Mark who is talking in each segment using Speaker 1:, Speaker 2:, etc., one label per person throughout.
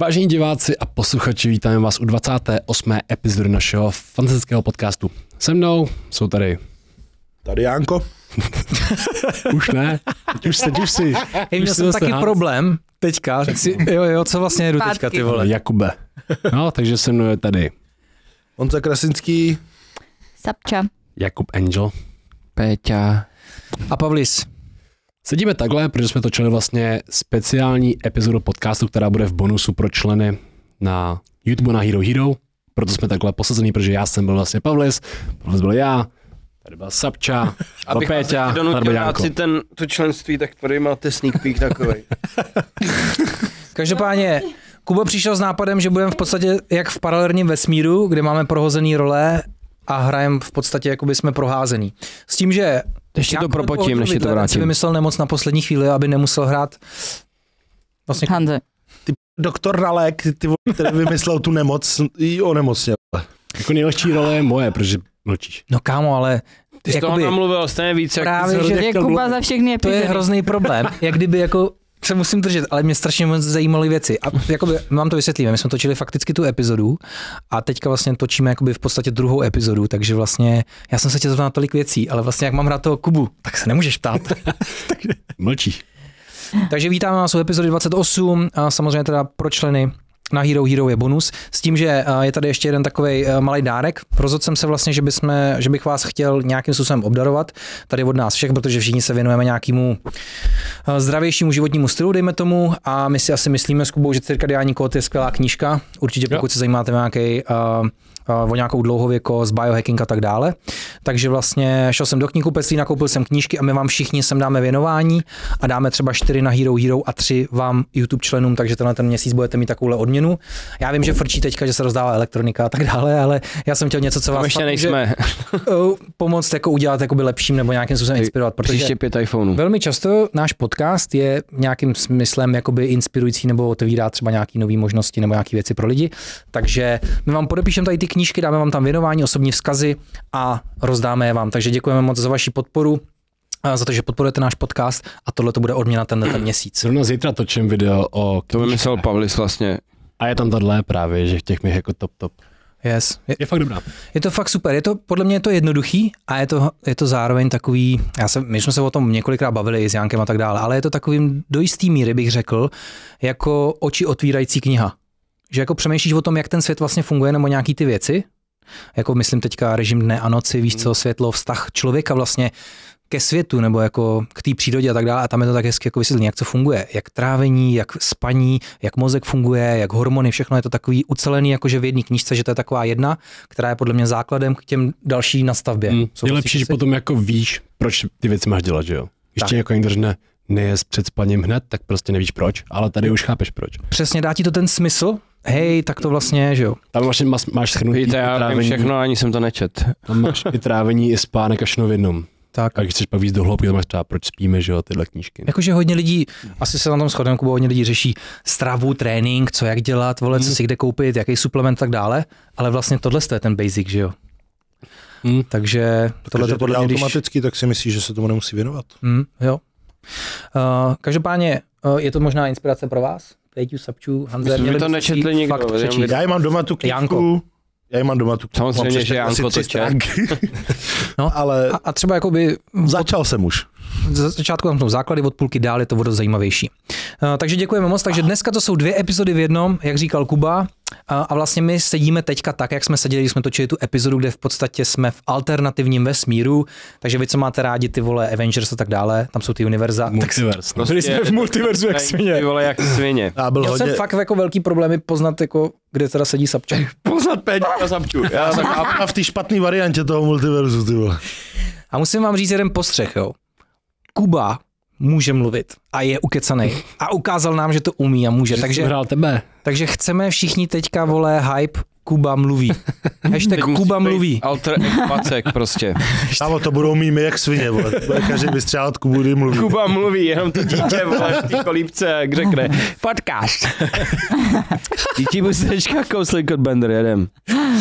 Speaker 1: Vážení diváci a posluchači, vítáme vás u 28. epizody našeho fantastického podcastu. Se mnou jsou tady,
Speaker 2: Tady Jánko.
Speaker 1: už ne, teď už se, teď už si,
Speaker 3: Hej, měl
Speaker 1: si
Speaker 3: jsem
Speaker 1: zase
Speaker 3: taky
Speaker 1: hád.
Speaker 3: problém teďka, tak si, jo, jo, co vlastně jedu teďka, ty vole.
Speaker 1: Jakube. No, takže se mnou je tady
Speaker 2: Honza Krasinský.
Speaker 4: Sapča.
Speaker 1: Jakub Angel.
Speaker 3: Péťa. A Pavlis.
Speaker 1: Sedíme takhle, protože jsme točili vlastně speciální epizodu podcastu, která bude v bonusu pro členy na YouTube na Hero Hero. Proto jsme takhle posazení, protože já jsem byl vlastně Pavlis, Pavlis byl já, tady byl Sapča, byl
Speaker 5: Abych vás
Speaker 1: Péťa,
Speaker 5: taky
Speaker 1: tady byl
Speaker 5: donutil dát
Speaker 1: Janko.
Speaker 5: si ten, to členství, tak tady máte sneak peek takový.
Speaker 3: Každopádně, Kuba přišel s nápadem, že budeme v podstatě jak v paralelním vesmíru, kde máme prohozený role a hrajeme v podstatě, jako by jsme proházený. S tím, že
Speaker 6: Ještě to
Speaker 3: Janko
Speaker 6: propotím,
Speaker 3: Nepohodlný
Speaker 6: než ti to
Speaker 3: Bydlenec si
Speaker 6: vrátím.
Speaker 3: vymyslel nemoc na poslední chvíli, aby nemusel hrát vlastně
Speaker 4: Hanze.
Speaker 2: Doktor Ralek, ty, vole, který vymyslel tu nemoc, i onemocněl.
Speaker 1: Jako nejlehčí role je moje, protože mlčíš.
Speaker 3: No kámo, ale
Speaker 5: Ty jsi toho
Speaker 3: jakoby,
Speaker 5: namluvil stejně víc, jak
Speaker 3: právě,
Speaker 2: zrovna
Speaker 3: že
Speaker 4: Je
Speaker 2: chtěl
Speaker 4: Kuba
Speaker 2: mluvit.
Speaker 4: za všechny
Speaker 3: To
Speaker 4: epizody.
Speaker 3: je hrozný problém, jak kdyby jako se musím držet, ale mě strašně moc zajímaly věci. A jakoby, mám to vysvětlíme, my jsme točili fakticky tu epizodu a teďka vlastně točíme jakoby v podstatě druhou epizodu, takže vlastně já jsem se tě zeptal na tolik věcí, ale vlastně jak mám rád toho Kubu, tak se nemůžeš ptát.
Speaker 1: Mlčíš.
Speaker 3: takže vítáme vás u epizody 28, a samozřejmě teda pro členy na Hero Hero je bonus, s tím, že a, je tady ještě jeden takový malý dárek. Rozhodl jsem se vlastně, že, bychom, že bych vás chtěl nějakým způsobem obdarovat tady od nás všech, protože všichni se věnujeme nějakému Eh, zdravějšímu životnímu stylu, dejme tomu. A my si asi myslíme s Kubou, že Cirkadiální kód je skvělá knížka. Určitě pokud se zajímáte o nějaký uh, uh, o nějakou dlouhověkost, biohacking a tak dále. Takže vlastně šel jsem do knihkupectví, nakoupil jsem knížky a my vám všichni sem dáme věnování a dáme třeba čtyři na Hero Hero a tři vám YouTube členům, takže tenhle ten měsíc budete mít takovouhle odměnu. Já vím, že frčí teďka, že se rozdává elektronika a tak dále, ale já jsem chtěl něco, co vás
Speaker 5: Tam
Speaker 6: Vlastně
Speaker 5: ještě
Speaker 3: fakt může,
Speaker 5: nejsme.
Speaker 3: eh, pomoct jako udělat jakoby lepším nebo nějakým způsobem inspirovat. Protože
Speaker 6: Příště pět iPhoneů.
Speaker 3: Velmi často náš podcast je nějakým smyslem jakoby inspirující nebo otevírá třeba nějaké nové možnosti nebo nějaké věci pro lidi. Takže my vám podepíšeme tady ty knížky, dáme vám tam věnování, osobní vzkazy a rozdáme je vám. Takže děkujeme moc za vaši podporu a za to, že podporujete náš podcast a tohle to bude odměna tenhle ten měsíc.
Speaker 1: Zrovna zítra točím video o
Speaker 6: To vymyslel Pavlis vlastně.
Speaker 1: A je tam tohle právě, že v těch mých jako top top.
Speaker 3: Yes. Je,
Speaker 1: Je fakt dobrá.
Speaker 3: je, to fakt super. Je to, podle mě je to jednoduchý a je to, je to zároveň takový, já se, my jsme se o tom několikrát bavili i s Jankem a tak dále, ale je to takovým do jistý míry bych řekl, jako oči otvírající kniha. že jako přemýšlíš o tom, jak ten svět vlastně funguje nebo nějaký ty věci, jako myslím teďka režim dne a noci, víš co, světlo, vztah člověka vlastně ke světu nebo jako k té přírodě a tak dále a tam je to tak hezky jako vysvětlené, jak to funguje, jak trávení, jak spaní, jak mozek funguje, jak hormony, všechno je to takový ucelený jakože v jedné knížce, že to je taková jedna, která je podle mě základem k těm další nastavbě. vlastně
Speaker 1: Mm. Je
Speaker 3: Souhlasíš
Speaker 1: lepší, že
Speaker 3: si?
Speaker 1: potom jako víš, proč ty věci máš dělat, že jo? Ještě
Speaker 3: Tak.
Speaker 1: jako někdo řekne, nejez před spaním hned, tak prostě nevíš proč, ale tady už chápeš proč.
Speaker 3: Přesně dá ti to ten smysl, hej, tak to vlastně, že jo.
Speaker 1: Tam máš, máš, máš schrnutý
Speaker 6: Víte, já vím
Speaker 1: trávení,
Speaker 6: všechno, ani jsem to nečet.
Speaker 1: tam máš i trávení, i spánek a všechno v jednom.
Speaker 3: Tak.
Speaker 1: A když chceš pak víc do hloubky, tam máš třeba proč spíme, že jo, tyhle knížky.
Speaker 3: Jakože hodně lidí, asi se na tom shodneme, Kubo, hodně lidí řeší stravu, trénink, co jak dělat, vole, co si kde koupit, jaký suplement a tak dále, ale vlastně tohle to je ten basic, že jo.
Speaker 1: Mm.
Speaker 3: Takže tohle
Speaker 2: Tohle
Speaker 3: to
Speaker 2: to
Speaker 3: podle mě, když...
Speaker 2: automaticky, tak si myslíš, že se tomu nemusí věnovat.
Speaker 3: Mm, jo. Uh, každopádně uh, je to možná inspirace pro vás. Pejťu, Sapču, Hanze,
Speaker 6: Myslím, že
Speaker 3: měli
Speaker 6: to
Speaker 3: byste si
Speaker 6: nečetli nikdo,
Speaker 3: fakt
Speaker 6: jenom
Speaker 3: přečíst.
Speaker 2: Já ji mám doma tu knížku.
Speaker 3: Janko.
Speaker 2: Já ji mám doma tu knížku. mám
Speaker 6: Samozřejmě, že
Speaker 2: přečtenou
Speaker 6: Janko
Speaker 2: asi
Speaker 6: to
Speaker 2: tři
Speaker 6: čet.
Speaker 2: stránky.
Speaker 3: No,
Speaker 2: ale
Speaker 3: A, a třeba jakoby
Speaker 2: začal jsem už.
Speaker 3: Za začátku tam jsou základy, od půlky dál je to o dost zajímavější. Eh, Takže děkujeme moc. Takže dneska to jsou dvě epizody v jednom, jak říkal Kuba. A a vlastně my sedíme teďka tak, jak jsme seděli, když jsme točili tu epizodu, kde v podstatě jsme v alternativním vesmíru. Takže vy, co máte rádi, ty vole Avengers a tak dále, tam jsou ty univerza. Tak
Speaker 1: Multiverse. No.
Speaker 6: Byli jsme v multiverzu jak svině. Ty vole, jak svině.
Speaker 2: Já byl
Speaker 3: měl jsem
Speaker 2: hodně...
Speaker 3: fakt jako velký problémy poznat, jako, kde teda sedí Sapčák.
Speaker 6: Poznat Péťu a Zapču. Já jsem
Speaker 2: A v té špatné variantě toho multiverzu, ty vole.
Speaker 3: A musím vám říct jeden postřeh, jo. Kuba může mluvit a je ukecaný. A ukázal nám, že to umí a může.
Speaker 1: Takže
Speaker 3: Takže
Speaker 1: jsem hrál tebe.
Speaker 3: Takže chceme všichni teďka, vole, hype Kuba mluví. Hashtag Kuba mluví.
Speaker 6: Alter ego Pacek prostě.
Speaker 2: Kámo, to budou mými jak svině, vole. Bude každý vystřelat kubu, kdy mluví.
Speaker 5: Kuba mluví, jenom to dítě vole v té kolípce, jak řekne.
Speaker 6: Podcast. Dítí bustečka, kousli od Bender, jedem.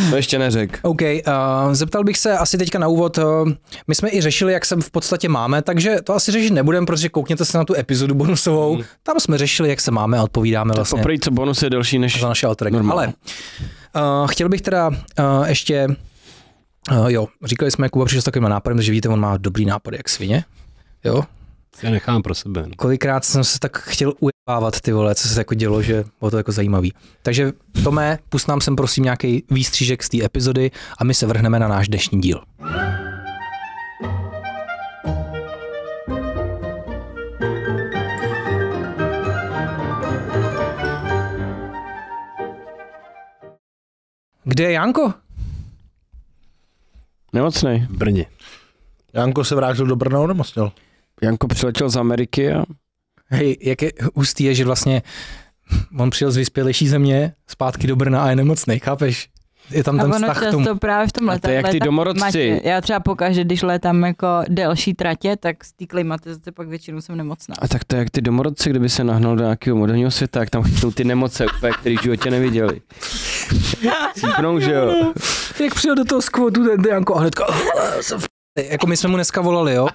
Speaker 6: To ještě neřek.
Speaker 3: OK, uh, zeptal bych se asi teďka na úvod, uh, my jsme i řešili, jak se v podstatě máme, takže to asi řešit nebudem, protože koukněte se na tu epizodu bonusovou, tam jsme řešili, jak se máme a odpovídáme vlastně
Speaker 6: Poprvé, co bonus je delší než...
Speaker 3: za naše alter ego. Ale
Speaker 6: Normálně.
Speaker 3: uh, chtěl bych teda uh, ještě, uh, jo, říkali jsme, Kuba přišel s takovým nápadem, že víte, on má dobrý nápad jak svině, jo,
Speaker 1: Já nechám pro sebe. No.
Speaker 3: kolikrát jsem se tak chtěl ujebávat ty vole, co se jako dělo, že bylo to jako zajímavý. Takže Tomé, pust nám sem prosím nějaký výstřížek z té epizody a my se vrhneme na náš dnešní díl. Kde je Janko?
Speaker 6: Nemocnej.
Speaker 1: V Brně.
Speaker 2: Janko se vrátil do Brna, onemocněl.
Speaker 6: Janko přiletěl z Ameriky a
Speaker 3: Hej, jak je hustý je, že vlastně on přijel z vyspělejší země zpátky do Brna a je nemocný, chápeš? Je tam
Speaker 4: A
Speaker 3: ten
Speaker 4: ono
Speaker 3: vztah k tomu.
Speaker 4: často právě v tom
Speaker 6: A to je
Speaker 4: letadle.
Speaker 6: jak ty
Speaker 4: tak
Speaker 6: domorodci.
Speaker 4: máte- Já třeba pokaždé, když létám jako delší tratě, tak z té klimatizace pak většinou jsem nemocná.
Speaker 6: A tak to je jak ty domorodci, kdyby se nahnal do nějakého moderního světa, jak tam chytnou ty nemoce, úplně, který v životě neviděli. Cípnou, že jo?
Speaker 3: Jak přijel do toho skvotu ten Janko a hnedka jsem v p***. jako my jsme mu dneska volali, jo,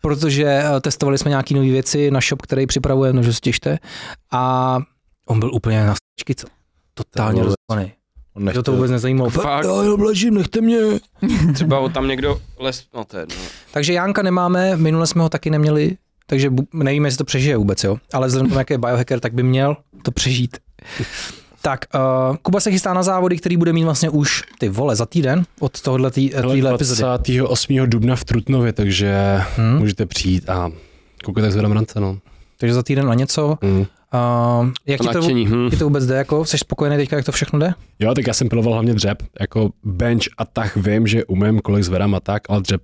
Speaker 3: protože eh, testovali jsme nějaký nové věci na shop, který připravuje, no že se těšte. A on byl úplně na stačky, co? Totálně
Speaker 2: To bylo-
Speaker 3: rozvaný.
Speaker 2: On
Speaker 3: Že ho to vůbec nezajímalo.
Speaker 6: Fakt?
Speaker 3: Já jenom ležím, nechte mě.
Speaker 6: Třeba tam někdo les... No to je jedno.
Speaker 3: Takže Janka nemáme, minule jsme ho taky neměli, takže bu- nevíme, jestli to přežije vůbec, jo. Ale vzhledem k tomu, jak je biohacker, tak by měl to přežít. Tak, uh, Kuba se chystá na závody, který bude mít vlastně už ty vole za týden od tohohle tý,
Speaker 1: Hele,
Speaker 3: týhle epizody.
Speaker 1: 28. dubna v Trutnově, takže
Speaker 3: Hmm.
Speaker 1: můžete přijít a koukat, jak zvedám rance. No.
Speaker 3: Takže za týden na něco.
Speaker 1: Hmm.
Speaker 3: Uh, jak
Speaker 6: To
Speaker 3: ti to,
Speaker 6: nadšení, hm.
Speaker 3: ti to vůbec jde? Jako? Jsi spokojený teďka, jak to všechno jde?
Speaker 1: Jo, tak já jsem piloval hlavně dřep, jako bench a tah vím, že umím, kolik zvedám a tak, ale dřep,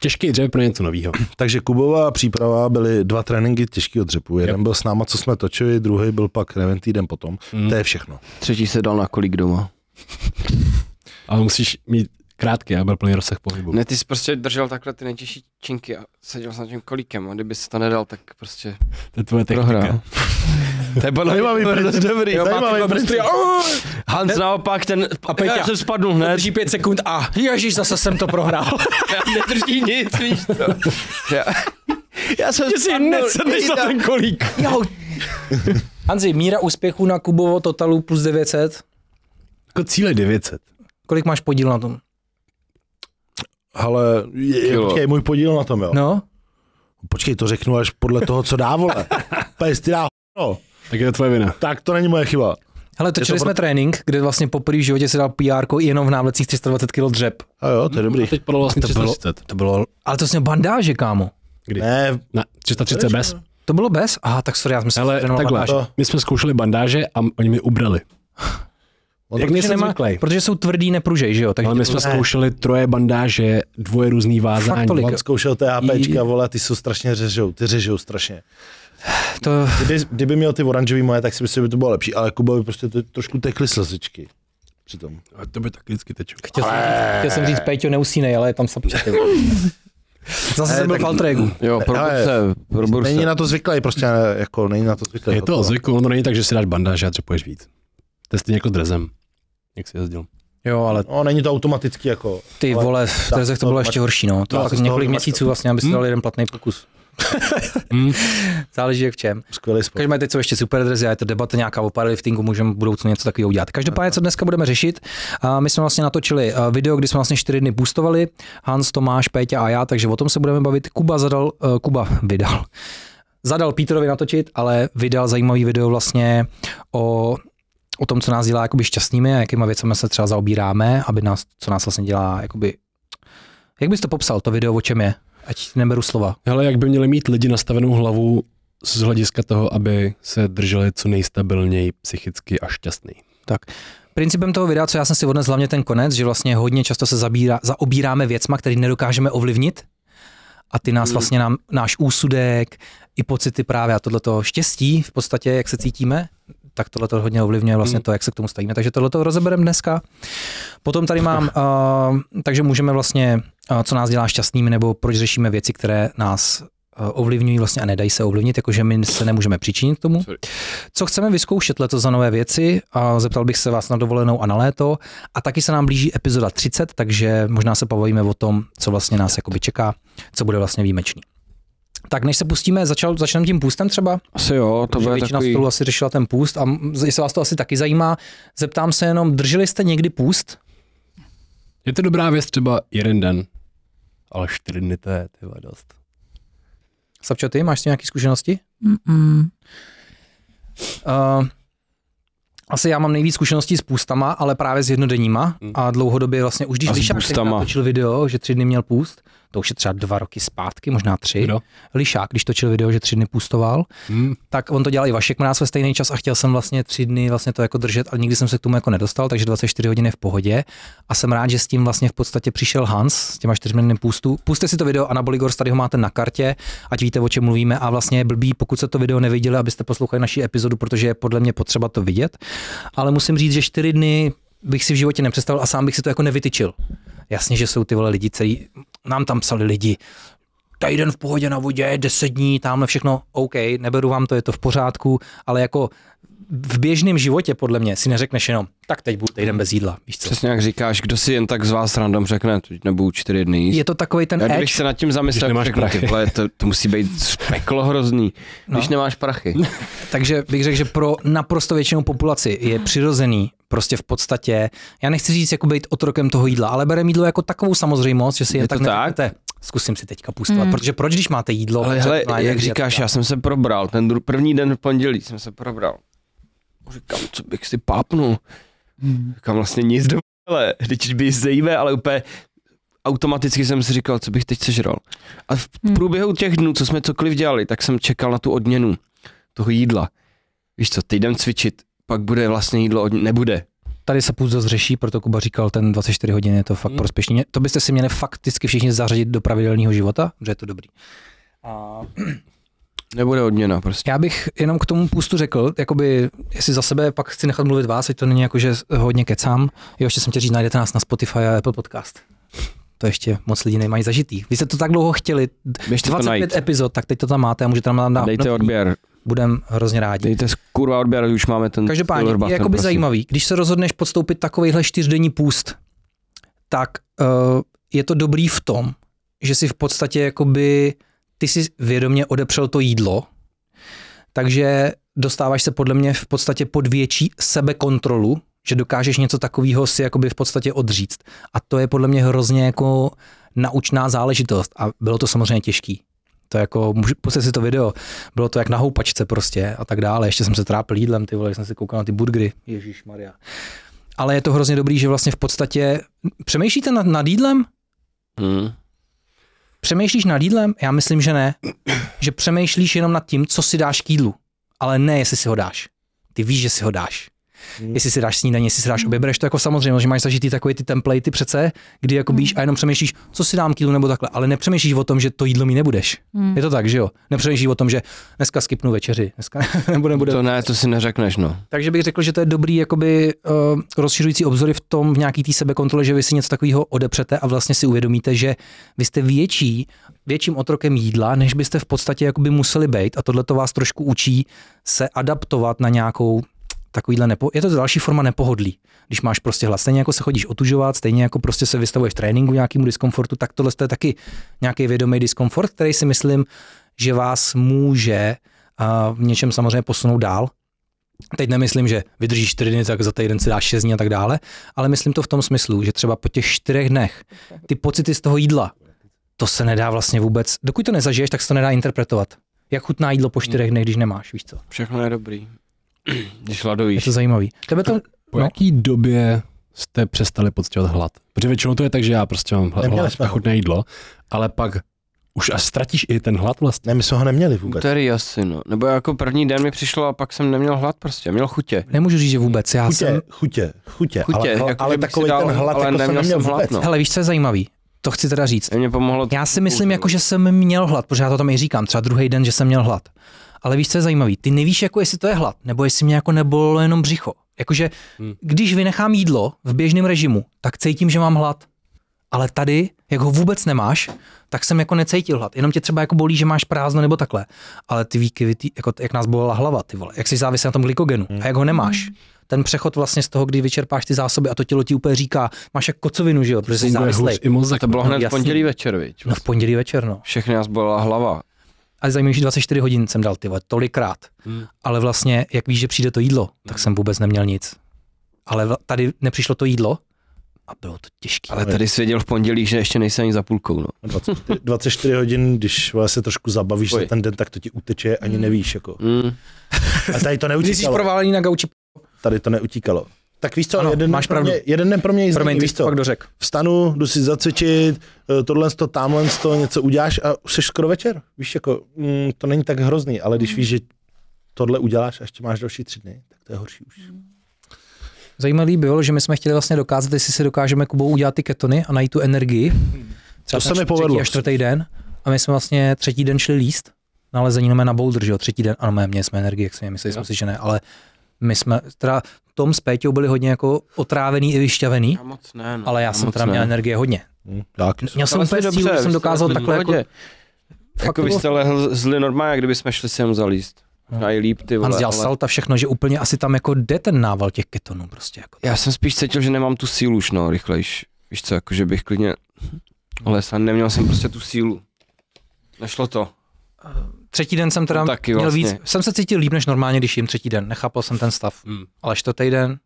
Speaker 1: těžký dřep pro něco nového.
Speaker 2: Takže Kubová příprava byly dva tréninky těžkého dřepu. Jeden byl s náma, co jsme točili, druhý byl pak, nevím, týden potom.
Speaker 1: Mm.
Speaker 2: To je všechno.
Speaker 6: Třetí se dal na kolik doma.
Speaker 1: Ale musíš mít krátký, aby byl plný rozsah pohybu.
Speaker 6: Ne, ty jsi prostě držel takhle ty nejtěžší činky a seděl s na tím kolíkem a kdyby si to nedal, tak prostě
Speaker 1: To je tvoje technika.
Speaker 6: prohrál. to je podle
Speaker 2: Zajímavý
Speaker 6: to je
Speaker 2: princip.
Speaker 6: dobrý.
Speaker 2: Jo, Zajímavý
Speaker 6: máte dva
Speaker 2: princip.
Speaker 6: brzdy. Au! Hans naopak, ten... A
Speaker 3: Peťa.
Speaker 6: Já jsem spadnul hned.
Speaker 3: Drží pět sekund a ježíš, zase jsem to prohrál.
Speaker 6: Nedrží nic, víš to. Já, já jsem Že si
Speaker 3: nesedneš na ten kolík. Jo. Hanzi, míra úspěchu na Kubovo totalu plus 900.
Speaker 1: Jako cíle 900.
Speaker 3: Kolik máš podíl na tom?
Speaker 2: Ale je, je,
Speaker 6: Kilo.
Speaker 2: počkej, můj podíl na tom, jo. No.
Speaker 3: No,
Speaker 2: Počkej, to řeknu až podle toho, co dá, vole. Pes, ty dá, no.
Speaker 1: Tak je to tvoje vina.
Speaker 2: Tak to není moje chyba.
Speaker 3: hele, točili
Speaker 2: pro-
Speaker 3: jsme trénink, kde vlastně poprvé v životě se dal PR jenom v návlecích 320 kg dřep.
Speaker 2: A jo, to je dobrý.
Speaker 1: A teď podal vlastně
Speaker 3: To bylo-
Speaker 1: 330.
Speaker 3: To bylo, ale to jsi měl bandáže, kámo.
Speaker 2: Ne,
Speaker 1: Ne, 330 bez.
Speaker 3: To bylo bez? Aha, tak sorry, já jsem si
Speaker 1: Ale
Speaker 3: trénoval
Speaker 1: takhle,
Speaker 3: bandáže.
Speaker 2: bandáže.
Speaker 1: my jsme zkoušeli bandáže a m- oni mi ubrali.
Speaker 2: on
Speaker 1: Jak
Speaker 2: to-
Speaker 1: nejsem
Speaker 3: nemá-
Speaker 1: zvyklý.
Speaker 3: Protože jsou tvrdý, nepružej, že jo? Takže
Speaker 1: Ale my jsme
Speaker 2: Ne.
Speaker 1: zkoušeli troje bandáže, dvoje různý vázání.
Speaker 3: tolik.
Speaker 2: on zkoušel THPčka, vole, ty jsou strašně řežou, ty řežou strašně.
Speaker 3: to,
Speaker 2: Kdyby, kdyby měl ty oranžový moje, tak si myslím, že by to bylo lepší, ale Kubovi prostě to, trošku tekly slzičky. Přitom.
Speaker 1: A to by tak vždycky teču.
Speaker 3: chtěl, jsem říct, chtěl jsem říct, Péťo, neusínej, ale je tam sapče. ty vole. Zase jsem byl v alter egu.
Speaker 6: Jo, probur
Speaker 2: Hele,
Speaker 6: se, probur
Speaker 2: Není
Speaker 6: se.
Speaker 2: na to zvyklý, prostě ne, jako není na to zvyklý.
Speaker 1: Je to o
Speaker 2: Toto.
Speaker 1: zvyku, ono to není tak, že si dáš bandáže a třepuješ víc. To je stejně jako s drezem, jak jsi jezdil.
Speaker 3: Jo, ale
Speaker 2: No, není to automatický jako.
Speaker 3: Ty
Speaker 2: Ale-
Speaker 3: vole, v Terezech
Speaker 2: to
Speaker 3: to bylo
Speaker 2: máš-
Speaker 3: ještě horší, no. To
Speaker 2: to
Speaker 3: fakt
Speaker 2: z toho
Speaker 3: několik
Speaker 2: máš-
Speaker 3: měsíců vlastně, aby si dal jeden platný pokus.
Speaker 1: Hmm.
Speaker 3: Záleží jak v čem.
Speaker 2: Skvělý sport.
Speaker 3: Každopádně teď jsou ještě super dresy a je to debata nějaká o powerliftingu, můžeme v budoucnu něco takového udělat. Každopádně, co dneska budeme řešit, a my jsme vlastně natočili a, video, kdy jsme vlastně čtyři dny boostovali, Hans, Tomáš, Péťa a já, takže o tom se budeme bavit. Kuba zadal, eh, Kuba vydal. Zadal Petrovi natočit, ale vydal zajímavý video vlastně o o tom, co nás dělá jakoby šťastnými a jakýma věcmi se třeba zaobíráme, aby nás, co nás vlastně dělá jakoby... Jak bys to popsal, to video, o čem je? Ať neberu slova.
Speaker 1: Hele, jak by měli mít lidi nastavenou hlavu z hlediska toho, aby se drželi co nejstabilněji psychicky a šťastný.
Speaker 3: Principem toho videa, co já jsem si odnesl hlavně ten konec, že vlastně hodně často se zabírá, zaobíráme věcma, které nedokážeme ovlivnit a ty nás vlastně nám, náš úsudek, i pocity právě a tohleto štěstí v podstatě, jak se cítíme, tak tohle to hodně ovlivňuje vlastně to, jak se k tomu stavíme. Takže tohle to rozebereme dneska. Potom tady mám, eh, uh, takže můžeme vlastně, uh, co nás dělá šťastnými, nebo proč řešíme věci, které nás eh, ovlivňují vlastně a nedají se ovlivnit, jakože my se nemůžeme přičinit k tomu.
Speaker 5: Sorry.
Speaker 3: Co chceme vyzkoušet letos za nové věci? A zeptal bych se vás na dovolenou a na léto. A taky se nám blíží epizoda 30, takže možná se pobavíme o tom, co vlastně nás jakoby čeká, co bude vlastně výjimečný. Tak než se pustíme, začal, začneme tím půstem třeba?
Speaker 6: Asi jo, to
Speaker 3: Protože
Speaker 6: bude
Speaker 3: většina
Speaker 6: takový...
Speaker 3: stolu asi řešila ten půst a m- jestli vás to asi taky zajímá, zeptám se jenom, drželi jste někdy půst?
Speaker 1: Je to dobrá věc třeba jeden den, ale čtyři dny to je tyva, dost.
Speaker 3: Sapčo, ty máš s tím nějaké zkušenosti?
Speaker 4: Mm-mm.
Speaker 3: Uh, asi já mám nejvíc zkušeností s půstama, ale právě s jednodenníma
Speaker 1: Hmm.
Speaker 3: a dlouhodobě vlastně už když
Speaker 6: Mm. A s
Speaker 3: Lišák
Speaker 6: půstama.
Speaker 3: tenkrát točil video, že tři dny měl půst, to už je třeba dva roky zpátky, možná tři.
Speaker 1: Kdo?
Speaker 3: Lišák, když točil video, že tři dny půstoval,
Speaker 1: Hmm.
Speaker 3: tak on to dělal i Vašek Mráz ve stejný čas a chtěl jsem vlastně tři dny vlastně to jako držet a nikdy jsem se k tomu jako nedostal, takže 24 hodin je v pohodě a jsem rád, že s tím vlastně v podstatě přišel Hans s těma čtyřmi dny půstu. Puste si to video a na Boligors tady ho máte na kartě, ať víte, o čem mluvíme a vlastně je blbý, pokud se to video neviděli, abyste poslouchali naši epizodu, protože je podle mě potřeba to vidět, ale musím říct, že čtyři dny bych si v životě nepředstavil a sám bych si to jako nevytyčil. Jasně, že jsou ty vole lidi celý, nám tam psali lidi, týden v pohodě na vodě, deset dní, tamhle všechno, OK, neberu vám to, je to v pořádku, ale jako v běžném životě podle mě si neřekneš jenom, tak teď budu týden bez jídla, víš co.
Speaker 6: Přesně jak říkáš, kdo si jen tak z vás random řekne, teď nebudu čtyři dny jíst.
Speaker 3: Je to takový ten
Speaker 6: Já
Speaker 3: edge,
Speaker 6: kdybych se nad tím
Speaker 1: Když
Speaker 6: zamyslel,
Speaker 1: nemáš
Speaker 6: tak řeknu,
Speaker 1: prachy.
Speaker 6: ty vole, to, to musí být peklo hrozný,
Speaker 3: No.
Speaker 6: no. když nemáš prachy.
Speaker 3: takže bych řekl, že pro naprosto většinou populaci je přirozený prostě v podstatě, já nechci říct jako být otrokem toho jídla, ale bereme jídlo jako takovou samozřejmost, že si jen
Speaker 6: Je to
Speaker 3: tak
Speaker 6: tak?
Speaker 3: neřeknete, zkusím si teďka pustovat,
Speaker 4: Mm.
Speaker 3: protože proč, když máte jídlo?
Speaker 6: Ale hele,
Speaker 3: má
Speaker 6: jak
Speaker 3: energie a tak
Speaker 6: říkáš,
Speaker 3: dále.
Speaker 6: já jsem se probral, ten dru- první den v pondělí jsem se probral. Říkám, co bych si pápnul. Říkám vlastně nic do ale teď by zejme, ale úplně automaticky jsem si říkal, co bych teď sežral. A v
Speaker 4: Hmm.
Speaker 6: průběhu těch dnů, co jsme cokoliv dělali, tak jsem čekal na tu odměnu toho jídla. Víš co, teď jdem cvičit, pak bude vlastně jídlo, od... nebude.
Speaker 3: Tady se půst zase řeší, proto Kuba říkal, ten 24 hodin je to fakt
Speaker 6: Hmm.
Speaker 3: prospěšný. To byste si měli fakticky všichni zařadit do pravidelného života, že je to dobrý. A
Speaker 6: Nebude odměna prostě.
Speaker 3: já bych jenom k tomu půstu řekl, jakoby, jestli za sebe pak chci nechat mluvit vás, ať to není jako, že hodně kecám. Jo, ještě jsem tě říct, najdete nás na Spotify a Apple Podcast. To ještě moc lidí nemají zažitý. Vy jste to tak dlouho chtěli,
Speaker 6: Běžte to
Speaker 3: 25
Speaker 6: najít.
Speaker 3: epizod, tak teď to tam máte a můžete tam dát
Speaker 6: Dejte odběr,
Speaker 3: Budem hrozně rádi.
Speaker 6: dejte kurva odběr, už máme ten
Speaker 3: Každopádně
Speaker 6: silver button,
Speaker 3: je jakoby
Speaker 6: prosím.
Speaker 3: zajímavý, když se rozhodneš podstoupit takovýhle čtyřdenní půst, tak uh, je to dobrý v tom, že si v podstatě jakoby ty si vědomě odepřel to jídlo, takže dostáváš se podle mě v podstatě pod větší sebekontrolu, že dokážeš něco takového si jakoby v podstatě odříct. A to je podle mě hrozně jako naučná záležitost. A bylo to samozřejmě těžký. To jako, můžu- pusťte si to video, bylo to jak na houpačce prostě a tak dále. Ještě jsem se trápil jídlem, ty vole, jak jsem se koukal na ty burgery. Ježíš Maria. Ale je to hrozně dobrý, že vlastně v podstatě přemýšlíte nad, nad jídlem?
Speaker 6: Hmm.
Speaker 3: Přemýšlíš nad jídlem? Já myslím, že ne. Že přemýšlíš jenom nad tím, co si dáš k jídlu. Ale ne, jestli si ho dáš. Ty víš, že si ho dáš. Jestli si dáš snídaní, jestli si dáš oběd, bereš to jako samozřejmě, že máš zažitý takové ty templatey přece, kdy jako víš a jenom přemýšlíš, co si dám k jídlu nebo takhle, ale nepřemýšlíš o tom, že to jídlo mít nebudeš.
Speaker 4: Mm.
Speaker 3: Je to tak, že jo? Nepřemýšlíš o tom, že dneska skipnu večeři, dneska nebo nebude.
Speaker 6: To ne, to si neřekneš, no.
Speaker 3: Takže bych řekl, že to je dobrý jakoby, uh, rozšiřující obzory v tom, v nějaký té sebekontrole, že vy si něco takového odepřete a vlastně si uvědomíte, že vy jste větší, větším otrokem jídla, než byste v podstatě jakoby museli být. A tohle to vás trošku učí se adaptovat na nějakou takovýhle nepo... Je to další forma nepohodlí. Když máš prostě hlas, stejně jako se chodíš otužovat, stejně jako prostě se vystavuješ tréninku nějakému diskomfortu, tak tohle je taky nějaký vědomý diskomfort, který si myslím, že vás může uh, v něčem samozřejmě posunout dál. Teď nemyslím, že vydržíš 4 dny, tak za týden si dáš 6 dní a tak dále, ale myslím to v tom smyslu, že třeba po těch 4 dnech ty pocity z toho jídla, to se nedá vlastně vůbec, dokud to nezažiješ, tak se to nedá interpretovat. Jak chutná jídlo po 4 dnech, když nemáš, víš co?
Speaker 6: Všechno je dobrý. Když
Speaker 3: Je
Speaker 6: ladovíš.
Speaker 3: to zajímavý. Tebe to,
Speaker 1: Po
Speaker 3: No.
Speaker 1: no. jaký době jste přestali pocitovat hlad? Protože většinou to je tak, že já prostě mám hlad,
Speaker 2: Neměli
Speaker 1: hlad
Speaker 2: jsme
Speaker 1: a
Speaker 2: ho.
Speaker 1: chutné jídlo, ale pak už až ztratíš i ten hlad vlastně.
Speaker 2: Ne, my jsme ho neměli vůbec.
Speaker 6: Úterý asi, no. Nebo jako první den mi přišlo a pak jsem neměl hlad prostě, měl chutě.
Speaker 3: nemůžu říct, že vůbec. Já
Speaker 2: Chutě,
Speaker 3: jsem,
Speaker 2: chutě, chutě,
Speaker 6: Chutě,
Speaker 2: ale, ale,
Speaker 6: jako
Speaker 2: ale
Speaker 6: že bych si
Speaker 2: takový
Speaker 6: dal,
Speaker 2: ten hlad,
Speaker 6: ale
Speaker 2: jako jsem
Speaker 6: neměl
Speaker 2: neměl
Speaker 6: jsem hlad,
Speaker 2: vůbec.
Speaker 6: no.
Speaker 3: hele, víš, co je zajímavý? To chci teda říct.
Speaker 6: Mě pomohlo
Speaker 3: Já si myslím, jako, že jsem měl hlad, protože já to tam i říkám, třeba druhý den, že jsem měl hlad. Ale víš, co je zajímavý? Ty nevíš, jako jestli to je hlad, nebo jestli mě jako nebolelo jenom břicho. Jakože,
Speaker 1: Hm.
Speaker 3: když vynechám jídlo v běžném režimu, tak cítím, že mám hlad. Ale tady, jak ho vůbec nemáš, tak jsem jako necítil hlad. Jenom tě třeba jako bolí, že máš prázdno nebo takhle. Ale ty výkyvy, ty, jako, jak nás bolela hlava, ty vole, jak jsi závislý na tom glykogenu
Speaker 1: Hm.
Speaker 3: a jak ho nemáš. Ten přechod vlastně z toho, kdy vyčerpáš ty zásoby a to tělo ti úplně říká, máš jak kocovinu, že jo, protože jsi
Speaker 1: Funguje
Speaker 3: závislý.
Speaker 1: hůř i mozek.
Speaker 6: To bylo hned v
Speaker 3: no, jasný.
Speaker 6: pondělí večer, viď?
Speaker 3: No v pondělí večer, no.
Speaker 6: Všechny nás bolela hlava.
Speaker 3: A zajímavější 24 hodin jsem dal, ty vole, tolikrát.
Speaker 1: Hmm.
Speaker 3: Ale vlastně, jak víš, že přijde to jídlo, tak jsem vůbec neměl nic. Ale vla- tady nepřišlo to jídlo a bylo to těžké.
Speaker 6: Ale tady svěděl v pondělí, že ještě nejsi ani za půlkou, no.
Speaker 2: 24, 24 hodin, když vole, se trošku zabavíš
Speaker 6: Oj.
Speaker 2: za ten den, tak to ti uteče, ani
Speaker 4: Mm.
Speaker 2: nevíš. Jako.
Speaker 3: Hm?
Speaker 6: Mm.
Speaker 2: A tady to
Speaker 3: Když jsi
Speaker 2: neutíkalo.
Speaker 3: proválený na gauči,
Speaker 2: Tady to neutíkalo. Tak víš co,
Speaker 3: Ano,
Speaker 2: ano, jeden,
Speaker 3: máš
Speaker 2: den pro mě,
Speaker 3: pravdu.
Speaker 2: jeden den pro mě jízdí,
Speaker 3: promiň, ty
Speaker 2: víš
Speaker 3: jsi to
Speaker 2: co,
Speaker 3: pak dořek.
Speaker 2: vstanu, jdu si zacvičit, eh, tohle to, tamhle to, něco uděláš a už jsi skoro večer. Víš, jako, mm, to není tak hrozný, ale
Speaker 3: Hmm.
Speaker 2: když víš, že tohle uděláš a ještě máš další tři dny, tak to je horší už.
Speaker 3: Zajímavý bylo, že my jsme chtěli vlastně dokázat, jestli si dokážeme Kubou udělat ty ketony a najít tu energii. Třeba
Speaker 2: se
Speaker 3: ten
Speaker 2: mi
Speaker 3: třetí
Speaker 2: povedlo.
Speaker 3: A čtvrtý den. A my jsme vlastně třetí den šli líst. Nalezení nome na boulder, že jo, třetí den. Ano, mé, měli jsme energii, jak jsme mysleli, jsme si, že ne, ale my jsme, teda Tom s Péťou byli hodně jako otrávený i vyšťavený,
Speaker 6: Já moc ne, no.
Speaker 3: ale já jsem
Speaker 6: moc
Speaker 3: teda měl
Speaker 6: ne.
Speaker 3: energie hodně.
Speaker 2: Hm, tak.
Speaker 3: Měl jsem
Speaker 6: Ale jste
Speaker 3: úplně
Speaker 6: dobře,
Speaker 3: sílu, že
Speaker 6: vy
Speaker 3: jsem
Speaker 6: jste
Speaker 3: dokázal
Speaker 6: v
Speaker 3: takhle jako,
Speaker 6: pohodě.
Speaker 3: fakt
Speaker 6: Jako vy
Speaker 3: bylo-
Speaker 6: jste lehl zli normálně, jak kdyby jsme šli si jenom zalíst.
Speaker 3: No.
Speaker 6: Nejlíp ty vole.
Speaker 3: Hans dělal
Speaker 6: ale-
Speaker 3: salta všechno, že úplně asi tam jako jde ten nával těch ketonů prostě jako.
Speaker 6: Já jsem spíš cítil, že nemám tu sílu už, no, rychlejš. Víš co, jako že bych klidně... Ale jsem neměl jsem prostě tu sílu. Nešlo to.
Speaker 3: Třetí den jsem teda
Speaker 6: No taky
Speaker 3: měl
Speaker 6: vlastně.
Speaker 3: víc, jsem se cítil líp než normálně, když jim třetí den, nechápal jsem ten stav.
Speaker 1: Hmm.
Speaker 3: Ale čtvrtý den,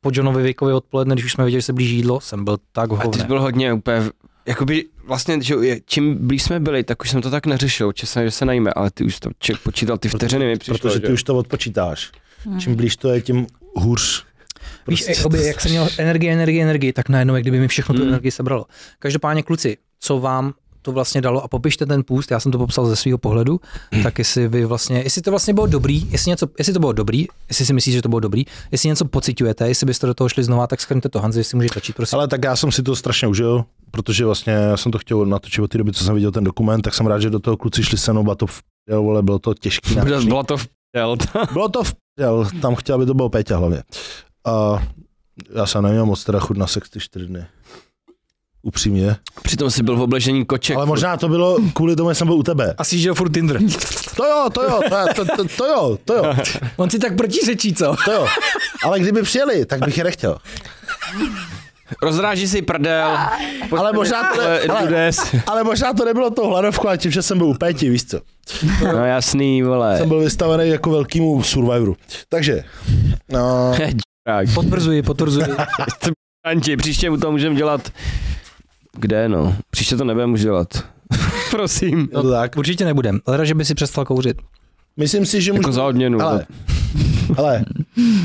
Speaker 3: po Johnovi Wickovi odpoledne, když už jsme věděli, že se blíží jídlo, jsem byl tak
Speaker 6: A ty
Speaker 3: hovne.
Speaker 6: jsi byl hodně úplně, v- jakoby vlastně, že je- čím blíž jsme byli, tak už jsem to tak neřešil, že se, že se najíme, ale ty už to ček, počítal ty vteřiny, mi přišlo,
Speaker 2: Protože
Speaker 6: že?
Speaker 2: ty už to odpočítáš. Čím blíž to je, tím hůř.
Speaker 3: Hmm.
Speaker 2: Prostě-
Speaker 3: Víš, jakoby, jak jsem měl energii, energii, energii, tak najednou, jak kdyby mi všechno tu
Speaker 6: Hmm.
Speaker 3: energii sebralo. Každopádně, kluci, co vám to vlastně dalo a popište ten půst, já jsem to popsal ze svého pohledu, tak jestli vy vlastně, jestli to vlastně bylo dobrý, jestli, něco, jestli to bylo dobrý, jestli si myslíš, že to bylo dobrý, jestli něco pociťujete, jestli byste do toho šli znova, tak schrňte to Hanzi, jestli může začít, prosím.
Speaker 2: Ale tak já jsem si to strašně užil, protože vlastně já jsem to chtěl natočit od té doby, co jsem viděl ten dokument, tak jsem rád, že do toho kluci šli se mnou, bylo to v prdel, vole, bylo to těžký.
Speaker 6: Bylo,
Speaker 2: náročný.
Speaker 6: bylo to v prdel, to-
Speaker 2: Bylo to v prdel, tam chtěl, aby to bylo Péťa hlavně. A já jsem neměl moc teda chud na sex ty čtyři dny. Upřímně.
Speaker 6: Přitom jsi byl v obležení koček.
Speaker 2: Ale možná to bylo kvůli tomu, že jsem byl u tebe.
Speaker 3: Asi žil furt Tinder.
Speaker 2: To jo, to jo, to, to, to, to jo, to jo,
Speaker 3: On si tak protiřečí, co?
Speaker 2: to jo. Ale kdyby přijeli, tak bych je nechtěl.
Speaker 6: Rozráží si prdel.
Speaker 2: Ale možná to, ne, ale, ale možná to nebylo to hladovku, ale tím, že jsem byl u Péti, víš co.
Speaker 6: No jasný, vole.
Speaker 2: Jsem byl vystavený jako velkýmu survivoru. Takže, no,
Speaker 6: Tak,
Speaker 3: Potvrzuji, potvrzuji.
Speaker 6: Anči, příště u toho můžeme dělat... Kde no? Příště to nebudeme už dělat. Prosím.
Speaker 2: je to tak.
Speaker 3: Určitě nebudem. Leda, že by si přestal kouřit.
Speaker 2: Myslím si, že můžu...
Speaker 6: Jako za odměnu.
Speaker 2: Ale, ale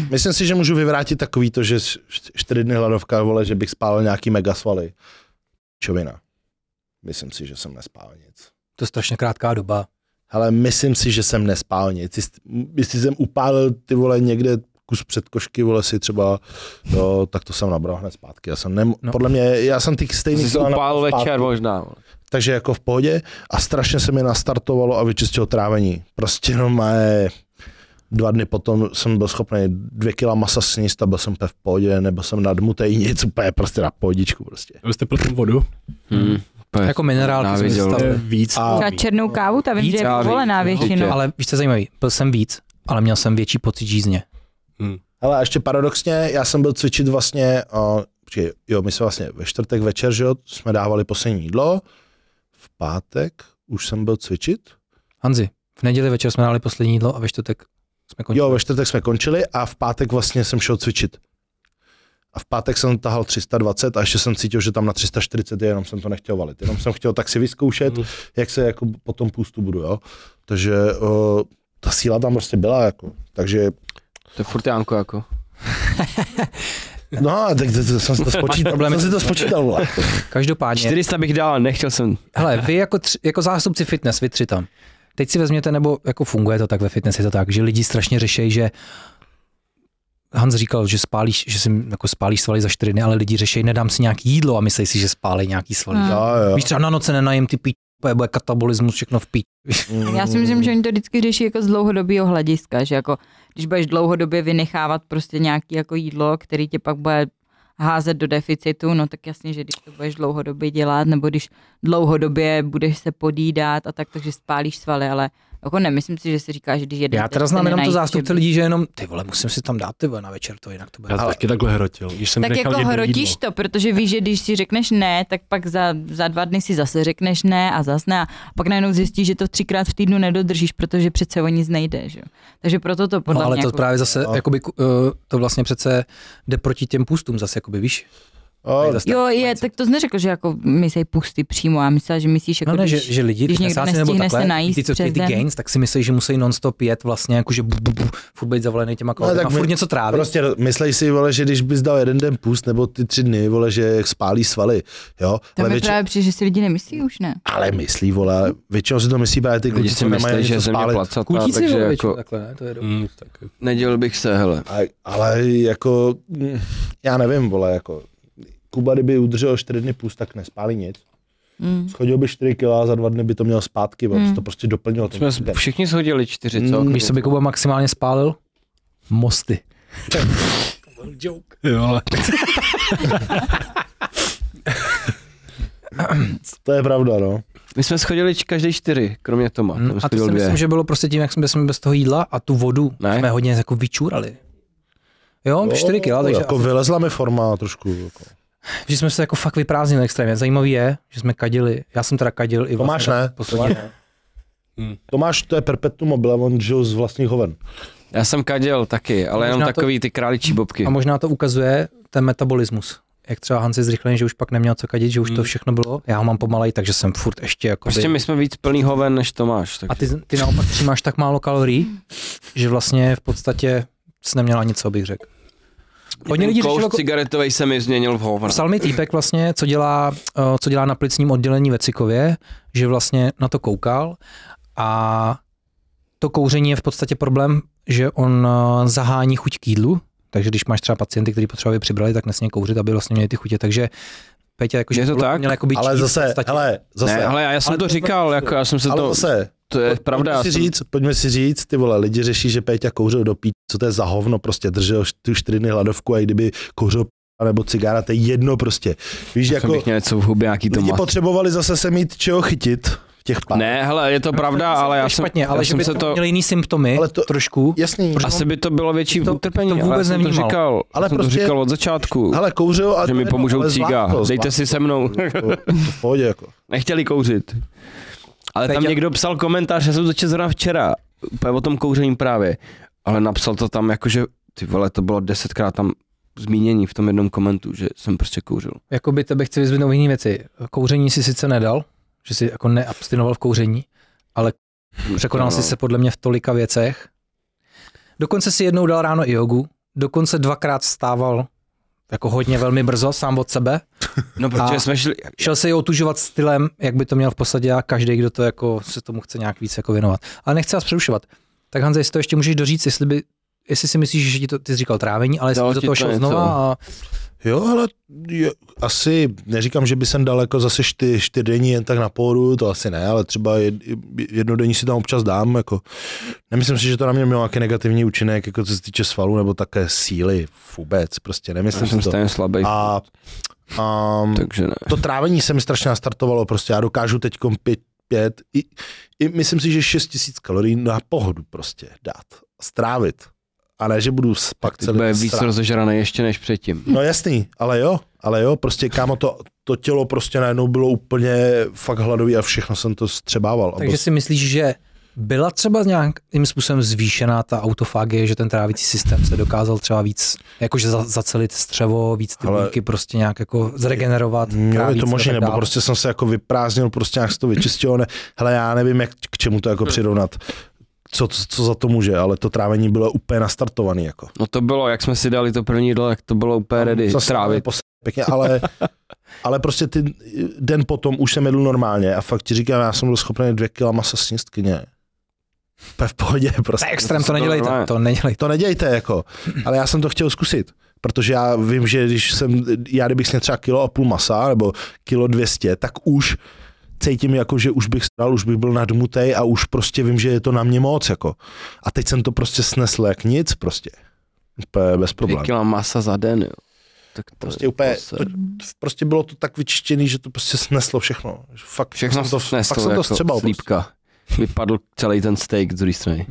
Speaker 2: myslím si, že můžu vyvrátit takový to, že š- čtyři dny hladovka, vole, že bych spálil nějaký megasvaly. Čovina. Myslím si, že jsem nespál nic.
Speaker 3: To je strašně krátká doba.
Speaker 2: Ale myslím si, že jsem nespál nic. Jest- Jestli jsem upálil ty vole někde kus předkošky, vole si třeba, jo, tak to jsem nabral hned zpátky. Já jsem nem,
Speaker 3: No.
Speaker 2: no. podle mě, já jsem ty stejný
Speaker 6: Jsi se upál večer možná. vole.
Speaker 2: takže jako v pohodě a strašně se mi nastartovalo a vyčistilo trávení. Prostě no mé, dva dny potom jsem byl schopný dvě kila masa sníst a byl jsem úplně v pohodě, nebo jsem nadmutej nic, úplně prostě na pohodičku prostě.
Speaker 1: Vy jste pro tu vodu?
Speaker 6: Hmm.
Speaker 3: Jako minerálky jsme
Speaker 6: Náviděl.
Speaker 3: zastavili.
Speaker 1: To je víc.
Speaker 2: A-
Speaker 4: Třeba černou kávu, ta vím,
Speaker 6: Víc
Speaker 4: že je
Speaker 6: kávy,
Speaker 4: povolená
Speaker 6: určitě.
Speaker 4: většinou.
Speaker 3: Ale víš, co je zajímavý? Byl jsem víc, ale měl jsem větší pocit žízně.
Speaker 2: Ale a ještě paradoxně, já jsem byl cvičit vlastně, o, počkej, jo, my jsme vlastně ve čtvrtek večer, že jo, jsme dávali poslední jídlo, v pátek už jsem byl cvičit,
Speaker 3: Hanzi, v neděli večer jsme dali poslední jídlo a ve čtvrtek jsme končili.
Speaker 2: jo, ve čtvrtek jsme končili a v pátek vlastně jsem šel cvičit. A v pátek jsem tahal 320 a ještě jsem cítil, že tam na 340 je, jenom jsem to nechtěl valit. Jenom jsem chtěl tak si vyzkoušet,
Speaker 1: Mm.
Speaker 2: jak se jako po tom půstu budu, jo. Takže o, ta síla tam prostě byla, jako. Takže,
Speaker 6: To je furt Janko jako.
Speaker 2: no, tak to, to, jsem si to spočítal,
Speaker 3: problémy
Speaker 2: jsem si to spočítal, vole.
Speaker 3: Každopádně,
Speaker 6: 400 bych dal, nechtěl jsem.
Speaker 3: hele, vy jako, tři, jako zástupci fitness, vy tři tam, teď si vezměte, nebo jako funguje to tak ve fitness, je to tak, že lidi strašně řeší, že Hans říkal, že spálíš, že si jako spálíš svaly za 4 dny, ale lidi řeší, nedám si nějaký jídlo a myslí si, že spálí nějaký svaly.
Speaker 1: No.
Speaker 4: Hmm.
Speaker 2: Jo, jo.
Speaker 3: Víš, třeba na noc se nenajím ty pít, úplně bude katabolismus, všechno v pít.
Speaker 2: Mm.
Speaker 4: Tak Já si myslím, že oni to vždycky řeší jako z dlouhodobého hlediska, že jako když budeš dlouhodobě vynechávat prostě nějaký jako jídlo, který tě pak bude házet do deficitu, no tak jasně, že když to budeš dlouhodobě dělat, nebo když dlouhodobě budeš se podídat a tak, takže spálíš svaly, ale jako nemyslím si, že si říká, že když jeden
Speaker 3: Já teda znám jenom to zástupce lidí, že jenom ty vole, musím si tam dát ty vole na večer, to jinak to bude.
Speaker 1: Já to taky takhle hrotil. Když jsem
Speaker 4: Tak
Speaker 1: nechal
Speaker 4: jako
Speaker 1: jedno
Speaker 4: hrotíš
Speaker 1: jídlo.
Speaker 4: to, protože víš, že když si řekneš ne, tak pak za, za dva dny si zase řekneš ne a zase ne a pak najednou zjistíš, že to třikrát v týdnu nedodržíš, protože přece o nic nejde, že? jo. Takže proto to podle
Speaker 3: No, ale
Speaker 4: mě
Speaker 3: to
Speaker 4: jako-
Speaker 3: právě zase,
Speaker 2: No.
Speaker 3: jakoby, ku- eh, to vlastně přece jde proti těm půstům zase, jakoby, víš?
Speaker 2: O,
Speaker 3: Tady zase
Speaker 4: Jo,
Speaker 3: ten
Speaker 4: je,
Speaker 3: mindset.
Speaker 4: tak to jsi neřekl, že jako myslej pusty přímo, já myslela, že myslíš jako
Speaker 3: No ne,
Speaker 4: když,
Speaker 3: že, že lidi,
Speaker 4: když
Speaker 3: ty
Speaker 4: někdo
Speaker 3: klesáci nebo
Speaker 4: nestihne se
Speaker 3: takhle,
Speaker 4: najíst
Speaker 3: ty, co
Speaker 4: přes
Speaker 3: ty, ty
Speaker 4: den.
Speaker 3: gains, tak si myslí, že musí non-stop jet vlastně, jakože bu, bu, bu, furt být zavalený těma
Speaker 2: Ne,
Speaker 3: kaloriema,
Speaker 2: tak
Speaker 3: no, furt
Speaker 2: my-
Speaker 3: něco trávit. Prostě,
Speaker 2: Prostě myslej si, vole, že když bys dal jeden den půst nebo ty tři dny, vole, že spálí svaly, jo?
Speaker 4: To
Speaker 2: ale,
Speaker 4: mi
Speaker 2: větši-
Speaker 4: právě přijde, že si lidi nemyslí už, ne?
Speaker 2: ale myslí, vole, většinou si to myslí právě ty kluci,
Speaker 6: Lidi si
Speaker 2: co nemají
Speaker 6: myslí, že
Speaker 2: něco
Speaker 6: země
Speaker 2: spálit.
Speaker 6: placatá,
Speaker 3: Kultíci,
Speaker 6: takže
Speaker 3: vole, jako...
Speaker 6: jako
Speaker 3: takhle, ne? To je dobrý.
Speaker 1: Mm, tak.
Speaker 6: nedělil bych se, hele.
Speaker 2: A, ale jako, mm, já nevím, vole, jako, Kuba, kdyby udržel 4 dny půst, tak nespálí nic.
Speaker 4: Mm.
Speaker 2: Schodil by 4 kg a za dva dny by to měl zpátky, vole,
Speaker 4: Mm.
Speaker 2: to prostě doplnilo. ten
Speaker 6: Jsme
Speaker 2: den.
Speaker 6: všichni shodili čtyři, co? Jako-
Speaker 2: Mm,
Speaker 3: Víš, co by Kuba maximálně spálil? Mosty.
Speaker 1: Jo, ale
Speaker 2: To je pravda, no.
Speaker 6: My jsme schodili č- každý čtyři, kromě Toma.
Speaker 3: Hm,
Speaker 6: Tom
Speaker 3: A to si
Speaker 6: schodil dvě.
Speaker 3: myslím, že bylo prostě tím, jak jsme, jsme bez toho jídla a tu vodu
Speaker 6: Ne.
Speaker 3: jsme hodně jako vyčúrali. Jo,
Speaker 6: No,
Speaker 2: Jo,
Speaker 3: 4 kg, takže
Speaker 2: Jako
Speaker 3: jako asi,
Speaker 2: vylezla mi forma trošku. Jako.
Speaker 6: Vlastně
Speaker 3: že jsme se jako fakt vyprázdnili extrémně. Zajímavý je, že jsme kadili, já jsem teda kadil i
Speaker 2: Tomáš
Speaker 3: vlastně
Speaker 2: ne.
Speaker 3: poslední.
Speaker 2: Tomáš, to je perpetuum mobile, on žil z vlastních hoven.
Speaker 6: Já jsem kaděl taky, ale jenom
Speaker 3: Možná to-
Speaker 6: takový ty králičí bobky.
Speaker 3: A možná to ukazuje ten metabolismus. Jak třeba Hans je zrychlený, že už pak neměl co kadit, že už to všechno bylo. Já ho mám pomalej, takže jsem furt ještě jako.
Speaker 6: Prostě my jsme víc plný hoven než Tomáš. Tak...
Speaker 3: A ty, ty naopak přijímáš tak málo kalorií, že vlastně v podstatě jsi neměla nic, co bych řekl. Hodně lidí
Speaker 6: Kouř
Speaker 3: řešilo,
Speaker 6: jako...
Speaker 3: jako-
Speaker 6: cigaretovej se mi změnil v hovna.
Speaker 3: psal mi týpek vlastně, co dělá, eh, co dělá na plicním oddělení ve Cikově, že vlastně na to koukal a to kouření je v podstatě problém, že on eh, zahání chuť k jídlu, takže když máš třeba pacienty, kteří potřeba aby přibrali, tak nesmí kouřit, aby vlastně měli ty chutě, takže Peťa jakože
Speaker 6: Je to
Speaker 3: problém
Speaker 6: tak?
Speaker 3: měl jakoby
Speaker 2: Ale
Speaker 3: čít v
Speaker 2: zase,
Speaker 3: podstatě.
Speaker 2: hele, zase,
Speaker 6: Ne, ale já, já jsem
Speaker 2: Ale
Speaker 6: to
Speaker 2: to-
Speaker 6: říkal, jako já jsem se
Speaker 2: ale
Speaker 6: to,
Speaker 2: zase,
Speaker 6: to je pravda. já
Speaker 2: Eh, Pojďme si,
Speaker 6: jsem-
Speaker 2: říct, pojďme si říct, ty vole, lidi řeší, že Péťa kouřil do pí, co to je za hovno, prostě držel š- tu čtyři dny hladovku a i kdyby kouřil p- nebo cigára, to je jedno prostě. Víš,
Speaker 6: Jako...
Speaker 2: jako
Speaker 6: bych měl něco v hubě, jaký to
Speaker 2: lidi
Speaker 6: má.
Speaker 2: potřebovali zase se mít čeho chytit v těch pár.
Speaker 6: Ne, hele, je to pravda, ale já jsem,
Speaker 3: špatně, ale
Speaker 6: já
Speaker 3: že by
Speaker 6: jsem se to...
Speaker 3: měl jiný symptomy,
Speaker 2: Ale to-
Speaker 3: trošku.
Speaker 2: Jasný.
Speaker 6: Asi by to bylo větší
Speaker 3: To-
Speaker 6: utrpení,
Speaker 3: to
Speaker 6: ale já
Speaker 3: vůbec
Speaker 6: jsem to
Speaker 3: nevnímal.
Speaker 6: říkal.
Speaker 2: Ale
Speaker 6: Ale jsem
Speaker 2: prostě-
Speaker 6: to říkal od začátku,
Speaker 2: Hele, kouřil a
Speaker 6: že
Speaker 2: to
Speaker 6: mi
Speaker 2: jedno,
Speaker 6: pomůžou
Speaker 2: ale zvládl
Speaker 6: cíga.
Speaker 2: to,
Speaker 6: Dejte
Speaker 2: zvládl
Speaker 6: si se mnou.
Speaker 2: to, to v pohodě, jako.
Speaker 6: Nechtěli kouřit. Ale tam
Speaker 3: Teď-
Speaker 6: někdo psal komentář, já jsem to četl zrovna včera, úplně o tom kouření právě, ale napsal to tam jako, že ty vole, to bylo desetkrát tam zmínění v tom jednom komentu, že jsem prostě kouřil.
Speaker 3: Jakoby jako tebe chci vyzvednout jiné věci. Kouření si sice nedal, že si jako neabstinoval v kouření, Překonal
Speaker 6: No,
Speaker 3: jsi
Speaker 6: no.
Speaker 3: se podle mě v tolika věcech. Dokonce si jednou dal ráno i jogu, dokonce dvakrát vstával jako hodně velmi brzo sám od sebe.
Speaker 6: No, protože
Speaker 3: A-
Speaker 6: jsme šli,
Speaker 3: Šel se ji otužovat stylem, jak by to měl v podstatě dělat každý, kdo to jako se tomu chce nějak víc jako věnovat. Ale nechci vás přerušovat. Tak Hanze, jestli to ještě můžeš doříct, jestli by jestli si myslíš, že ti to, ty jsi říkal trávení, ale jestli
Speaker 6: Dalo
Speaker 3: bys do
Speaker 6: ti
Speaker 3: toho
Speaker 6: to
Speaker 3: šel
Speaker 6: něco?
Speaker 3: znova a
Speaker 2: Jo, ale je, asi neříkám, že by jsem dal jako zase čty, čtyřdenní jen tak na pohodu, to asi ne, ale třeba jed, jednodenní si tam občas dám. Jako. Nemyslím si, že to na mě mělo nějaký negativní účinek, jako co se týče svalů nebo také síly vůbec, prostě
Speaker 6: já
Speaker 2: nemyslím si
Speaker 6: jsem
Speaker 2: to.
Speaker 6: stejně slabý,
Speaker 2: A, a
Speaker 6: takže ne.
Speaker 2: to trávení se mi strašně nastartovalo, prostě já dokážu teď pět, pět i, i, myslím si, že 6000 kalorií na pohodu prostě dát, strávit. A ne, že budu s- pak
Speaker 6: Teď
Speaker 2: celý
Speaker 6: bude víc
Speaker 2: srát.
Speaker 6: rozežraný ještě než předtím.
Speaker 2: No jasný, ale jo, ale jo, prostě kámo, to, to tělo prostě najednou bylo úplně fakt hladový a všechno jsem to střebával. A prostě-
Speaker 3: takže si myslíš, že byla třeba nějakým způsobem zvýšená ta autofagie, že ten trávicí systém se dokázal třeba víc jakože za, zacelit střevo, víc ty
Speaker 2: Ale-
Speaker 3: buňky prostě nějak jako zregenerovat.
Speaker 2: Jo, je
Speaker 3: trávící
Speaker 2: to
Speaker 3: a
Speaker 2: možné,
Speaker 3: tak
Speaker 2: nebo
Speaker 3: dále.
Speaker 2: prostě jsem se jako vyprázdnil, prostě nějak se to vyčistilo. Ne, hele, já nevím, jak, k čemu to jako přirovnat, co, co za to může, ale to trávení bylo úplně nastartovaný. Jako.
Speaker 6: No to bylo, jak jsme si dali to první jídlo, tak to bylo úplně ready
Speaker 2: Zase
Speaker 6: trávit.
Speaker 2: pos- Pěkně, ale, ale prostě ty den potom už jsem jedl normálně a fakt ti říkám, já jsem byl schopný dvě kila masa sníst kyně. Úplně v pohodě prostě.
Speaker 3: To je extrém, to
Speaker 6: To
Speaker 3: nedělejte,
Speaker 6: normálně.
Speaker 3: to nedělejte.
Speaker 2: To nedělejte, jako. Ale já jsem to chtěl zkusit. Protože já vím, že když jsem, já kdybych sněl třeba kilo a půl masa, nebo kilo 200, tak už cítím jako, že už bych stál, už bych byl nadmutej a už prostě vím, že je to na mě moc, jako. A teď jsem to prostě snesl jak nic, prostě. Úplně bez
Speaker 6: Dvě
Speaker 2: problémů.
Speaker 6: kila masa za den, jo. tak to
Speaker 2: Prostě úplně,
Speaker 6: se-
Speaker 2: to, prostě bylo to tak vyčištěný, že to prostě sneslo všechno. Fakt,
Speaker 6: Všechno
Speaker 2: jsem to,
Speaker 6: snesl
Speaker 2: fakt jsem to
Speaker 6: jako
Speaker 2: střebal. Prostě.
Speaker 6: slípka. Vypadl celý ten steak z druhé strany.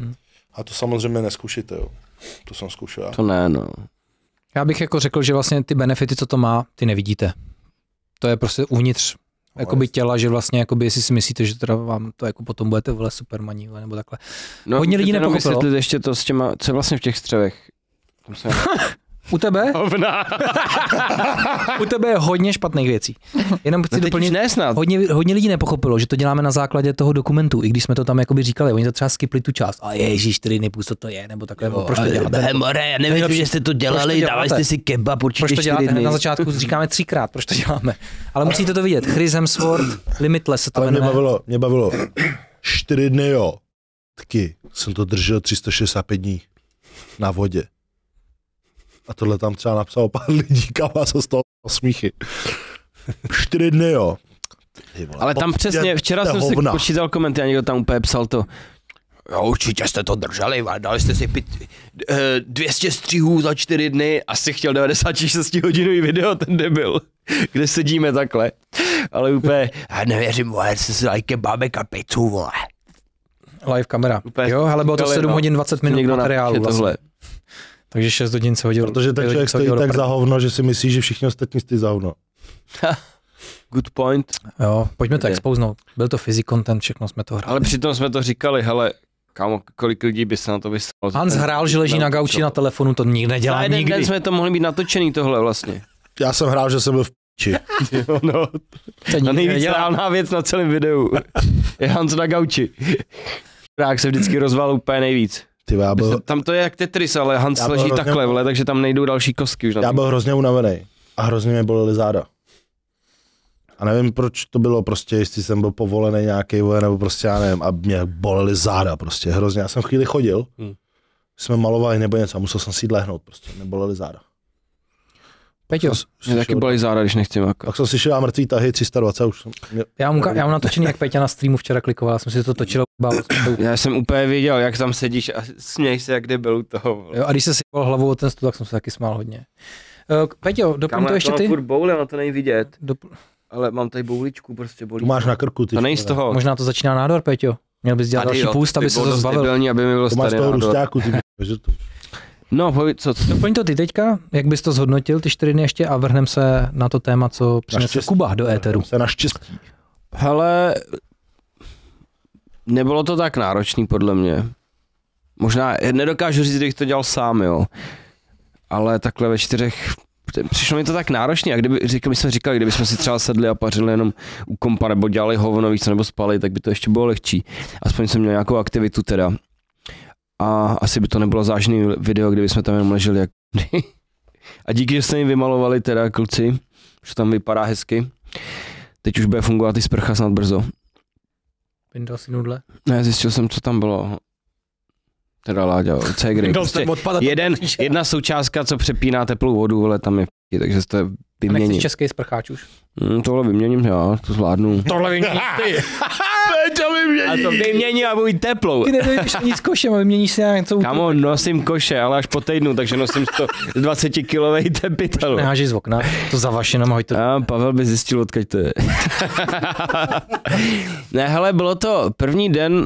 Speaker 2: A to samozřejmě neskušíte, jo. To jsem zkoušel. já.
Speaker 6: To ne, no.
Speaker 3: Já bych jako řekl, že vlastně ty benefity, co to má, ty nevidíte. To je prostě uvnitř
Speaker 2: No,
Speaker 3: jakoby těla, že vlastně jakoby, jestli si myslíte, že teda vám to jako potom budete vole supermaní vole, nebo takhle.
Speaker 6: no
Speaker 3: Hodně lidí
Speaker 6: můžete jenom
Speaker 3: nepochopilo.
Speaker 6: vysvětlit ještě to s těma, co je vlastně v těch střevech. Tam se
Speaker 3: U tebe,
Speaker 6: Hovna.
Speaker 3: u tebe je hodně špatných věcí. Jenom chci
Speaker 6: No teď už
Speaker 3: doplnit,
Speaker 6: ne snad.
Speaker 3: Hodně, hodně lidí nepochopilo, že to děláme na základě toho dokumentu, i když jsme to tam jakoby říkali, oni to třeba skipli tu část. A ježíš, tedy nepůj, co to je, nebo takhle, jo, proč to děláte?
Speaker 6: More, já nevím, že jste to dělali,
Speaker 3: dávali jste
Speaker 6: si kebab určitě
Speaker 3: Proč to děláte? Hned na začátku říkáme třikrát, proč to děláme. Ale musíte to vidět. Chris Hemsworth, Limitless se to
Speaker 2: Ale mě
Speaker 3: jmenuje.
Speaker 2: bavilo, mě bavilo. Čtyři dny, jo. Taky jsem to držel 365 dní na vodě. A tohle tam třeba napsalo pár lidí, kam a co z toho smíchy. Čtyři dny, jo. Ty vole,
Speaker 6: Ale tam
Speaker 2: pojďte
Speaker 6: přesně, včera
Speaker 2: jste
Speaker 6: jsem si
Speaker 2: hovna.
Speaker 6: počítal komenty a někdo tam úplně psal to. Jo, určitě jste to drželi, ale dali jste si pit, eh, 200 střihů za 4 dny, asi chtěl 96 hodinový video ten debil, kde sedíme takhle. Ale úplně, já nevěřím, vole, jste si dali kebábek a pizzu, vole.
Speaker 3: Live kamera.
Speaker 6: Úplně
Speaker 3: jo, ale bylo to
Speaker 6: skvělé,
Speaker 3: 7
Speaker 6: no.
Speaker 3: hodin 20 minut
Speaker 6: Někdo
Speaker 3: materiálu.
Speaker 6: napíše
Speaker 3: Vlastně.
Speaker 6: tohle.
Speaker 3: Takže 6 hodin se hodilo.
Speaker 2: Protože ten
Speaker 3: pět hodin
Speaker 2: člověk
Speaker 3: se hodilo
Speaker 2: stojí
Speaker 3: do
Speaker 2: tak
Speaker 3: prd-
Speaker 2: za hovno, že si myslí, že všichni ostatní stojí za hovno.
Speaker 6: Good point.
Speaker 3: Jo, pojďme to
Speaker 6: Kde?
Speaker 3: expouznout. Byl to fyzik content, všechno jsme to hráli.
Speaker 6: Ale přitom jsme to říkali, hele, kámo, kolik lidí by se na to vystalo.
Speaker 3: Hans hrál, že
Speaker 6: no,
Speaker 3: leží na gauči na telefonu, to nikdy
Speaker 6: Za
Speaker 3: nedělá
Speaker 6: jeden
Speaker 3: nikdy.
Speaker 6: den jsme to mohli být natočený tohle vlastně.
Speaker 2: Já jsem hrál, že jsem byl v piči.
Speaker 6: Jo, no,
Speaker 3: To
Speaker 6: Ta
Speaker 3: nikdy
Speaker 6: nejvíc
Speaker 3: nedělá.
Speaker 6: reálná věc na celém videu je Hans na gauči. Rák se vždycky rozval úplně nejvíc.
Speaker 2: Ty, vole, já byl,
Speaker 6: Tam to je jak Tetris, ale Hans
Speaker 2: Já byl
Speaker 6: leží
Speaker 2: hrozně-
Speaker 6: takhle, vole, takže tam nejdou další kostky už na
Speaker 2: já
Speaker 6: tom.
Speaker 2: byl hrozně unavený a hrozně mě bolely záda. A nevím, proč to bylo prostě, jestli jsem byl povolený nějaký vole, nebo prostě já nevím, a mě bolely záda prostě hrozně. Já jsem chvíli chodil,
Speaker 1: Hmm.
Speaker 2: jsme malovali nebo něco a musel jsem si jít lehnout prostě, mě bolely záda.
Speaker 3: Peťo,
Speaker 2: Jsem
Speaker 6: Mě taky
Speaker 2: slyšel-
Speaker 6: bolí záda, když nechci makat.
Speaker 2: Pak jsem slyšel já mrtvý tahy 320 už. Jsem, mě,
Speaker 3: já mám, uka- já mám natočený, jak Peťa na streamu včera klikovala, já jsem si to točil. bál jsem se úplně.
Speaker 6: Já jsem úplně věděl, jak tam sedíš a směj se, jak debil u toho. vole.
Speaker 3: Jo, a když se sypal hlavou o ten stůl, tak jsem se taky smál hodně. Eh, Peťo, doplň
Speaker 6: Kámo,
Speaker 3: to
Speaker 6: já
Speaker 3: ještě
Speaker 6: mám
Speaker 3: ty.
Speaker 6: furt boule, ono to není vidět,
Speaker 3: Dopl-
Speaker 6: ale mám tady bouličku, prostě bolí.
Speaker 2: tu máš na krku, ty.
Speaker 6: to není z
Speaker 2: škoda.
Speaker 6: toho.
Speaker 3: Možná to začíná nádor, Peťo. Měl bys dělat
Speaker 6: Tady,
Speaker 3: další
Speaker 6: jo,
Speaker 3: půst,
Speaker 6: ty
Speaker 3: aby se
Speaker 6: bylo
Speaker 3: to
Speaker 6: dost
Speaker 3: zbavil.
Speaker 6: debilní, aby mi bylo
Speaker 2: To máš z
Speaker 6: starý
Speaker 2: toho
Speaker 6: nádor.
Speaker 2: rusťáku, ty. žrtu.
Speaker 6: No, pověď, co, co
Speaker 3: Doplň to ty teďka, jak bys to zhodnotil, ty čtyři dny ještě a vrhneme se na to téma, co přinese
Speaker 2: Naštěstí.
Speaker 3: Kuba do éteru.
Speaker 2: Se naštěstí.
Speaker 6: Hele, nebylo to tak náročný podle mě. Možná, nedokážu říct, kdybych to dělal sám, jo. Ale takhle ve čtyřech, přišlo mi to tak náročný. A kdyby, říkali, my jsme říkali, kdybychom si třeba sedli a pařili jenom u kompa, nebo dělali hovno, víc, nebo spali, tak by to ještě bylo lehčí. Aspoň jsem měl nějakou aktivitu teda. A asi by to nebylo zážný video, kdyby jsme tam jenom leželi jak... a díky, že jste jim vymalovali teda kluci, že tam vypadá hezky. Teď už bude fungovat i sprcha snad brzo.
Speaker 3: Vyndal si nudle.
Speaker 6: Ne, zjistil jsem, co tam bylo. Teda Láďa, jo, cegry. Prostě
Speaker 3: odpadat.
Speaker 6: jeden, jedna součástka, co přepíná teplou vodu, ale tam je p***, takže to je
Speaker 3: A nechceš
Speaker 6: vyměním.
Speaker 3: český sprcháč už.
Speaker 6: Hmm, tohle vyměním já, to zvládnu.
Speaker 3: Tohle vyměníš.
Speaker 2: to
Speaker 6: A to vyměním a budu teplou.
Speaker 3: Ty nedojdeš ani s košem a vyměníš si něco. u-
Speaker 6: Kamo, nosím koše, ale až po týdnu, takže nosím 120 kilový tepitel.
Speaker 3: Nehážeš z okna, to za vašinem, hoď to.
Speaker 6: A Pavel by zjistil, odkaď to je. ne, hele, bylo to první den,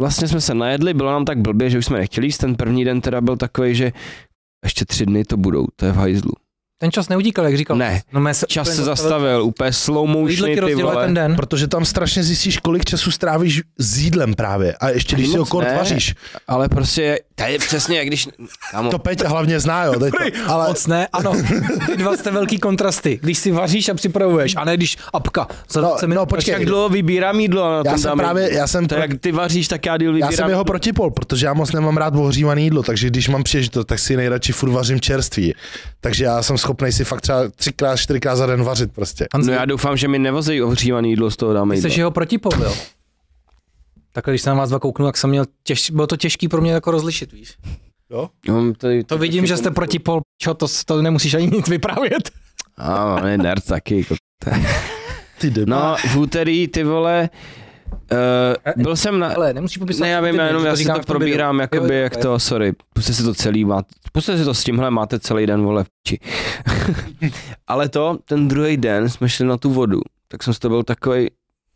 Speaker 6: vlastně jsme se najedli, bylo nám tak blbě, že už jsme nechtěli jíst, ten první den teda byl takový, že ještě tři dny to budou, to je v hajzlu.
Speaker 3: Ten čas neutíkal, jak říkal.
Speaker 6: Ne,
Speaker 3: No, mé se
Speaker 6: Čas
Speaker 3: úplně
Speaker 6: se
Speaker 3: zastavil.
Speaker 6: zastavil, úplně slow
Speaker 3: Jídlo
Speaker 6: motiony,
Speaker 3: ti
Speaker 6: ty
Speaker 3: rozděluje
Speaker 6: vole.
Speaker 3: ten den.
Speaker 2: Protože tam strašně zjistíš, kolik času strávíš s jídlem právě. A ještě když si ho
Speaker 6: Moc
Speaker 2: kort
Speaker 6: ne.
Speaker 2: vaříš.
Speaker 6: Ale prostě, to je přesně jak když... Kámo,
Speaker 2: To Peťa hlavně zná, jo. Teď to, ale
Speaker 3: Moc ne, ano. Ty dva jste velký kontrasty. Když si vaříš a připravuješ, a ne když apka. Za
Speaker 2: No,
Speaker 3: 20 minut
Speaker 2: no, počkej.
Speaker 6: jak dlouho vybírám jídlo a na
Speaker 2: já
Speaker 6: tom
Speaker 2: jsem
Speaker 6: dám
Speaker 2: právě, já jsem,
Speaker 6: To
Speaker 2: pro-
Speaker 6: jak ty vaříš, tak já díl vybírám.
Speaker 2: já jsem jeho protipol, protože já moc nemám rád ohřívaný jídlo, takže když mám příležitost, tak si nejradši furt vařím čerství. Takže já jsem schopný si fakt třeba třikrát, čtyřikrát za den vařit prostě.
Speaker 6: No já no. doufám, že mi nevozejí ohřívaný jídlo, z toho dáme
Speaker 3: Ty
Speaker 6: jídlo.
Speaker 3: jsi jeho protipol, jo. Takhle, když se na vás dva kouknu, jak jsem měl těž... bylo to těžký pro mě jako rozlišit, víš.
Speaker 6: Jo, tady-
Speaker 3: To vidím, že jste protipol, čo, to, to nemusíš ani nic vyprávět.
Speaker 6: jako A on je nerd taky. ko-
Speaker 2: Ty
Speaker 6: No, v úterý ty vole, Uh, byl jsem na...
Speaker 3: Eh, Ale nemusíš popisovat.
Speaker 6: Ne, já
Speaker 3: co ty
Speaker 6: vím, já jenom
Speaker 3: vidíš,
Speaker 6: já si
Speaker 3: říkám
Speaker 6: to
Speaker 3: v tom
Speaker 6: probírám,
Speaker 3: videu.
Speaker 6: jakoby,
Speaker 3: Jo,
Speaker 6: jak
Speaker 3: jo,
Speaker 6: to, sorry, puste si to celý, máte, puste si to s tímhle, máte celý den, vole, v piči. Ale to, ten druhý den jsme šli na tu vodu, tak jsem z toho byl takový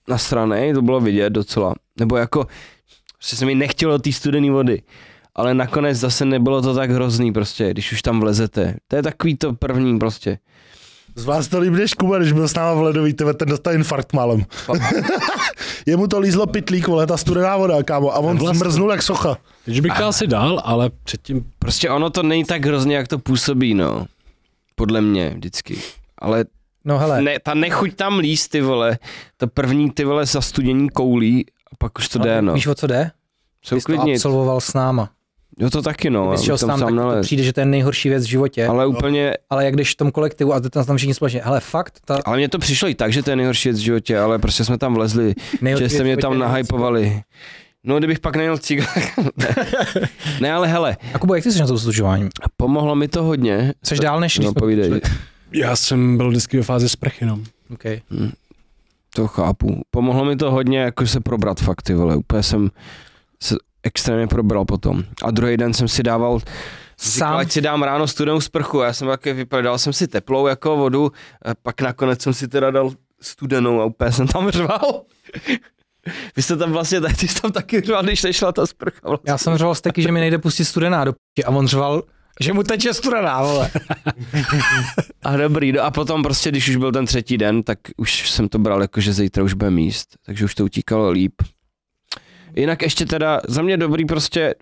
Speaker 6: nasranej, to bylo vidět docela. Nebo jako, že se mi nechtělo té studené vody. Ale nakonec zase nebylo to tak hrozný prostě, když už tam vlezete. To je takový to první prostě.
Speaker 2: Z vás to líp než Kuba, když byl s náma v ledový, tebe, ten dostal infarkt málem.
Speaker 6: No.
Speaker 2: Jemu to lízlo pitlík, vole, ta studená voda, kámo, a on
Speaker 1: Vlastně.
Speaker 2: zmrznul jak socha.
Speaker 1: Takže bych to asi dal, ale předtím
Speaker 6: Prostě ono to není tak hrozně, jak to působí, no. Podle mě vždycky. Ale
Speaker 3: No hele,
Speaker 6: ne, ta nechuť tam líst, ty vole. To první, ty vole, zastudění koulí a pak už to jde, no.
Speaker 3: víš o co jde?
Speaker 6: Se
Speaker 3: Ty jsi to
Speaker 6: uklidnit.
Speaker 3: absolvoval s náma.
Speaker 6: Jo, to taky, no.
Speaker 3: Ty jsi šel
Speaker 6: abych
Speaker 3: s námi,
Speaker 6: tam sám
Speaker 3: tak to
Speaker 6: nalez.
Speaker 3: přijde, že to je nejhorší věc v životě. Ale,
Speaker 6: Ale úplně,
Speaker 3: ale jak když v tom kolektivu a tam tam všichni společně, hele fakt, ta
Speaker 6: ale mně to přišlo i tak, že to je nejhorší věc v životě, ale prostě jsme tam vlezli,
Speaker 3: nejhorší
Speaker 6: že jste
Speaker 3: věc
Speaker 6: mě
Speaker 3: v
Speaker 6: tam
Speaker 3: životě-
Speaker 6: nahypovali. No, kdybych pak nejel cík. ne. ne, ale hele,
Speaker 3: A Kubo, jak ty jsi na to slučování?
Speaker 6: pomohlo mi to hodně.
Speaker 3: Jsi dál než když
Speaker 6: No,
Speaker 3: jsme
Speaker 6: povídej,
Speaker 3: přišli?
Speaker 1: já jsem byl vždycky ve fázi sprchy, no.
Speaker 3: Okay.
Speaker 6: to chápu. Pomohlo mi to hodně jako se probrat fakt, ty vole. Úplně jsem se extrémně probral potom. A druhý den jsem si dával Říkal,
Speaker 3: Sám,
Speaker 6: ať si dám ráno studenou sprchu, já jsem taky vypadal, dal jsem si teplou jako vodu, a pak nakonec jsem si teda dal studenou a úplně jsem tam řval. Vy jste tam vlastně, tak- ty jsi tam taky řval, když nešla ta sprcha. Vlastně.
Speaker 3: já jsem řval steky, že mi nejde pustit studená do p***, a on řval, že mu teče studená, vole.
Speaker 6: A dobrý, no a potom prostě, když už byl ten třetí den, tak už jsem to bral jako, že zítra už bude míst, takže už to utíkalo líp. Jinak ještě teda, za mě dobrý prostě,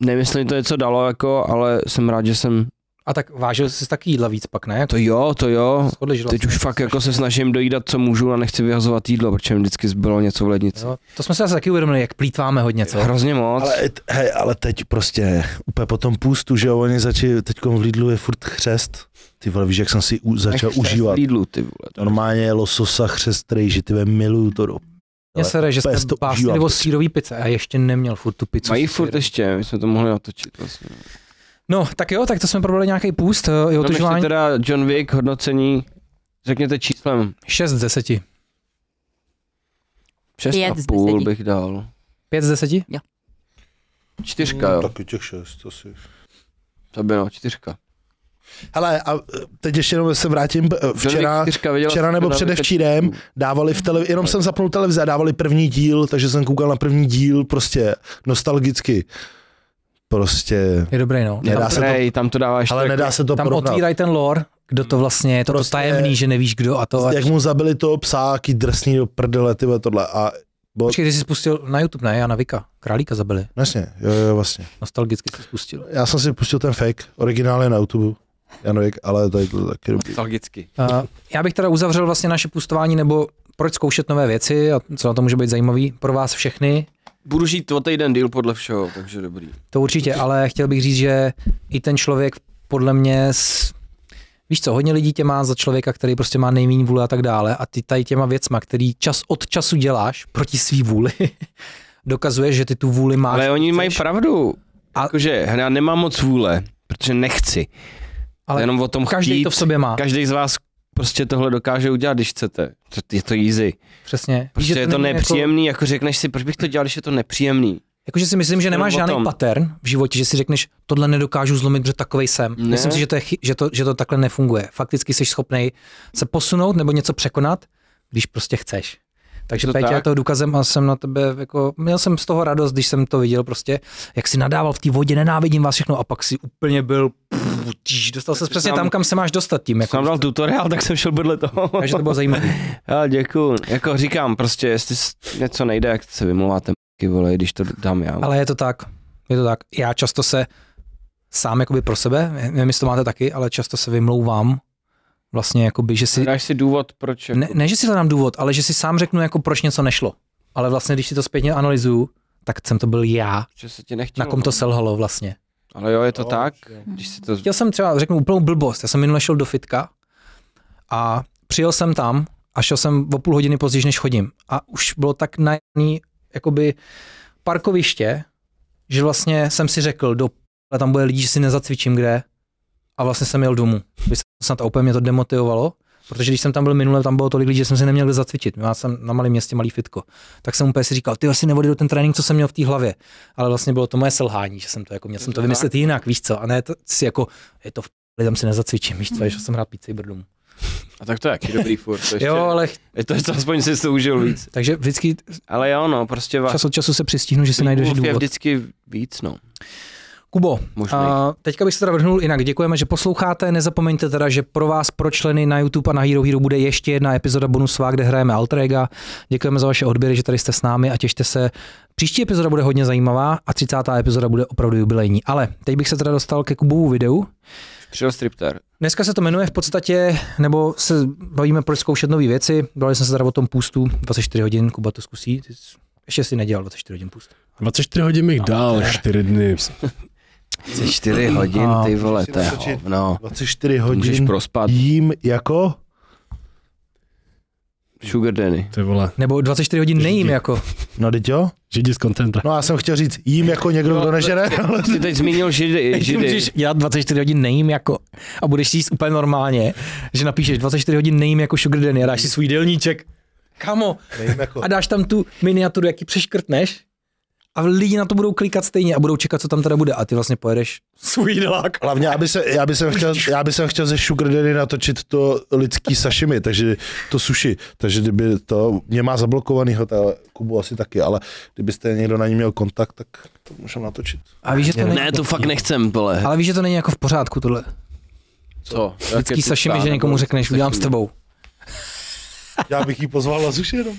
Speaker 6: nevím, jestli mi to něco dalo, jako, ale jsem rád, že jsem,
Speaker 3: A tak vážil jsi taky jídla víc pak, ne?
Speaker 6: to jo, to jo,
Speaker 3: Schodli židla.
Speaker 6: Teď už fakt jako se snažím dojídat, co můžu a nechci vyhazovat jídlo, protože mi vždycky zbylo něco v lednici.
Speaker 3: Jo, to jsme se zase taky uvědomili, jak plítváme hodně, co?
Speaker 6: Hrozně moc.
Speaker 2: Ale, et- hej, ale teď prostě úplně po tom půstu, že jo, oni začali, teďkom v Lidlu je furt chřest. Ty vole, víš, jak jsem si u, začal
Speaker 6: Nechci
Speaker 2: užívat.
Speaker 6: Lidlu, ty vole.
Speaker 2: Normálně lososa chřest rejži, ty vole, miluju to do...
Speaker 3: Mně se re, že jsme
Speaker 2: pes to
Speaker 3: básli
Speaker 2: užívá,
Speaker 3: o
Speaker 2: prostě.
Speaker 3: sírový pice a ještě neměl furt tu pizzu.
Speaker 6: Mají
Speaker 3: se
Speaker 6: furt
Speaker 3: sýrem.
Speaker 6: ještě, my jsme to mohli natočit vlastně.
Speaker 3: No, tak jo, tak to jsme probrali nějaký půst, eh, i
Speaker 6: No, ještě
Speaker 3: otužování.
Speaker 6: teda John Wick, hodnocení, řekněte číslem
Speaker 3: 6 z 10.
Speaker 6: 6,5
Speaker 4: Pět
Speaker 6: a
Speaker 4: z
Speaker 6: půl
Speaker 4: deseti.
Speaker 6: bych dal.
Speaker 3: 5 z 10?
Speaker 6: Čtyřka, jo.
Speaker 2: Mm, Taky těch šest asi.
Speaker 6: To by no, čtyřka.
Speaker 2: Hele, a eh, teď ještě jenom se vrátím, eh,
Speaker 6: John
Speaker 2: včera,
Speaker 6: Wick čtyřka viděla
Speaker 2: včera
Speaker 6: jsem
Speaker 2: nebo
Speaker 6: John Wicka
Speaker 2: předevčírem
Speaker 6: čtyřku.
Speaker 2: dávali v televizi, jenom jsem zapnul televizi a dávali první díl, takže jsem koukal na první díl prostě nostalgicky. Prostě,
Speaker 3: Je dobrý, no.
Speaker 2: Nedá
Speaker 6: Tam
Speaker 2: se to-
Speaker 6: nej, tam to jako dáváš
Speaker 2: ale
Speaker 6: tak-
Speaker 2: nedá se to
Speaker 3: Tam
Speaker 2: porovnat.
Speaker 3: otvírají ten lore, kdo to vlastně je, to, to
Speaker 2: Prostě-
Speaker 3: tajemný, že nevíš kdo a to. A...
Speaker 2: Jak mu zabili toho psa, jaký drsný do prdele, ty vole, tohle. A bylo,
Speaker 3: Počkej, ty jsi spustil na YouTube, ne, Jana Vika, Králíka zabili,
Speaker 2: vlastně, jo, jo, vlastně.
Speaker 3: nostalgicky jsi spustil.
Speaker 2: Já jsem si pustil ten fake, originál je na YouTube. Janovik, ale tady to taky dobrý.
Speaker 6: Nostalgicky.
Speaker 3: Uh, já bych teda uzavřel vlastně naše pustování, nebo proč zkoušet nové věci a co na to může být zajímavý pro vás všechny,
Speaker 6: Budu žít o týden díl podle všeho, takže dobrý.
Speaker 3: To určitě, ale chtěl bych říct, že i ten člověk podle mě, s, víš co, hodně lidí tě má za člověka, který prostě má nejméně vůle a tak dále a ty tady těma věcma, který čas od času děláš proti svý vůli, dokazuješ, že ty tu vůli máš.
Speaker 6: Ale oni
Speaker 3: chceš.
Speaker 6: mají pravdu.
Speaker 3: A-
Speaker 6: A... Jakože já nemám moc vůle, protože nechci.
Speaker 3: Ale
Speaker 6: Ale jenom o tom
Speaker 3: Každý
Speaker 6: chtít.
Speaker 3: to v sobě má,
Speaker 6: Každý z vás prostě tohle dokáže udělat, když chcete. To- Je to easy.
Speaker 3: přesně. Víš,
Speaker 6: Prostě je to
Speaker 3: není
Speaker 6: nepříjemný, jako... řekneš si, proč bych to dělal, když je to nepříjemný.
Speaker 3: Jako, jakože si myslím, že
Speaker 6: Jenom
Speaker 3: nemáš
Speaker 6: o
Speaker 3: žádný
Speaker 6: tom.
Speaker 3: pattern v životě, že si řekneš, tohle nedokážu zlomit, protože takovej jsem.
Speaker 6: Ne.
Speaker 3: Myslím si, že to, je, chy- že, to, že to takhle nefunguje. Fakticky jsi schopný se posunout nebo něco překonat, když prostě chceš. Takže
Speaker 6: To
Speaker 3: Petě,
Speaker 6: tak.
Speaker 3: já toho důkazem a jsem na tebe, jako, měl jsem z toho radost, když jsem to viděl prostě, jak si nadával v té vodě, nenávidím vás všechno a pak si úplně byl, pff, tíž, dostal se přesně
Speaker 6: Sám-
Speaker 3: tam, kam se máš dostat tím.
Speaker 6: Jak jsem
Speaker 3: Jako,
Speaker 6: dal tutoriál, tak jsem šel vedle toho.
Speaker 3: takže to bylo zajímavé.
Speaker 6: Já děkuju. Jako říkám, prostě jestli s- něco nejde, jak se vymluváte, m***ky, vole, když to dám já. Ale...
Speaker 3: Ale je to tak, je to tak. Já často se sám jakoby pro sebe, nevím, jestli to máte taky, ale často se vymlouvám vlastně jakoby, že si,
Speaker 6: Dáš si důvod, proč jako...
Speaker 3: ne, ne, že si to dám důvod, ale že si sám řeknu jako proč něco nešlo. Ale vlastně, když si to zpětně analyzuju, tak jsem to byl já,
Speaker 6: že se ti nechtělo.
Speaker 3: na kom to selhalo vlastně.
Speaker 6: Ale jo, je to tak, když si to...
Speaker 3: Chtěl jsem třeba, řeknu úplnou blbost, já jsem minule šel do fitka a přijel jsem tam a šel jsem o půl hodiny později, než chodím. A už bylo tak najedný, jakoby parkoviště, že vlastně jsem si řekl, do p***le tam bude lidí, že si nezacvičím kde. A vlastně jsem jel domů. Vysel jsem na to a úplně mě to demotivovalo. Protože když jsem tam byl minule, tam bylo tolik lidí, že jsem si neměl kde zacvičit. Já jsem na malém městě malý fitko. Tak jsem úplně si říkal, ty asi neodjdu ten trénink, co jsem měl v té hlavě. Ale vlastně bylo to moje selhání, že jsem to jako měl jsem to vymyslet jinak, víš co? A ne to, si jako, je to v p***li, tam si nezacvičím, víš co, že jsem hrát pícej brdům.
Speaker 6: A tak to je jaký dobrý furt. To ještě,
Speaker 3: Jo, ale
Speaker 6: je to, to aspoň si to užil víc.
Speaker 3: takže vždycky
Speaker 6: Ale jo, no, prostě vás.
Speaker 3: čas od času se přistihnu, že si najdeš
Speaker 6: je
Speaker 3: důvod.
Speaker 6: vždycky víc, no.
Speaker 3: Kubo,
Speaker 6: Možný.
Speaker 3: a teďka bych se teda vrhnul jinak. Děkujeme, že posloucháte. Nezapomeňte teda, že pro vás, pro členy na YouTube a na Hero Hero bude ještě jedna epizoda bonusová, kde hrajeme Altrega. Děkujeme za vaše odběry, že tady jste s námi a těšte se. Příští epizoda bude hodně zajímavá a 30. epizoda bude opravdu jubilejní. Ale teď bych se teda dostal ke Kubovu videu.
Speaker 6: Přijel striptér.
Speaker 3: Dneska se to jmenuje v podstatě, nebo se bavíme, proč zkoušet nové věci. Bavili jsme se teda o tom půstu 24 hodin, Kuba to zkusí. Ty jsi- Ještě si nedělal 24 hodin půst.
Speaker 1: 24 hodin mi dal, 4 dny.
Speaker 6: Jsi 4 hodin,
Speaker 3: A-
Speaker 6: ty vole, to je
Speaker 2: natočit.
Speaker 6: hovno.
Speaker 2: 24
Speaker 6: Můžeš
Speaker 2: hodin
Speaker 6: prospat.
Speaker 2: jím jako
Speaker 6: Sugar Danny.
Speaker 1: Ty vole,
Speaker 3: Nebo 24 hodin nejím
Speaker 1: Židi.
Speaker 3: jako.
Speaker 2: No teď jo?
Speaker 1: židi z kontenta.
Speaker 2: No já jsem chtěl říct, jím jako někdo, kdo nežere, ale
Speaker 6: Ty teď zmínil židy.
Speaker 3: Ty
Speaker 6: židy.
Speaker 3: můžeš dělat 24 hodin nejím jako a budeš jíst úplně normálně, že napíšeš 24 hodin nejím jako sugar daddy a dáš si svůj delníček. Kamo,
Speaker 2: jím jako.
Speaker 3: a dáš tam tu miniaturu, jaký přeškrtneš a lidi na to budou klikat stejně a budou čekat, co tam teda bude a ty vlastně pojedeš svůj jídlák.
Speaker 2: Hlavně, já by se, já by jsem chtěl, já by jsem chtěl ze Sugar Daddy natočit to lidský sashimi, takže to sushi, takže kdyby to, mě má zablokovaný hotel, Kubu asi taky, ale kdybyste někdo na ní měl kontakt, tak to můžeme natočit.
Speaker 3: A víš, že to není,
Speaker 6: Ne, to fakt nechcem, vole.
Speaker 3: ale víš, že to není jako v pořádku tohle.
Speaker 6: Co?
Speaker 3: Lidský sashimi, že někomu řekneš, udělám s tebou.
Speaker 2: Já bych jí pozval na sushi jenom.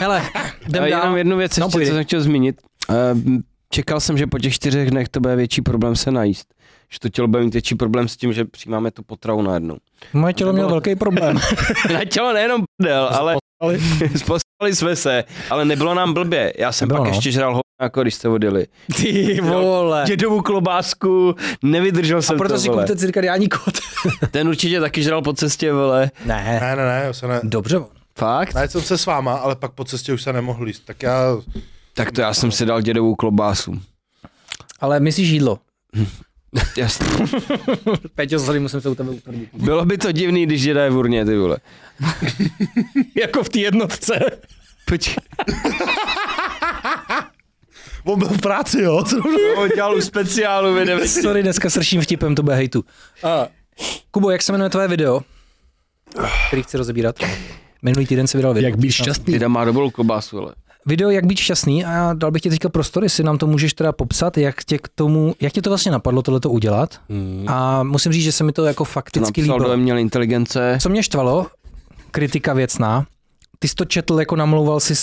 Speaker 3: Hele, jdem
Speaker 6: Jdem
Speaker 3: dál.
Speaker 6: jenom jednu věc,
Speaker 3: No,
Speaker 6: no, ještě,
Speaker 3: pojdi.
Speaker 6: co jsem chtěl zmínit. Ehm, Čekal jsem, že po těch čtyřech dnech to bude větší problém se najíst. Že to tělo bude mít větší problém s tím, že přijímáme tu potravu najednou.
Speaker 3: Moje tělo mělo velký problém.
Speaker 6: Na tělo nejenom prdel, ale spostali jsme se, ale nebylo nám blbě. Já jsem
Speaker 3: Nebylo,
Speaker 6: pak
Speaker 3: no.
Speaker 6: ještě žral hodně, jako když jste odjeli.
Speaker 3: Ty vole.
Speaker 6: Dědovu klobásku, nevydržel
Speaker 3: A
Speaker 6: jsem
Speaker 3: proto
Speaker 6: to,
Speaker 3: si
Speaker 6: vole.
Speaker 3: kupte cirkadiální kód.
Speaker 6: Ten určitě taky žral po cestě, vole.
Speaker 3: Ne,
Speaker 2: Ne, ne, ne, já se ne.
Speaker 3: dobře.
Speaker 6: Fakt?
Speaker 2: Najet jsem se s váma, ale pak po cestě už se nemohl jíst, tak já...
Speaker 6: Tak to já jsem si dal dědovou klobásu.
Speaker 3: Ale myslíš jídlo?
Speaker 6: Jasně.
Speaker 3: Peťo, sorry, musím se u tebe utvrdit.
Speaker 6: Bylo by to divný, když děda je v urně, ty vole.
Speaker 3: jako v té jednotce.
Speaker 6: Počkej.
Speaker 2: On byl v práci, jo?
Speaker 6: No, dělal u speciálu, vedeme si.
Speaker 3: Sorry, dneska srším vtipem, to bude hejtu. A, Kubo, jak se jmenuje tvoje video, který chci rozebírat? Minulý týden se vydal video.
Speaker 1: Jak být šťastný?
Speaker 6: Děda má dobrou klobásu, ale.
Speaker 3: Video Jak být šťastný a já dal bych ti teďka prostor, jestli nám to můžeš teda popsat, jak tě k tomu, jak tě to vlastně napadlo tohleto udělat. A musím říct, že se mi to jako
Speaker 6: To
Speaker 3: fakticky
Speaker 6: napsal do
Speaker 3: líbilo.
Speaker 6: měl inteligence.
Speaker 3: Co mě štvalo, kritika věcná, ty jsi to četl, jako namlouval jsi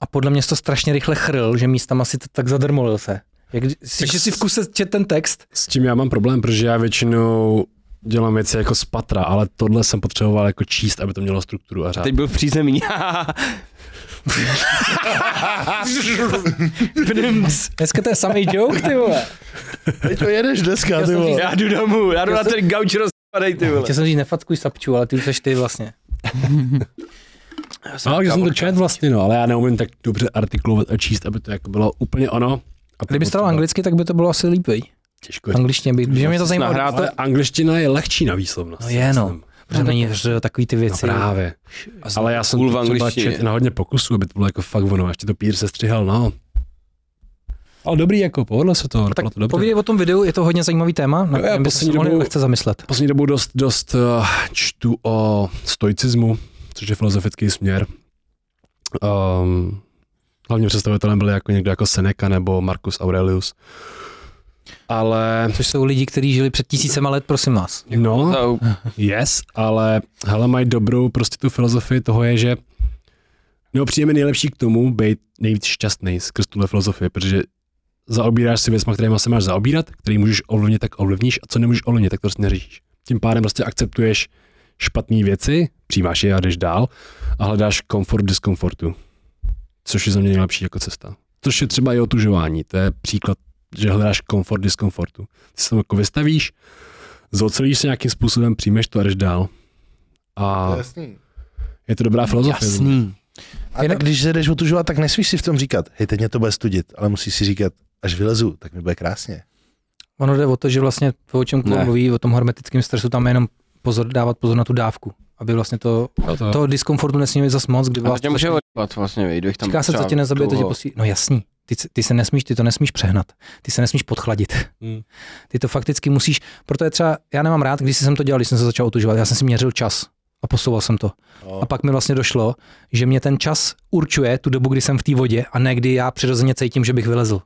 Speaker 3: a podle mě jsi to strašně rychle chrl, že místama si to tak zadrmolil se. Jak, že si v kuse čet ten text,
Speaker 1: S tím já mám problém, protože já většinou dělám věci jako z patra, ale tohle jsem potřeboval jako číst, aby to mělo strukturu a řád.
Speaker 6: Teď byl v přízemí. Pnums.
Speaker 3: Dneska to je samý joke, ty vole.
Speaker 2: Teď to jedeš dneska, ty vole.
Speaker 6: já jdu domů, já jdu na ten gauč rozpadej, ty vole.
Speaker 3: Chtěl jsem říct, nefatkuj sapču, ale ty už seš ty vlastně.
Speaker 1: No, Ale když jsem to čet vlastně, no, ale já neumím tak dobře artikulovat a číst, aby to jako bylo úplně ono. A to
Speaker 3: Kdyby jsi dal
Speaker 1: potřeba-
Speaker 3: anglicky, tak by to bylo asi líp, vej.
Speaker 1: Těžko.
Speaker 3: Angličtině by, že mě to zajímalo.
Speaker 6: nahrát,
Speaker 1: Ale angliština je lehčí na výslovnost.
Speaker 3: No je, no.
Speaker 1: myslím.
Speaker 3: Protože není ř, takový ty
Speaker 1: No
Speaker 3: věci.
Speaker 1: právě. Ale já jsem
Speaker 6: Půl v
Speaker 1: to třeba
Speaker 6: angličtině.
Speaker 1: čet na hodně pokusů, aby to bylo jako fakt ono, ještě to pír se střihal, no. Ale dobrý, jako povedlo se to,
Speaker 3: No tak
Speaker 1: dopadlo to dobře.
Speaker 3: povídej o tom videu, je to hodně zajímavý téma, na
Speaker 1: Jo, já
Speaker 3: kterém bychom se
Speaker 1: poslední
Speaker 3: mohli
Speaker 1: dobou-
Speaker 3: lehce zamyslet.
Speaker 1: Poslední dobou dost, dost eh, čtu o stoicismu, což je filozofický směr. Um, hlavním představitelem byli jako někdo jako Seneca nebo Marcus Aurelius. Ale,
Speaker 3: Což jsou lidi, kteří žili před tisícema let, prosím vás.
Speaker 1: no,
Speaker 6: To-
Speaker 1: Yes, ale hele, mají dobrou prostě tu filozofii toho je, že no přijde mi nejlepší k tomu být nejvíc šťastný skrz tuhle filozofii, protože zaobíráš si věcma, kterýma se máš zaobírat, který můžeš ovlivnit, tak ovlivníš a co nemůžeš ovlivnit, tak to prostě neříš. Tím pádem prostě akceptuješ špatné věci, přijímáš je a jdeš dál a hledáš komfort v diskomfortu, což je za mě nejlepší jako cesta. Což je třeba i otužování, to je příklad, že hledáš komfort v diskomfortu. Ty se tam jako vystavíš, zocelíš se nějakým způsobem, přijmeš to a jdeš dál. A
Speaker 2: Jasný.
Speaker 1: je to dobrá filozofie.
Speaker 6: Jasný.
Speaker 2: A tak, když se jdeš otužovat, tak nesmíš si v tom říkat, hej, teď mě to bude studit, ale musíš si říkat, až vylezu, tak mi bude krásně.
Speaker 3: Ono jde o to, že vlastně to, o čem Kuba
Speaker 6: Ne.
Speaker 3: mluví, o tom hermetickém stresu, tam je jenom pozor, dávat pozor na tu dávku, aby vlastně to,
Speaker 1: Jo, to-
Speaker 3: toho diskomfortu nesmíme zas moc, kdy
Speaker 6: No. A to
Speaker 3: vás
Speaker 6: tě může odpat vlastně, vej, kdybych tam
Speaker 3: Říká se, co
Speaker 6: třeba
Speaker 3: tě nezabije, to tě
Speaker 6: dlouho-
Speaker 3: posí... No jasný, ty, c- ty, se nesmíš, ty to nesmíš přehnat, ty se nesmíš podchladit.
Speaker 1: Hmm.
Speaker 3: Ty to fakticky musíš, proto je třeba, já nemám rád, když jsem to dělal, když jsem se začal otužovat, já jsem si měřil čas a posouval jsem to.
Speaker 2: Jo.
Speaker 6: No.
Speaker 3: A pak mi vlastně došlo, že mě ten čas určuje tu dobu, kdy jsem v té vodě a ne kdy já přirozeně cítím, že bych vylezl.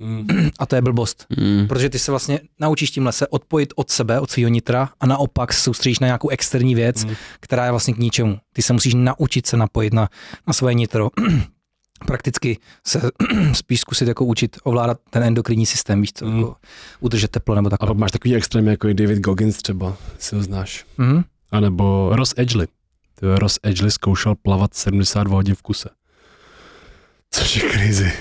Speaker 1: Mm.
Speaker 3: A to je blbost.
Speaker 6: Mm.
Speaker 3: Protože ty se vlastně naučíš tímhle se odpojit od sebe, od svého nitra a naopak se soustředíš na nějakou externí věc,
Speaker 1: Mm.
Speaker 3: mm. která je vlastně k ničemu. Ty se musíš naučit se napojit na, na svoje nitro. Prakticky se spíš zkusit jako učit ovládat ten endokrinní systém, víš co,
Speaker 1: Mm.
Speaker 3: mm. jako udržet teplo nebo
Speaker 1: A
Speaker 3: takhle.
Speaker 1: pak máš takový extrém jako je David Goggins třeba, si ho znáš.
Speaker 3: Mhm.
Speaker 1: A nebo Ross Edgley. Ty jo, Ross Edgley zkoušel plavat 72 hodin v kuse. Což je crazy.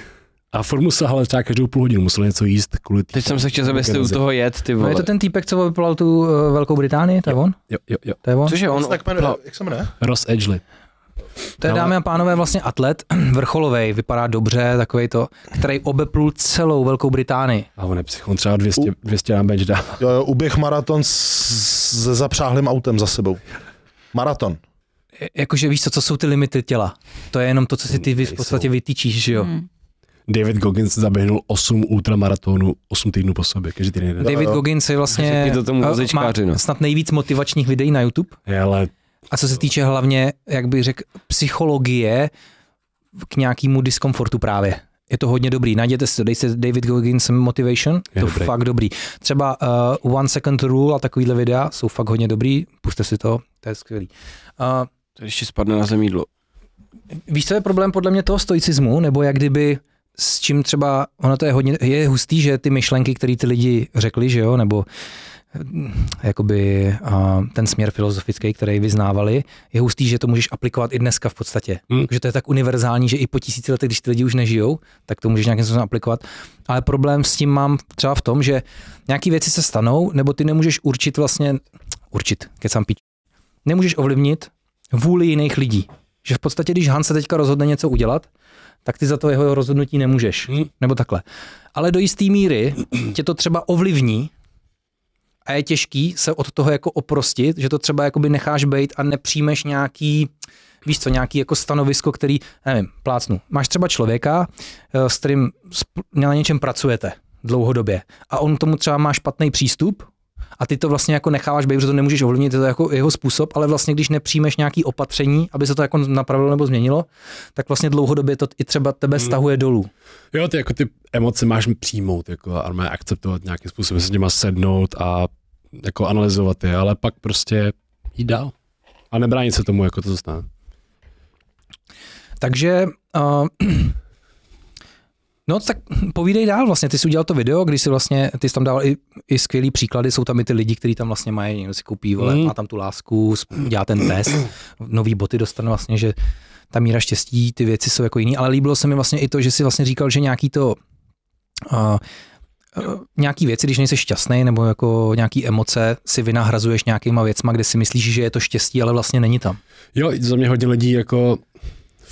Speaker 1: A furt musel ale třeba každou půl hodinu musel něco jíst kvůli tý...
Speaker 6: Teď jsem se chtěl zeptat, jestli u toho jet, ty
Speaker 3: No
Speaker 6: vole.
Speaker 3: je to ten týpek, co vyplal tu eh, Velkou Británii, to je on?
Speaker 1: Jo, jo, jo.
Speaker 3: To je on?
Speaker 6: Cože, on
Speaker 2: tak jmenuje,
Speaker 6: opla-
Speaker 2: jak se jmenuje?
Speaker 1: Ross Edgley.
Speaker 3: To je,
Speaker 1: Ale-
Speaker 3: dámy a pánové, vlastně atlet, vrcholovej, vypadá dobře, takový to, který obeplul celou Velkou Británii.
Speaker 1: A on je psych, on třeba 200,
Speaker 2: U-
Speaker 1: 200 na bench dá.
Speaker 2: Jo, jo, uběh maraton s- se zapřáhlým autem za sebou. Maraton.
Speaker 3: Je- E, Jakože víš co, co jsou ty limity těla. To je jenom to, co si ty vy- v
Speaker 1: Nejsou.
Speaker 3: podstatě vytýčíš, že jo.
Speaker 4: Hmm.
Speaker 1: David Goggins zaběhnul 8 ultramaratonů 8 týdnů po sobě, každý týden jeden.
Speaker 3: David
Speaker 2: jo.
Speaker 3: Goggins je vlastně
Speaker 6: Řekni to tomu
Speaker 3: eh,
Speaker 6: vozečkáři,
Speaker 3: má
Speaker 6: no.
Speaker 3: snad nejvíc motivačních videí na YouTube.
Speaker 1: Je, Ale
Speaker 3: A co se týče hlavně, jak bych řekl, psychologie k nějakému diskomfortu právě. Je to hodně dobrý. Najděte si to, dejte David Goggins Motivation,
Speaker 1: Je
Speaker 3: je to
Speaker 1: dobrý.
Speaker 3: dobrý. fakt dobrý. Třeba uh, One Second Rule a takovýhle videa jsou fakt hodně dobrý, puste si to, to je skvělý. Uh,
Speaker 6: To ještě spadne na zemídlo.
Speaker 3: Víš, co je problém podle mě toho stoicismu, nebo jak kdyby s čím třeba, ono to je hodně, je hustý, že ty myšlenky, které ty lidi řekli, že jo, nebo hm, jakoby a, ten směr filozofický, který vyznávali, je hustý, že to můžeš aplikovat i dneska v podstatě.
Speaker 1: Hmm.
Speaker 3: Hmm. Že to je tak univerzální, že i po tisíci letech, když ty lidi už nežijou, tak to můžeš nějakým způsobem aplikovat. Ale problém s tím mám třeba v tom, že nějaké věci se stanou, nebo ty nemůžeš určit vlastně, určit, kecám pič, nemůžeš ovlivnit vůli jiných lidí. Že v podstatě, když Han se teďka rozhodne něco udělat, tak ty za to jeho rozhodnutí nemůžeš.
Speaker 1: Hmm.
Speaker 3: Hmm. Nebo takhle. Ale do jisté míry tě to třeba ovlivní a je těžký se od toho jako oprostit, že to třeba jakoby necháš být a nepřijmeš nějaký, víš co, nějaký jako stanovisko, který, nevím, plácnu. Máš třeba člověka, eh, s kterým sp- na něčem pracujete dlouhodobě a on k tomu třeba má špatný přístup, a ty to vlastně jako necháváš být, protože to nemůžeš ovlivnit, je to jako jeho způsob, ale vlastně když nepřijmeš nějaký opatření, aby se to jako napravilo nebo změnilo, tak vlastně dlouhodobě to i třeba tebe stahuje dolů.
Speaker 1: jo, ty jako ty emoce máš přijmout jako a normálně akceptovat nějakým způsobem, se s těma sednout a jako analyzovat je, ale pak prostě jít dál. A nebránit se tomu, jako to zůstane.
Speaker 3: Takže uh, No tak povídej dál vlastně, ty jsi udělal to video, kdy jsi vlastně, ty jsi tam dával i, i skvělý příklady, jsou tam i ty lidi, kteří tam vlastně mají, někdo si koupí, vole,
Speaker 1: Mm.
Speaker 3: má tam tu lásku, s- dělá ten test, nový boty dostane vlastně, že ta míra štěstí, ty věci jsou jako jiný, ale líbilo se mi vlastně i to, že jsi vlastně říkal, že nějaký to, uh, nějaký věci, když nejsi šťastný nebo jako nějaký emoce si vynahrazuješ nějakýma věcma, kde si myslíš, že je to štěstí, ale vlastně není tam.
Speaker 1: Jo, za mě hodně lidí jako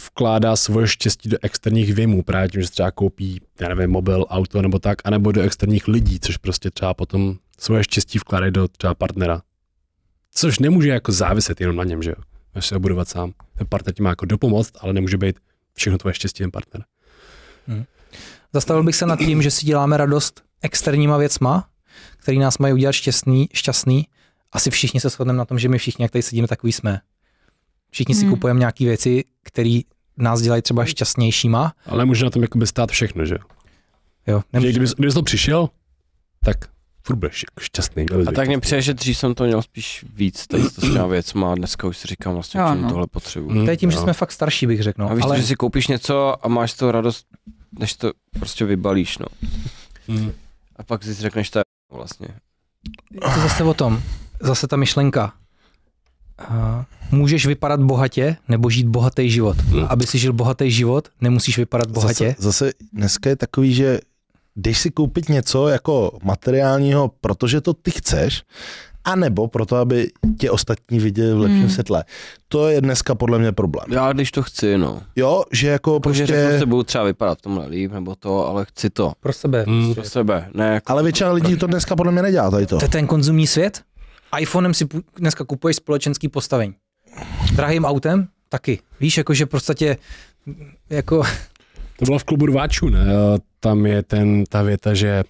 Speaker 1: vkládá svoje štěstí do externích věmů, právě tím, že si třeba koupí, já nevím, mobil, auto nebo tak, anebo do externích lidí, což prostě třeba potom svoje štěstí vkládají do třeba partnera. Což nemůže jako záviset jenom na něm, že jo. Máš se obudovat sám. Ten partner ti má jako dopomoct, ale nemůže být všechno tvoje štěstí jen partner.
Speaker 3: Zastavil bych se nad tím, že si děláme radost externíma věcma, které nás mají udělat šťastný, šťastný. Asi všichni se shodneme na tom, že my všichni, jak tady sedíme, takový jsme. Všichni si
Speaker 4: Hmm.
Speaker 3: kupujeme nějaké věci, které nás dělají třeba šťastnějšíma.
Speaker 1: Ale nemůže na tom jako by stát všechno, že jo.
Speaker 3: Jo,
Speaker 1: Že
Speaker 3: nemůžu-
Speaker 1: Kdyby, kdyby jsi to přišel, tak furt budeš jako šťastný.
Speaker 6: A tak mě přijde, že dřív jsem to měl spíš víc, tady to s těma věcma, a dneska už si říkám vlastně,
Speaker 4: Jo,
Speaker 6: k čemu
Speaker 4: no.
Speaker 6: tohle potřebuji.
Speaker 1: Mm,
Speaker 3: to je tím, že
Speaker 1: jo.
Speaker 3: jsme fakt starší, bych řekl.
Speaker 6: No, a
Speaker 3: No.
Speaker 6: víš, ale...
Speaker 3: Ale
Speaker 6: že si koupíš něco a máš to radost, než to prostě vybalíš, no.
Speaker 1: Mm.
Speaker 6: A pak si řekneš, to je vlastně.
Speaker 3: je to zase o tom, zase ta myšlenka. A můžeš vypadat bohatě nebo žít bohatý život.
Speaker 1: Hmm.
Speaker 3: Aby si žil bohatý život, nemusíš vypadat bohatě.
Speaker 2: Zase, zase dneska je takový, že jdeš si koupit něco jako materiálního, protože to ty chceš, anebo proto, aby tě ostatní viděli v lepším
Speaker 4: Hmm.
Speaker 2: hmm. světle. To je dneska podle mě problém.
Speaker 6: Já když to chci, no.
Speaker 2: Jo, že jako
Speaker 6: Prostě...
Speaker 2: prostě...
Speaker 6: Že řeknu, se budu třeba vypadat v tomhle líp, nebo to, ale chci to.
Speaker 3: Pro sebe.
Speaker 1: Mm.
Speaker 6: Pro sebe, ne jako...
Speaker 2: Ale většina lidí to dneska podle mě nedělá tady to.
Speaker 3: To je ten konzumní svět? iPhonem si pu- dneska kupuješ společenský postavení. Drahým autem taky. Víš, jakože prostě jako
Speaker 1: To bylo v klubu rváčů, ne? A Tam je ten, ta věta, že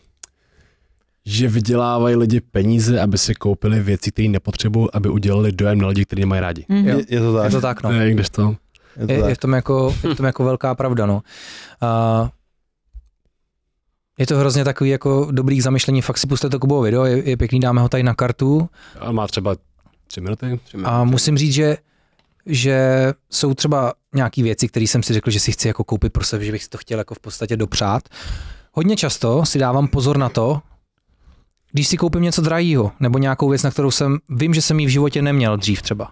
Speaker 1: že vydělávají lidi peníze, aby si koupili věci, které nepotřebují, aby udělali dojem na lidi, kteří mají rádi.
Speaker 4: Mm.
Speaker 2: Je, je to
Speaker 3: je
Speaker 2: tak.
Speaker 3: to tak, no.
Speaker 1: No. Ne, když to.
Speaker 2: Je to
Speaker 3: Je,
Speaker 2: tak.
Speaker 3: je, v tom jako, je v tom jako velká pravda, no. A je to hrozně takový jako dobrý k zamyšlení, fakt si puste to Kubovo video, je, je pěkný, dáme ho tady na kartu
Speaker 1: A má třeba tři minuty.
Speaker 3: a musím říct, že že jsou třeba nějaké věci, které jsem si řekl, že si chci jako koupit pro sebe, že bych si to chtěl jako v podstatě dopřát. Hodně často si dávám pozor na to, když si koupím něco drahého, nebo nějakou věc, na kterou jsem, vím, že jsem ji v životě neměl dřív třeba,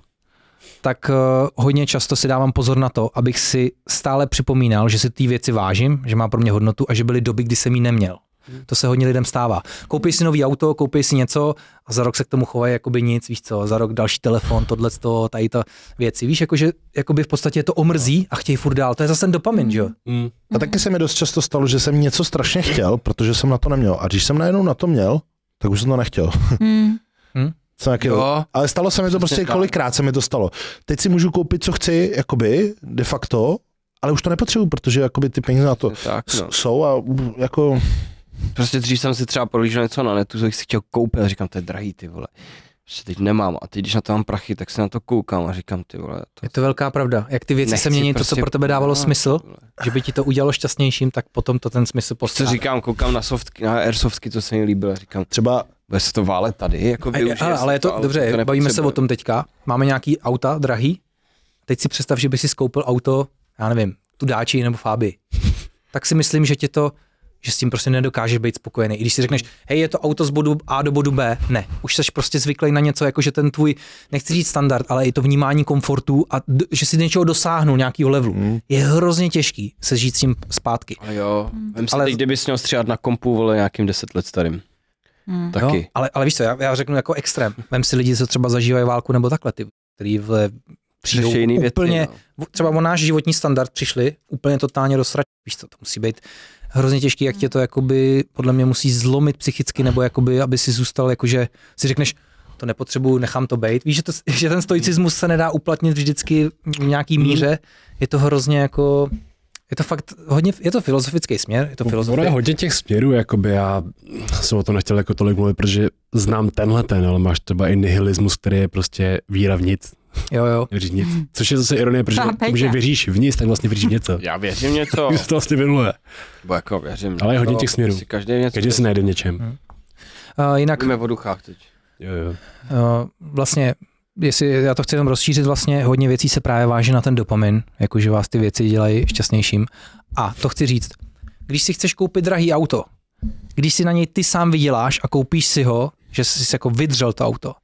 Speaker 3: tak eh, hodně často si dávám pozor na to, abych si stále připomínal, že si ty věci vážím, že má pro mě hodnotu a že byly doby, kdy jsem ji neměl. To se hodně lidem stává. Koupí si nový auto, koupí si něco a za rok se k tomu chovají jakoby nic, víš co, za rok další telefon, tohle, tady to věci. Víš, jakože jakoby v podstatě to omrzí a chtějí furt dál. To je zase ten dopamin, že jo?
Speaker 6: Mm-hmm.
Speaker 1: Mm.
Speaker 2: A taky se mi dost často stalo, že jsem něco strašně chtěl, protože jsem na to neměl. A když jsem najednou na to měl, tak už jsem to nechtěl.
Speaker 4: Mm.
Speaker 2: Jsem jaký,
Speaker 6: Jo.
Speaker 2: ale stalo se mi to
Speaker 6: Přesně
Speaker 2: prostě
Speaker 6: tak.
Speaker 2: kolikrát se mi to stalo. Teď si můžu koupit, co chci, jakoby, de facto, ale už to nepotřebuju, protože jakoby ty peníze na to
Speaker 6: Tak,
Speaker 2: s-
Speaker 6: no.
Speaker 2: jsou a jako,
Speaker 6: Prostě dřív jsem si třeba prolížel něco na netu, co bych si chtěl koupit a říkám, to je drahý ty vole. Prostě teď nemám a teď, když na to mám prachy, tak se na to koukám a říkám ty vole. To
Speaker 3: Je to velká pravda. Jak ty věci
Speaker 6: nechci
Speaker 3: se mění, to, co
Speaker 6: prostě-
Speaker 3: pro tebe dávalo
Speaker 6: No,
Speaker 3: smysl,
Speaker 6: ty vole.
Speaker 3: že by ti to udělalo šťastnějším, tak potom to ten smysl
Speaker 6: Prostě
Speaker 3: postrádá.
Speaker 6: říkám, koukám na softky, na airsoftky, co se mi líbilo, a říkám,
Speaker 2: třeba
Speaker 6: bude se to válet tady, jako
Speaker 3: A-
Speaker 6: využije
Speaker 3: Ale,
Speaker 6: se
Speaker 3: ale je to,
Speaker 6: ale
Speaker 3: dobře,
Speaker 6: nepotřebuje.
Speaker 3: bavíme se o tom teďka. Máme nějaký auta drahý. Teď si představ, že by si skoupil auto, já nevím, tu dáči nebo fáby. Tak si myslím, že tě to, že s tím prostě nedokážeš být spokojený. I když si řekneš, hej, je to auto z bodu A do bodu B, ne. Už jsi prostě zvyklý na něco, jako že ten tvůj, nechci říct standard, ale i to vnímání komfortu a d- že si něčeho dosáhnul, nějakého levelu.
Speaker 6: Hmm.
Speaker 3: Je hrozně těžký se žít s tím zpátky.
Speaker 6: Ale jo, vem si
Speaker 3: Ale-
Speaker 6: ale... teď, kdybys měl stříhat na kompu, vole, nějakým 10 let starým.
Speaker 4: Mm.
Speaker 6: Taky.
Speaker 3: Jo, No, ale, ale víš co, já, já řeknu jako extrém. Vem si lidi, co třeba zažívají válku nebo takhle, ty, který vle, přijdou
Speaker 6: Řeší jiný věci,
Speaker 3: úplně,
Speaker 6: no.
Speaker 3: v- třeba o náš životní standard přišli úplně totálně do sračky. Víš co, to musí být hrozně těžký, jak tě to jakoby, podle mě musí zlomit psychicky, nebo jakoby, aby si zůstal, jakože si řekneš, to nepotřebuju, nechám to být. Víš, že, to, že ten stoicismus se nedá uplatnit vždycky v nějaký míře. Je to hrozně jako, je to fakt hodně, je to filozofický směr, je to
Speaker 1: Ono je
Speaker 3: filozofie.
Speaker 1: hodně těch směrů, jakoby já jsem o tom nechtěl jako tolik mluvit, protože znám tenhle ten, ale máš třeba i nihilismus, který je prostě víra v nic,
Speaker 3: Jo, jo.
Speaker 1: nevěříš nic. Což je zase ironie, protože
Speaker 4: Chápete.
Speaker 1: tím, že věříš v nic, tak vlastně věříš v něco.
Speaker 6: Já věřím něco,
Speaker 1: Když se to vlastně vynuluje.
Speaker 6: bo jako věřím.
Speaker 1: Ale je hodně
Speaker 6: něco,
Speaker 1: těch směrů.
Speaker 6: si Každý něco.
Speaker 1: Každý se najde v něčem.
Speaker 3: A jinak
Speaker 6: Mluvíme o duchách teď.
Speaker 1: Jo, jo.
Speaker 3: Uh, vlastně, jestli já to chci jenom rozšířit, vlastně hodně věcí se právě váže na ten dopamin, jakože vás ty věci dělají šťastnějším. A to chci říct, když si chceš koupit drahý auto, když si na něj ty sám vyděláš a koupíš si ho, že jsi jako vydřel to auto,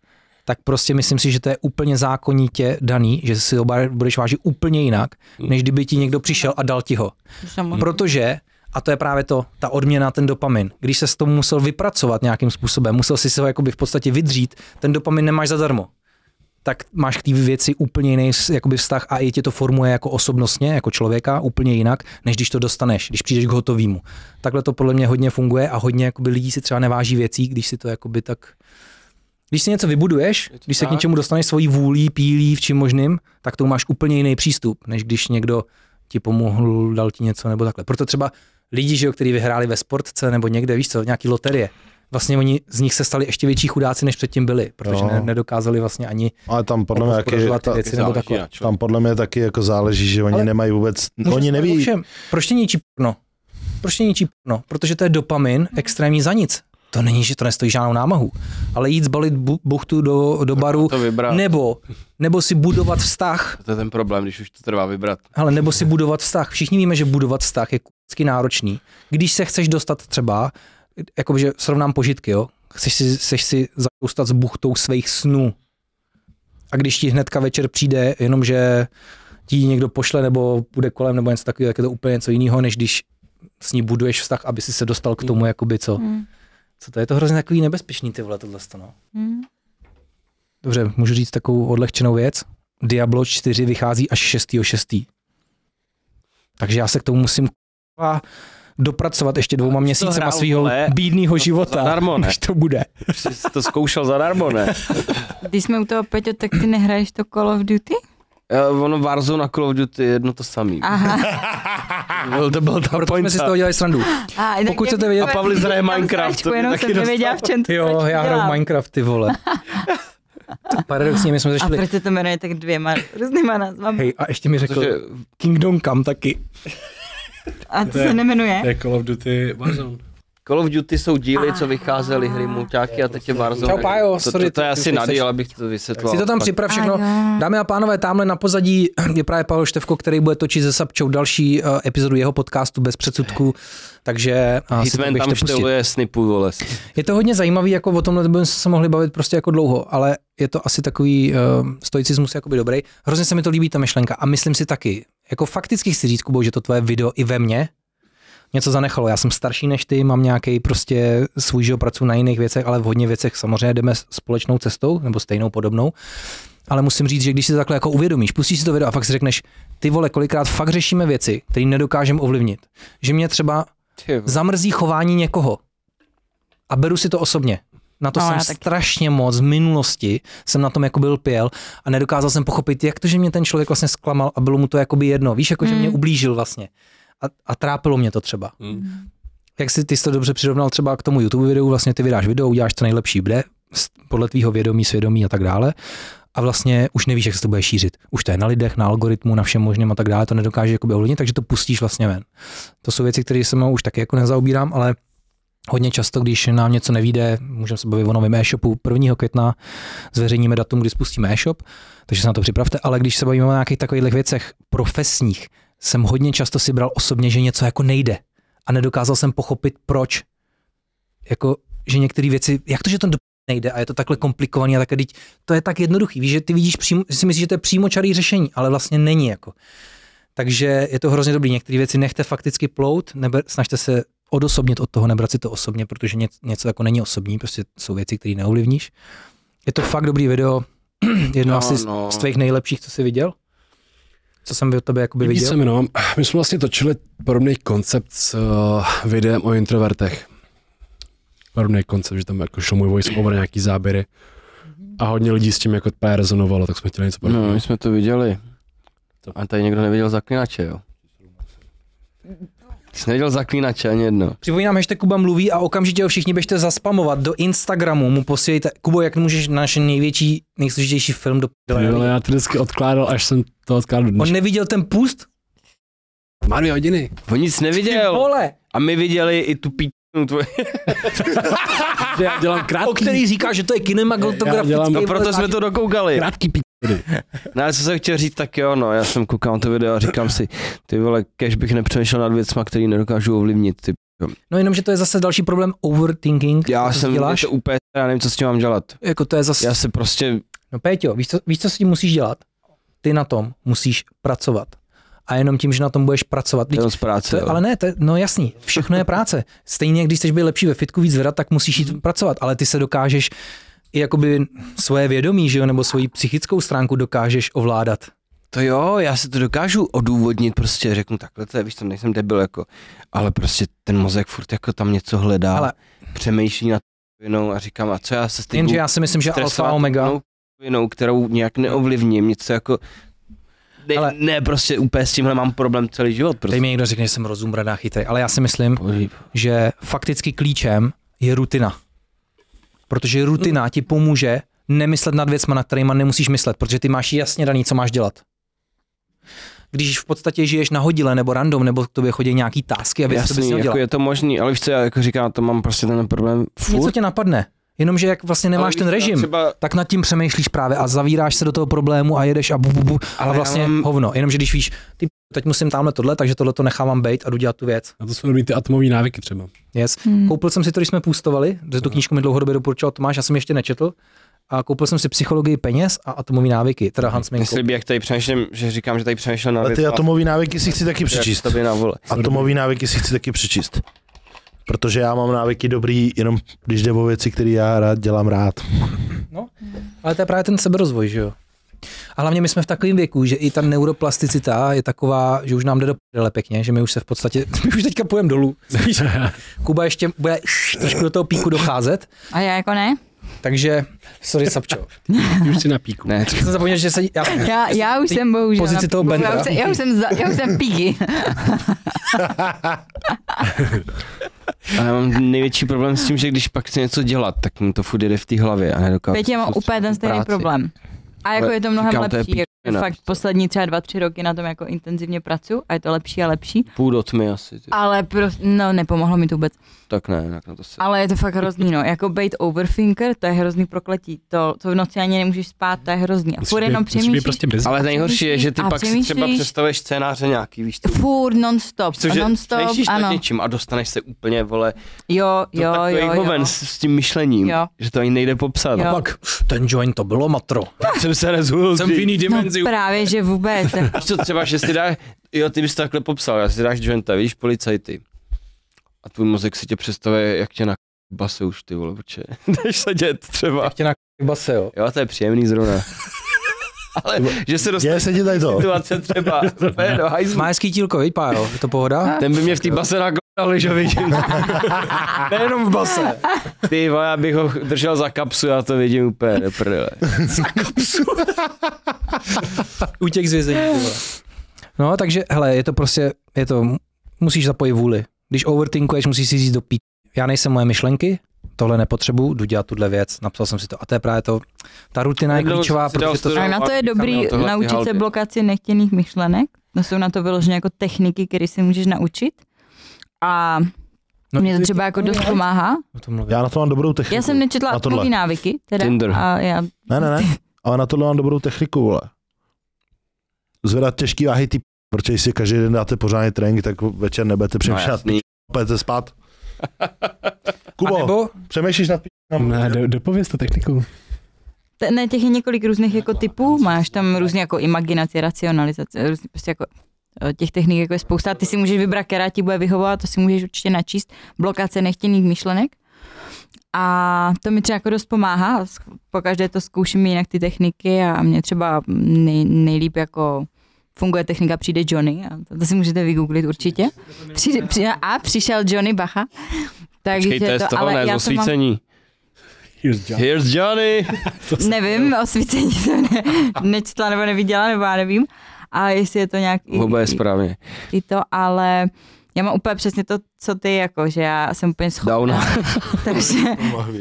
Speaker 3: tak prostě myslím si, že to je úplně zákonitě daný, že si ho ba- budeš vážit úplně jinak, než kdyby ti někdo přišel a dal ti ho.
Speaker 4: Samozřejmě.
Speaker 3: Hmm. Protože, a to je právě to, ta odměna, ten dopamin. Když se s tomu musel vypracovat nějakým způsobem, musel si se ho jakoby v podstatě vydřít, ten dopamin nemáš zadarmo. Tak máš k té věci úplně jiný s- jakoby vztah a i tě to formuje jako osobnostně, jako člověka, úplně jinak, než když to dostaneš, když přijdeš k hotovýmu. Takhle to podle mě hodně funguje a hodně jakoby lidí si třeba neváží věcí, když si to jakoby tak když si něco vybuduješ, když se k
Speaker 6: tak.
Speaker 3: něčemu dostaneš svojí vůlí, pílí, v čím možným, tak to máš úplně jiný přístup, než když někdo ti pomohl, dal ti něco nebo takhle. Proto třeba lidi, že jo, kteří vyhráli ve sportce nebo někde, víš co, nějaký loterie, vlastně oni z nich se stali ještě větší chudáci, než předtím byli, protože
Speaker 2: Jo.
Speaker 3: ne, nedokázali vlastně ani
Speaker 2: ale tam podle mě taky,
Speaker 3: hospodařovat ty
Speaker 2: ta,
Speaker 3: věci nebo
Speaker 6: záleží
Speaker 3: takhle.
Speaker 6: na člověku.
Speaker 2: tam podle mě taky jako záleží, že oni
Speaker 3: Ale-
Speaker 2: nemají vůbec,
Speaker 3: Může
Speaker 2: No, oni
Speaker 3: se to
Speaker 2: neví,
Speaker 3: No, ovšem. Proč tě ničí porno? Proč tě ničí porno? Protože to je dopamin extrémní za nic. To není, že to nestojí žádnou námahu. Ale jít zbalit bu- buchtu do, do
Speaker 2: No,
Speaker 3: baru,
Speaker 6: To vybrat.
Speaker 3: nebo, nebo si budovat vztah,
Speaker 6: To je ten problém, když už to trvá vybrat.
Speaker 3: ale nebo si budovat vztah. Všichni víme, že budovat vztah je kucky náročný. Když se chceš dostat třeba, jakože srovnám požitky, jo? Chceš si, chceš si zakoustat s buchtou svých snů. A když ti hnedka večer přijde, jenom že ti ji někdo pošle nebo bude kolem nebo něco takového, tak je to úplně něco jiného, než když s ní buduješ vztah, aby si se dostal k tomu, jakoby co.
Speaker 4: Mm.
Speaker 3: Co to je to hrozně takový nebezpečný, ty vole, tohle to, no.
Speaker 4: Mm.
Speaker 3: Dobře, můžu říct takovou odlehčenou věc. Diablo 4 vychází až 6.6. Takže já se k tomu musím k***a, dopracovat ještě dvouma
Speaker 5: A jsi to
Speaker 3: měsícema
Speaker 5: hrál,
Speaker 3: svýho
Speaker 5: vole,
Speaker 3: bídnýho
Speaker 5: to
Speaker 3: života,
Speaker 5: zadarmo, ne?
Speaker 3: než to bude.
Speaker 5: Jsi to zkoušel zadarmo, ne?
Speaker 4: Když jsme u toho, Peťo, tak ty nehraješ to Call of Duty?
Speaker 6: Uh, ono Warzone a Call of Duty je jedno to samý.
Speaker 4: Aha.
Speaker 6: Byl, to byl ta
Speaker 3: Proto jsme si z toho dělali srandu.
Speaker 4: A, tak
Speaker 3: Pokud
Speaker 4: já
Speaker 3: chcete
Speaker 4: bych-
Speaker 3: vědět-
Speaker 6: A Pavlis hraje
Speaker 4: Tam
Speaker 6: Minecraft,
Speaker 4: sračku,
Speaker 6: to by
Speaker 4: jenom
Speaker 6: taky
Speaker 4: jsem nevěděla, v čem to
Speaker 3: Jo,
Speaker 4: sračku
Speaker 3: já hraju
Speaker 4: dělám.
Speaker 3: Minecraft, ty vole. Paradoxně, my jsme
Speaker 4: A
Speaker 3: začali.
Speaker 4: proč se to jmenuje tak dvěma různýma názvama?
Speaker 3: Hej, a ještě mi řekl
Speaker 6: Protože
Speaker 3: Kingdom Come taky.
Speaker 4: A to se nemenuje?
Speaker 3: jako
Speaker 1: je Call of Duty Warzone.
Speaker 6: Call of Duty jsou díly, co vycházely hry mulťáky a teď je prostě- Warzone.
Speaker 3: Čau, Pájo,
Speaker 6: to,
Speaker 3: sorry,
Speaker 6: to, to, je
Speaker 3: ty- ty
Speaker 6: asi
Speaker 3: jsi-
Speaker 6: nadíl, abych to vysvětlil.
Speaker 3: Si to tam
Speaker 6: Pak-
Speaker 3: připrav všechno.
Speaker 4: A jo.
Speaker 3: Dámy a pánové, tamhle na pozadí je právě Pavel Števko, který bude točit se Sapčou další eh, epizodu jeho podcastu Bez předsudků, takže eh, si to
Speaker 6: Hitman tam
Speaker 3: běžte pustit.
Speaker 6: šteluje snipů, vole.
Speaker 3: Je to hodně zajímavý, jako o tomhle bychom se mohli bavit prostě jako dlouho, ale je to asi takový uh, stoicismus jakoby dobrý. Hrozně se mi to líbí ta myšlenka a myslím si taky, jako fakticky chci říct, Kubo, že to tvoje video i ve mně něco zanechalo. Já jsem starší než ty, mám nějaký prostě svůj život, pracuji na jiných věcech, ale v hodně věcech samozřejmě jdeme společnou cestou nebo stejnou podobnou. Ale musím říct, že když si to takhle jako uvědomíš, pustíš si to video a fakt si řekneš, ty vole, kolikrát fakt řešíme věci, které nedokážeme ovlivnit. Že mě třeba zamrzí chování někoho. A beru si to osobně. Na to
Speaker 4: No,
Speaker 3: no, jsem
Speaker 4: já taky.
Speaker 3: strašně moc v minulosti jsem na tom jako byl pěl a nedokázal jsem pochopit, jak to, že mě ten člověk vlastně zklamal a bylo mu to jakoby jedno. Víš, jako že
Speaker 4: Hmm.
Speaker 3: mě ublížil vlastně. A, a trápilo mě to třeba. Jak si ty jsi to dobře přirovnal třeba k tomu YouTube videu, vlastně ty vydáš video, uděláš to nejlepší bude, s- podle tvýho vědomí, svědomí a tak dále. A vlastně už nevíš, jak se to bude šířit. Už to je na lidech, na algoritmu, na všem možném a tak dále, to nedokáže jakoby ovlivnit, takže to pustíš vlastně ven. To jsou věci, které se mnou už taky jako nezaobírám, ale hodně často, když nám něco nevíde, můžeme se bavit o novém e-shopu 1. května, zveřejníme datum, kdy spustíme e-shop, takže se na to připravte, ale když se bavíme o nějakých takových věcech profesních, jsem hodně často si bral osobně, že něco jako nejde a nedokázal jsem pochopit, proč. Jako, že některé věci, jak to, že to do p- nejde a je to takhle komplikovaný a tak, teď to je tak jednoduchý. Víš, že ty vidíš přímo, že si myslíš, že to je přímočarý řešení, ale vlastně není jako. Takže je to hrozně dobrý. Některé věci nechte fakticky plout, neber, snažte se odosobnit od toho, nebrat si to osobně, protože něco, něco jako není osobní, prostě jsou věci, které neovlivníš. Je to fakt dobrý video, jedno no,
Speaker 6: No,
Speaker 3: asi z-
Speaker 6: no.
Speaker 3: z tvých nejlepších, co jsi viděl? Co jsem od tebe jakoby
Speaker 1: Líbí
Speaker 3: viděl?
Speaker 1: se mi, no. My jsme vlastně točili podobný koncept s uh, videem o introvertech. Podobný koncept, že tam jako šel můj voice over nějaký záběry. A hodně lidí s tím jako právě rezonovalo, tak jsme chtěli něco podobného.
Speaker 6: No, my jsme to viděli. A tady někdo neviděl zaklínače, jo? Ty jsi neviděl zaklínače ani jedno.
Speaker 3: Připomínám, hashtag Kuba mluví a okamžitě ho všichni běžte zaspamovat do Instagramu, mu posílejte, Kubo, jak můžeš na náš největší, nejsložitější film do
Speaker 1: Jo, ale
Speaker 3: prdele.
Speaker 1: já to vždycky odkládal, až jsem to odkládal
Speaker 3: On
Speaker 1: dnes.
Speaker 3: neviděl ten půst?
Speaker 1: Má dvě hodiny.
Speaker 6: On nic
Speaker 3: Ty
Speaker 6: neviděl.
Speaker 3: vole,
Speaker 6: A my viděli i tu píčnu tvoje.
Speaker 1: Že Já dělám
Speaker 3: o
Speaker 1: krátký,
Speaker 3: který říká, že to je kinematografický.
Speaker 1: Já dělám-
Speaker 6: No
Speaker 3: vole,
Speaker 6: proto jsme to dokoukali.
Speaker 1: krátký pí...
Speaker 6: No já jsem chtěl říct, tak jo, no, já jsem koukal to video a říkám si, ty vole, kež bych nepřemýšlel nad věcma, který nedokážu ovlivnit. Ty.
Speaker 3: No jenom, že to je zase další problém overthinking.
Speaker 6: Já
Speaker 3: co
Speaker 6: jsem
Speaker 3: děláš.
Speaker 6: je to úplně, já nevím, co s tím mám dělat.
Speaker 3: Jako to je zase...
Speaker 6: Já se prostě,
Speaker 3: No Péťo, víš co, víš, co s tím musíš dělat? Ty na tom musíš pracovat. A jenom tím, že na tom budeš pracovat. Vždyť
Speaker 6: jenom z práce,
Speaker 3: To je,
Speaker 6: jo.
Speaker 3: ale ne, to je, no jasný, všechno je práce. Stejně, když chceš být lepší ve fitku, víc zvedat, tak musíš jít pracovat, ale ty se dokážeš i jakoby svoje vědomí, že jo, nebo svoji psychickou stránku dokážeš ovládat.
Speaker 6: To jo, já si to dokážu odůvodnit, prostě řeknu takhle, to je, víš, to nejsem debil, jako, ale prostě ten mozek furt jako tam něco hledá,
Speaker 3: Ale-
Speaker 6: ale... přemýšlí nad vinou a říkám, a co já se s tím
Speaker 3: Jenže já si myslím, že alfa a omega,
Speaker 6: Vinou, kterou nějak neovlivním, něco jako, ne,
Speaker 3: Ale-
Speaker 6: ale... ne, prostě úplně s tímhle mám problém celý život,
Speaker 3: tady
Speaker 6: prostě.
Speaker 3: mi někdo řekne, že jsem rozum radá chytrý, ale já si myslím,
Speaker 6: Boží,
Speaker 3: že fakticky klíčem je rutina. Protože rutina ti pomůže nemyslet nad věcma, na kterýma nemusíš myslet, protože ty máš jasně daný, co máš dělat. Když v podstatě žiješ nahodile nebo random, nebo k tobě chodí nějaký tásky a věci, co bys
Speaker 6: Jasný,
Speaker 3: měl dělat.
Speaker 6: jako je to možný, ale víš co, já jako říkám, to mám prostě ten problém furt.
Speaker 3: Něco tě napadne. Jenomže jak vlastně
Speaker 6: ale
Speaker 3: nemáš
Speaker 6: víš
Speaker 3: ten
Speaker 6: co,
Speaker 3: režim, třeba...
Speaker 6: Třeba,
Speaker 3: tak nad tím přemýšlíš právě a zavíráš se do toho problému a jedeš a bu, bu, bu a
Speaker 6: Ale já
Speaker 3: vlastně mám...
Speaker 6: mám-
Speaker 3: hovno. Jenomže když víš, ty p- teď musím tamhle tohle, takže tohle to nechávám bejt a jdu dělat tu věc.
Speaker 1: A to jsou dobrý ty atomové návyky třeba.
Speaker 3: Yes.
Speaker 4: Hmm.
Speaker 3: Koupil jsem si to, když jsme půstovali, že tu knížku mi dlouhodobě doporučoval Tomáš, já jsem ji ještě nečetl. A koupil jsem si psychologii peněz a atomový návyky, teda Hans Minko.
Speaker 6: jestli by, jak tady přemýšlím, že říkám, že tady přemýšlel na
Speaker 2: Ale ty
Speaker 6: věc,
Speaker 2: atomový návyky si chci taky
Speaker 6: jak
Speaker 2: přečíst.
Speaker 6: To by na vole.
Speaker 2: Atomový návyky si chci taky přečíst. Protože já mám návyky dobrý, jenom když jde o věci, které já rád dělám rád.
Speaker 3: Ale to je právě ten seberozvoj, že jo. A hlavně my jsme v takovém věku, že i ta neuroplasticita je taková, že už nám jde do prdele pěkně, že my už se v podstatě, my už teďka půjdeme dolů. Spíš. Kuba ještě bude trošku do toho píku docházet,
Speaker 4: A já jako ne?
Speaker 3: takže sorry Sapčo.
Speaker 1: Ty už si na píku.
Speaker 6: Ne,
Speaker 3: Já jsem zapomněl, že se, já,
Speaker 4: Já, já už jsem bohužel.
Speaker 3: pozici
Speaker 4: na-
Speaker 3: toho
Speaker 4: já
Speaker 3: Bendera.
Speaker 4: už jsem, já už jsem, za, já už jsem píky.
Speaker 6: A já mám největší problém s tím, že když pak chci něco dělat, tak mi to furt jede v té hlavě a nedokážu.
Speaker 4: Teď já mám
Speaker 6: soustředit
Speaker 4: úplně ten
Speaker 6: na
Speaker 4: stejný
Speaker 6: práci.
Speaker 4: problém. A jako
Speaker 6: Ale
Speaker 4: je to mnohem
Speaker 6: říkám, to je
Speaker 4: lepší.
Speaker 6: píčovina.
Speaker 4: jako fakt poslední třeba dva, tři roky na tom jako intenzivně pracuji a je to lepší a lepší.
Speaker 6: Půl do tmy asi, ty.
Speaker 4: Ale prostě, no nepomohlo mi to vůbec.
Speaker 6: tak ne, tak na to se...
Speaker 4: Ale je to fakt hrozný, no. Jako být overthinker, to je hrozný prokletí. To, to v noci ani nemůžeš spát, to je hrozný. A furt jenom
Speaker 1: musíš být
Speaker 4: přemýšlíš.
Speaker 1: prostě bez...
Speaker 6: Ale nejhorší je, že ty
Speaker 4: A
Speaker 6: pak si třeba
Speaker 4: přemýšlíš-
Speaker 6: představuješ scénáře nějaký, víš co?
Speaker 4: Furt non-stop,
Speaker 6: Cože
Speaker 4: non-stop,
Speaker 6: přemýšlíš nad
Speaker 4: ano.
Speaker 6: něčím a dostaneš se úplně, vole,
Speaker 4: Jo,
Speaker 6: do
Speaker 4: jo, jo,
Speaker 6: takového
Speaker 4: jo.
Speaker 6: ven s, s tím myšlením,
Speaker 4: Jo.
Speaker 6: že to ani nejde popsat.
Speaker 4: Jo.
Speaker 3: pak ten joint to bylo matro.
Speaker 6: Jsem se nezhulil. ty.
Speaker 4: No právě, že vůbec.
Speaker 6: Víš co, třeba, že si dáš, jo, ty bys to takhle popsal, já si dáš jointa, vidíš policajty. A tvůj mozek si tě představuje, jak tě na base už ty vole, protože jdeš sedět třeba.
Speaker 3: Jak tě na base, jo.
Speaker 6: Jo, to je příjemný zrovna. Ale že se dostane
Speaker 2: Děje se ti tady to?
Speaker 6: situace třeba, to je do hajzlu.
Speaker 3: Má hezký tílko, viď, Pájo, je to pohoda?
Speaker 6: Ten by mě v té base nagodal ližovi. Nejenom v base. Ty vole, já bych ho držel za kapsu, já to vidím úplně do prdele. No,
Speaker 3: Útěk z vězení. ty vole. No, takže, hele, je to prostě, je to, musíš zapojit vůli. Když overthinkuješ, musíš si jít do pí. Já nejsem moje myšlenky, tohle nepotřebuju, jdu dělat tuhle věc, napsal jsem si to. A to je právě to, ta rutina je
Speaker 6: Nebylo,
Speaker 3: klíčová,
Speaker 6: si dal
Speaker 3: protože to
Speaker 6: studovat.
Speaker 4: Ale na to je
Speaker 6: Říkám,
Speaker 4: dobrý
Speaker 6: jo, tohle ty
Speaker 4: naučit
Speaker 6: haldy.
Speaker 4: se blokaci nechtěných myšlenek. No jsou na to vyloženě jako techniky, které si můžeš naučit. A
Speaker 3: No,
Speaker 4: mě to třeba jako dost pomáhá.
Speaker 3: o tom mluvím.
Speaker 2: Já na to mám dobrou techniku.
Speaker 4: Já jsem nečetla
Speaker 2: Na tohle.
Speaker 4: nový návyky, teda.
Speaker 6: Tinder.
Speaker 4: A já,
Speaker 2: Ne, ne, ne, ale na tohle mám dobrou techniku, vole. Zvedat těžký váhy ty p- protože si každý den dáte pořádný trénink, tak večer nebudete přemýšlet,
Speaker 6: jasný.
Speaker 2: no, budete spát.
Speaker 3: A
Speaker 2: Kubo,
Speaker 3: nebo
Speaker 2: přemýšlíš nad p-
Speaker 1: Ne, do, dopověz to techniku.
Speaker 4: T- Ne, těch je několik různých jako typů, máš tam různě jako imaginaci, racionalizace, různě prostě jako eh, těch technik jako je spousta, ty si můžeš vybrat, která ti bude vyhovovat, to si můžeš určitě načíst, blokace nechtěných myšlenek. A to mi třeba jako dost pomáhá, s- pokaždé to zkouším jinak ty techniky a mě třeba nej, nejlíp jako funguje technika Přijde Johnny, a to, to si můžete vygooglit určitě. Přijde, přijde, a přišel Johnny Bacha. Takže
Speaker 6: Počkej, to je z toho, ne, z
Speaker 4: to mám,
Speaker 6: osvícení. Here's Johnny.
Speaker 4: Nevím, osvícení jsem ne, nečetla nebo neviděla, nebo já nevím. A jestli je to nějak i,
Speaker 6: Oba je
Speaker 4: i-
Speaker 6: správně.
Speaker 4: i to, ale já mám úplně přesně to, co ty, jako, že já jsem úplně schopná.
Speaker 6: Downa.
Speaker 4: takže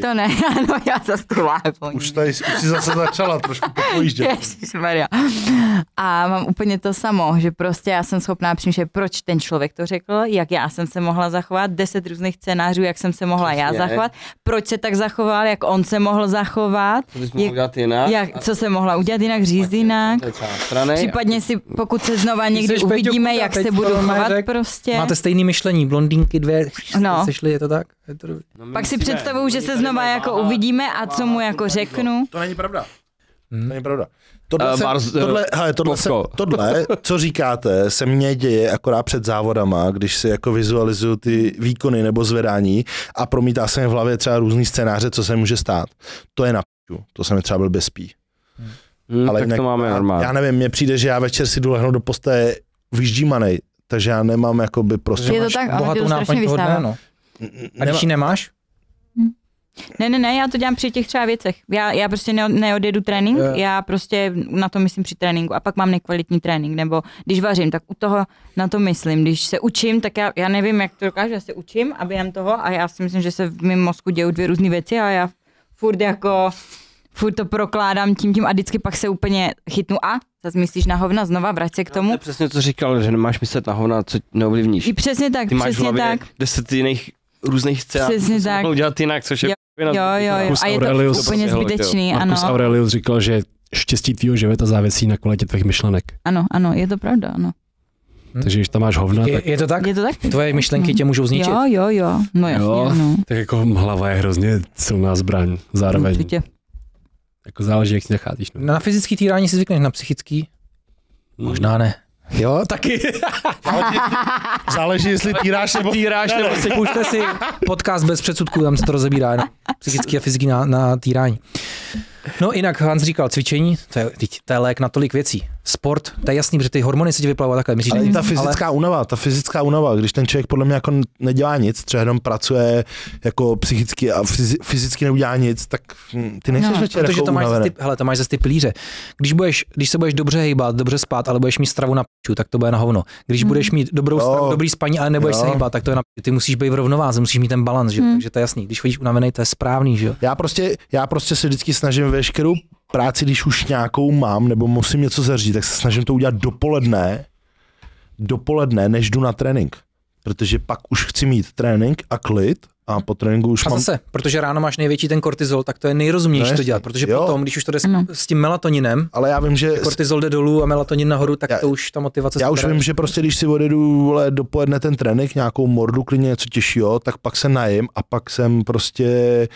Speaker 4: to ne, ano, já za tu lávu.
Speaker 2: Už, tady, už jsi zase začala trošku popojíždět.
Speaker 4: Maria. A mám úplně to samo, že prostě já jsem schopná přemýšlet, proč ten člověk to řekl, jak já jsem se mohla zachovat, deset různých scénářů, jak jsem se mohla já
Speaker 6: Přesně.
Speaker 4: zachovat, proč se tak zachoval, jak on se mohl zachovat,
Speaker 6: To bys
Speaker 4: mohl
Speaker 6: mohl dělat jinak.
Speaker 4: jak, co se mohla udělat jinak, říct jinak. Případně si, pokud se znova někdy
Speaker 3: jsi, Peťo,
Speaker 4: uvidíme,
Speaker 3: kuda,
Speaker 4: jak
Speaker 3: teď
Speaker 4: se
Speaker 3: to
Speaker 4: budu
Speaker 3: normálně
Speaker 4: chovat
Speaker 3: řek.
Speaker 4: prostě.
Speaker 3: máte stejný myšlení, blondýnky dvě,
Speaker 4: No.
Speaker 3: sešly, je to tak? Je to dobrý.
Speaker 6: No,
Speaker 4: Pak si představuju, že se znova jako uvidíme a co mu jako řeknu.
Speaker 2: To není pravda. To není pravda. Tohle,
Speaker 6: Hmm? Eh,
Speaker 2: se,
Speaker 6: Mars, eh,
Speaker 2: tohle, hele, tohle, se,
Speaker 6: Povko.
Speaker 2: tohle, co říkáte, se mně děje akorát před závodama, když si jako vizualizuju ty výkony nebo zvedání a promítá se mi v hlavě třeba různý scénáře, co se může stát. To je na p***u. To se mi třeba byl bezpí.
Speaker 6: Hmm, ale tak to máme
Speaker 2: já,
Speaker 6: normálně.
Speaker 2: Já nevím, mně přijde, že já večer si jdu lehnout do postele vyždímanej, takže já nemám jakoby prostě...
Speaker 4: Je to
Speaker 3: Máš
Speaker 4: tak, ale
Speaker 3: bohatou
Speaker 4: to
Speaker 3: náplň
Speaker 4: strašně
Speaker 3: toho dne,
Speaker 4: vystává.
Speaker 3: no. A
Speaker 2: Nemá-
Speaker 3: když ji nemáš,
Speaker 4: Ne, ne, ne, já to dělám při těch třeba věcech. Já, já prostě ne, neodjedu trénink,
Speaker 3: Jo.
Speaker 4: já prostě na to myslím při tréninku a pak mám nekvalitní trénink, nebo když vařím, tak u toho na to myslím. Když se učím, tak já, já nevím, jak to dokážu, já se učím a během toho a já si myslím, že se v mém mozku dějou dvě různé věci a já furt jako furt to prokládám tím tím a vždycky pak se úplně chytnu a zase myslíš na hovna, znova vrať se k
Speaker 6: To je
Speaker 4: tomu.
Speaker 6: přesně to říkal, že nemáš myslet na hovna, co neovlivníš.
Speaker 4: I přesně tak,
Speaker 6: Ty máš v
Speaker 4: přesně
Speaker 6: hlavě
Speaker 4: tak.
Speaker 6: deset jiných různých scénářů,
Speaker 4: Přesně
Speaker 6: co jsi
Speaker 4: tak.
Speaker 6: mohl dělat jinak, což je
Speaker 4: Jo,
Speaker 6: pěkná
Speaker 4: Jo, jo, jo.
Speaker 1: Marcus
Speaker 4: A je to
Speaker 1: Aurelius.
Speaker 4: úplně zbytečný, ano.
Speaker 1: Marcus Aurelius říkal, že štěstí tvýho života závisí na kvalitě tvých myšlenek.
Speaker 4: Ano, ano, je to pravda, ano.
Speaker 1: Takže když tam máš hovna, tak,
Speaker 3: je, je to tak?
Speaker 4: Je to tak?
Speaker 3: Tvoje myšlenky tě můžou zničit.
Speaker 4: Jo, jo, jo. No jasně,
Speaker 1: Jo.
Speaker 4: no.
Speaker 1: tak jako hlava je hrozně silná zbraň zároveň.
Speaker 4: Určitě.
Speaker 1: Jako záleží, jak si nacházíš. No.
Speaker 3: Na fyzický týrání si zvykneš, na psychický? Možná ne. Jo, taky.
Speaker 2: Záleží, jestli týráš nebo...
Speaker 6: Týráš nebo si...
Speaker 3: Pušte si podcast bez předsudků, tam se to rozebírá. jenom Psychický a fyzický na, na týrání. No jinak Hans říkal cvičení, to je, teď, to je lék na tolik věcí. Sport, to je jasný, protože ty hormony se ti vyplavují takhle. Myslíš,
Speaker 2: Ale
Speaker 3: že-
Speaker 2: i ta fyzická ale... únava, ta fyzická únava, když ten člověk podle mě jako nedělá nic, třeba jenom pracuje jako psychicky a fyzi- fyzicky neudělá nic, tak hm, ty nejseš
Speaker 4: No,
Speaker 2: no, večer
Speaker 3: Protože
Speaker 2: jako
Speaker 3: to máš, zase
Speaker 2: unavený.
Speaker 3: ty, hele, to máš zase ty pilíře. Když, budeš, když se budeš dobře hejbat, dobře spát, ale budeš mít stravu na piču, tak to bude na hovno. Když
Speaker 4: Mm.
Speaker 3: budeš mít dobrou
Speaker 2: Jo.
Speaker 3: stravu, dobrý spaní, ale nebudeš
Speaker 2: Jo.
Speaker 3: se hejbat, tak to je na piču. Ty musíš být v rovnováze, musíš mít ten balans, že?
Speaker 4: Mm.
Speaker 3: takže to je jasný. Když chodíš unavený, to je správný, že jo?
Speaker 2: Já prostě, já prostě se vždycky snažím veškerou práci, když už nějakou mám, nebo musím něco zařídit, tak se snažím to udělat dopoledne, dopoledne, než jdu na trénink. Protože pak už chci mít trénink a klid a po tréninku už
Speaker 3: A
Speaker 2: mám...
Speaker 3: zase, protože ráno máš největší ten kortizol, tak to je nejrozumnější
Speaker 2: No
Speaker 3: to
Speaker 2: jasně,
Speaker 3: dělat, protože
Speaker 2: jo.
Speaker 3: potom, když už to jde s,
Speaker 4: Ano.
Speaker 3: s tím melatoninem,
Speaker 2: Ale já vím, že...
Speaker 3: kortizol jde dolů a melatonin nahoru, tak
Speaker 2: Já-
Speaker 3: to už ta motivace
Speaker 2: Já už
Speaker 3: spadá.
Speaker 2: vím, že prostě když si odjedu vole, dopoledne ten trénink, nějakou mordu, klidně něco těžšího, tak pak se najím a pak jsem prostě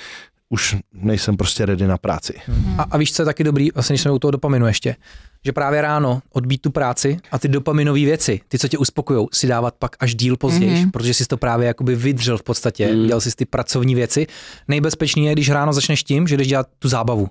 Speaker 2: už nejsem prostě ready na práci.
Speaker 3: A, a víš, co je taky dobrý, vlastně, když jsme u toho dopaminu ještě, že právě ráno odbít tu práci a ty dopaminové věci, ty, co tě uspokojou, si dávat pak až díl později, mm-hmm.
Speaker 4: Mhm.
Speaker 3: protože jsi to právě jakoby vydřel v podstatě,
Speaker 6: Mhm.
Speaker 3: mm. dělal jsi ty pracovní věci. Nejbezpečnější je, když ráno začneš tím, že jdeš dělat tu zábavu.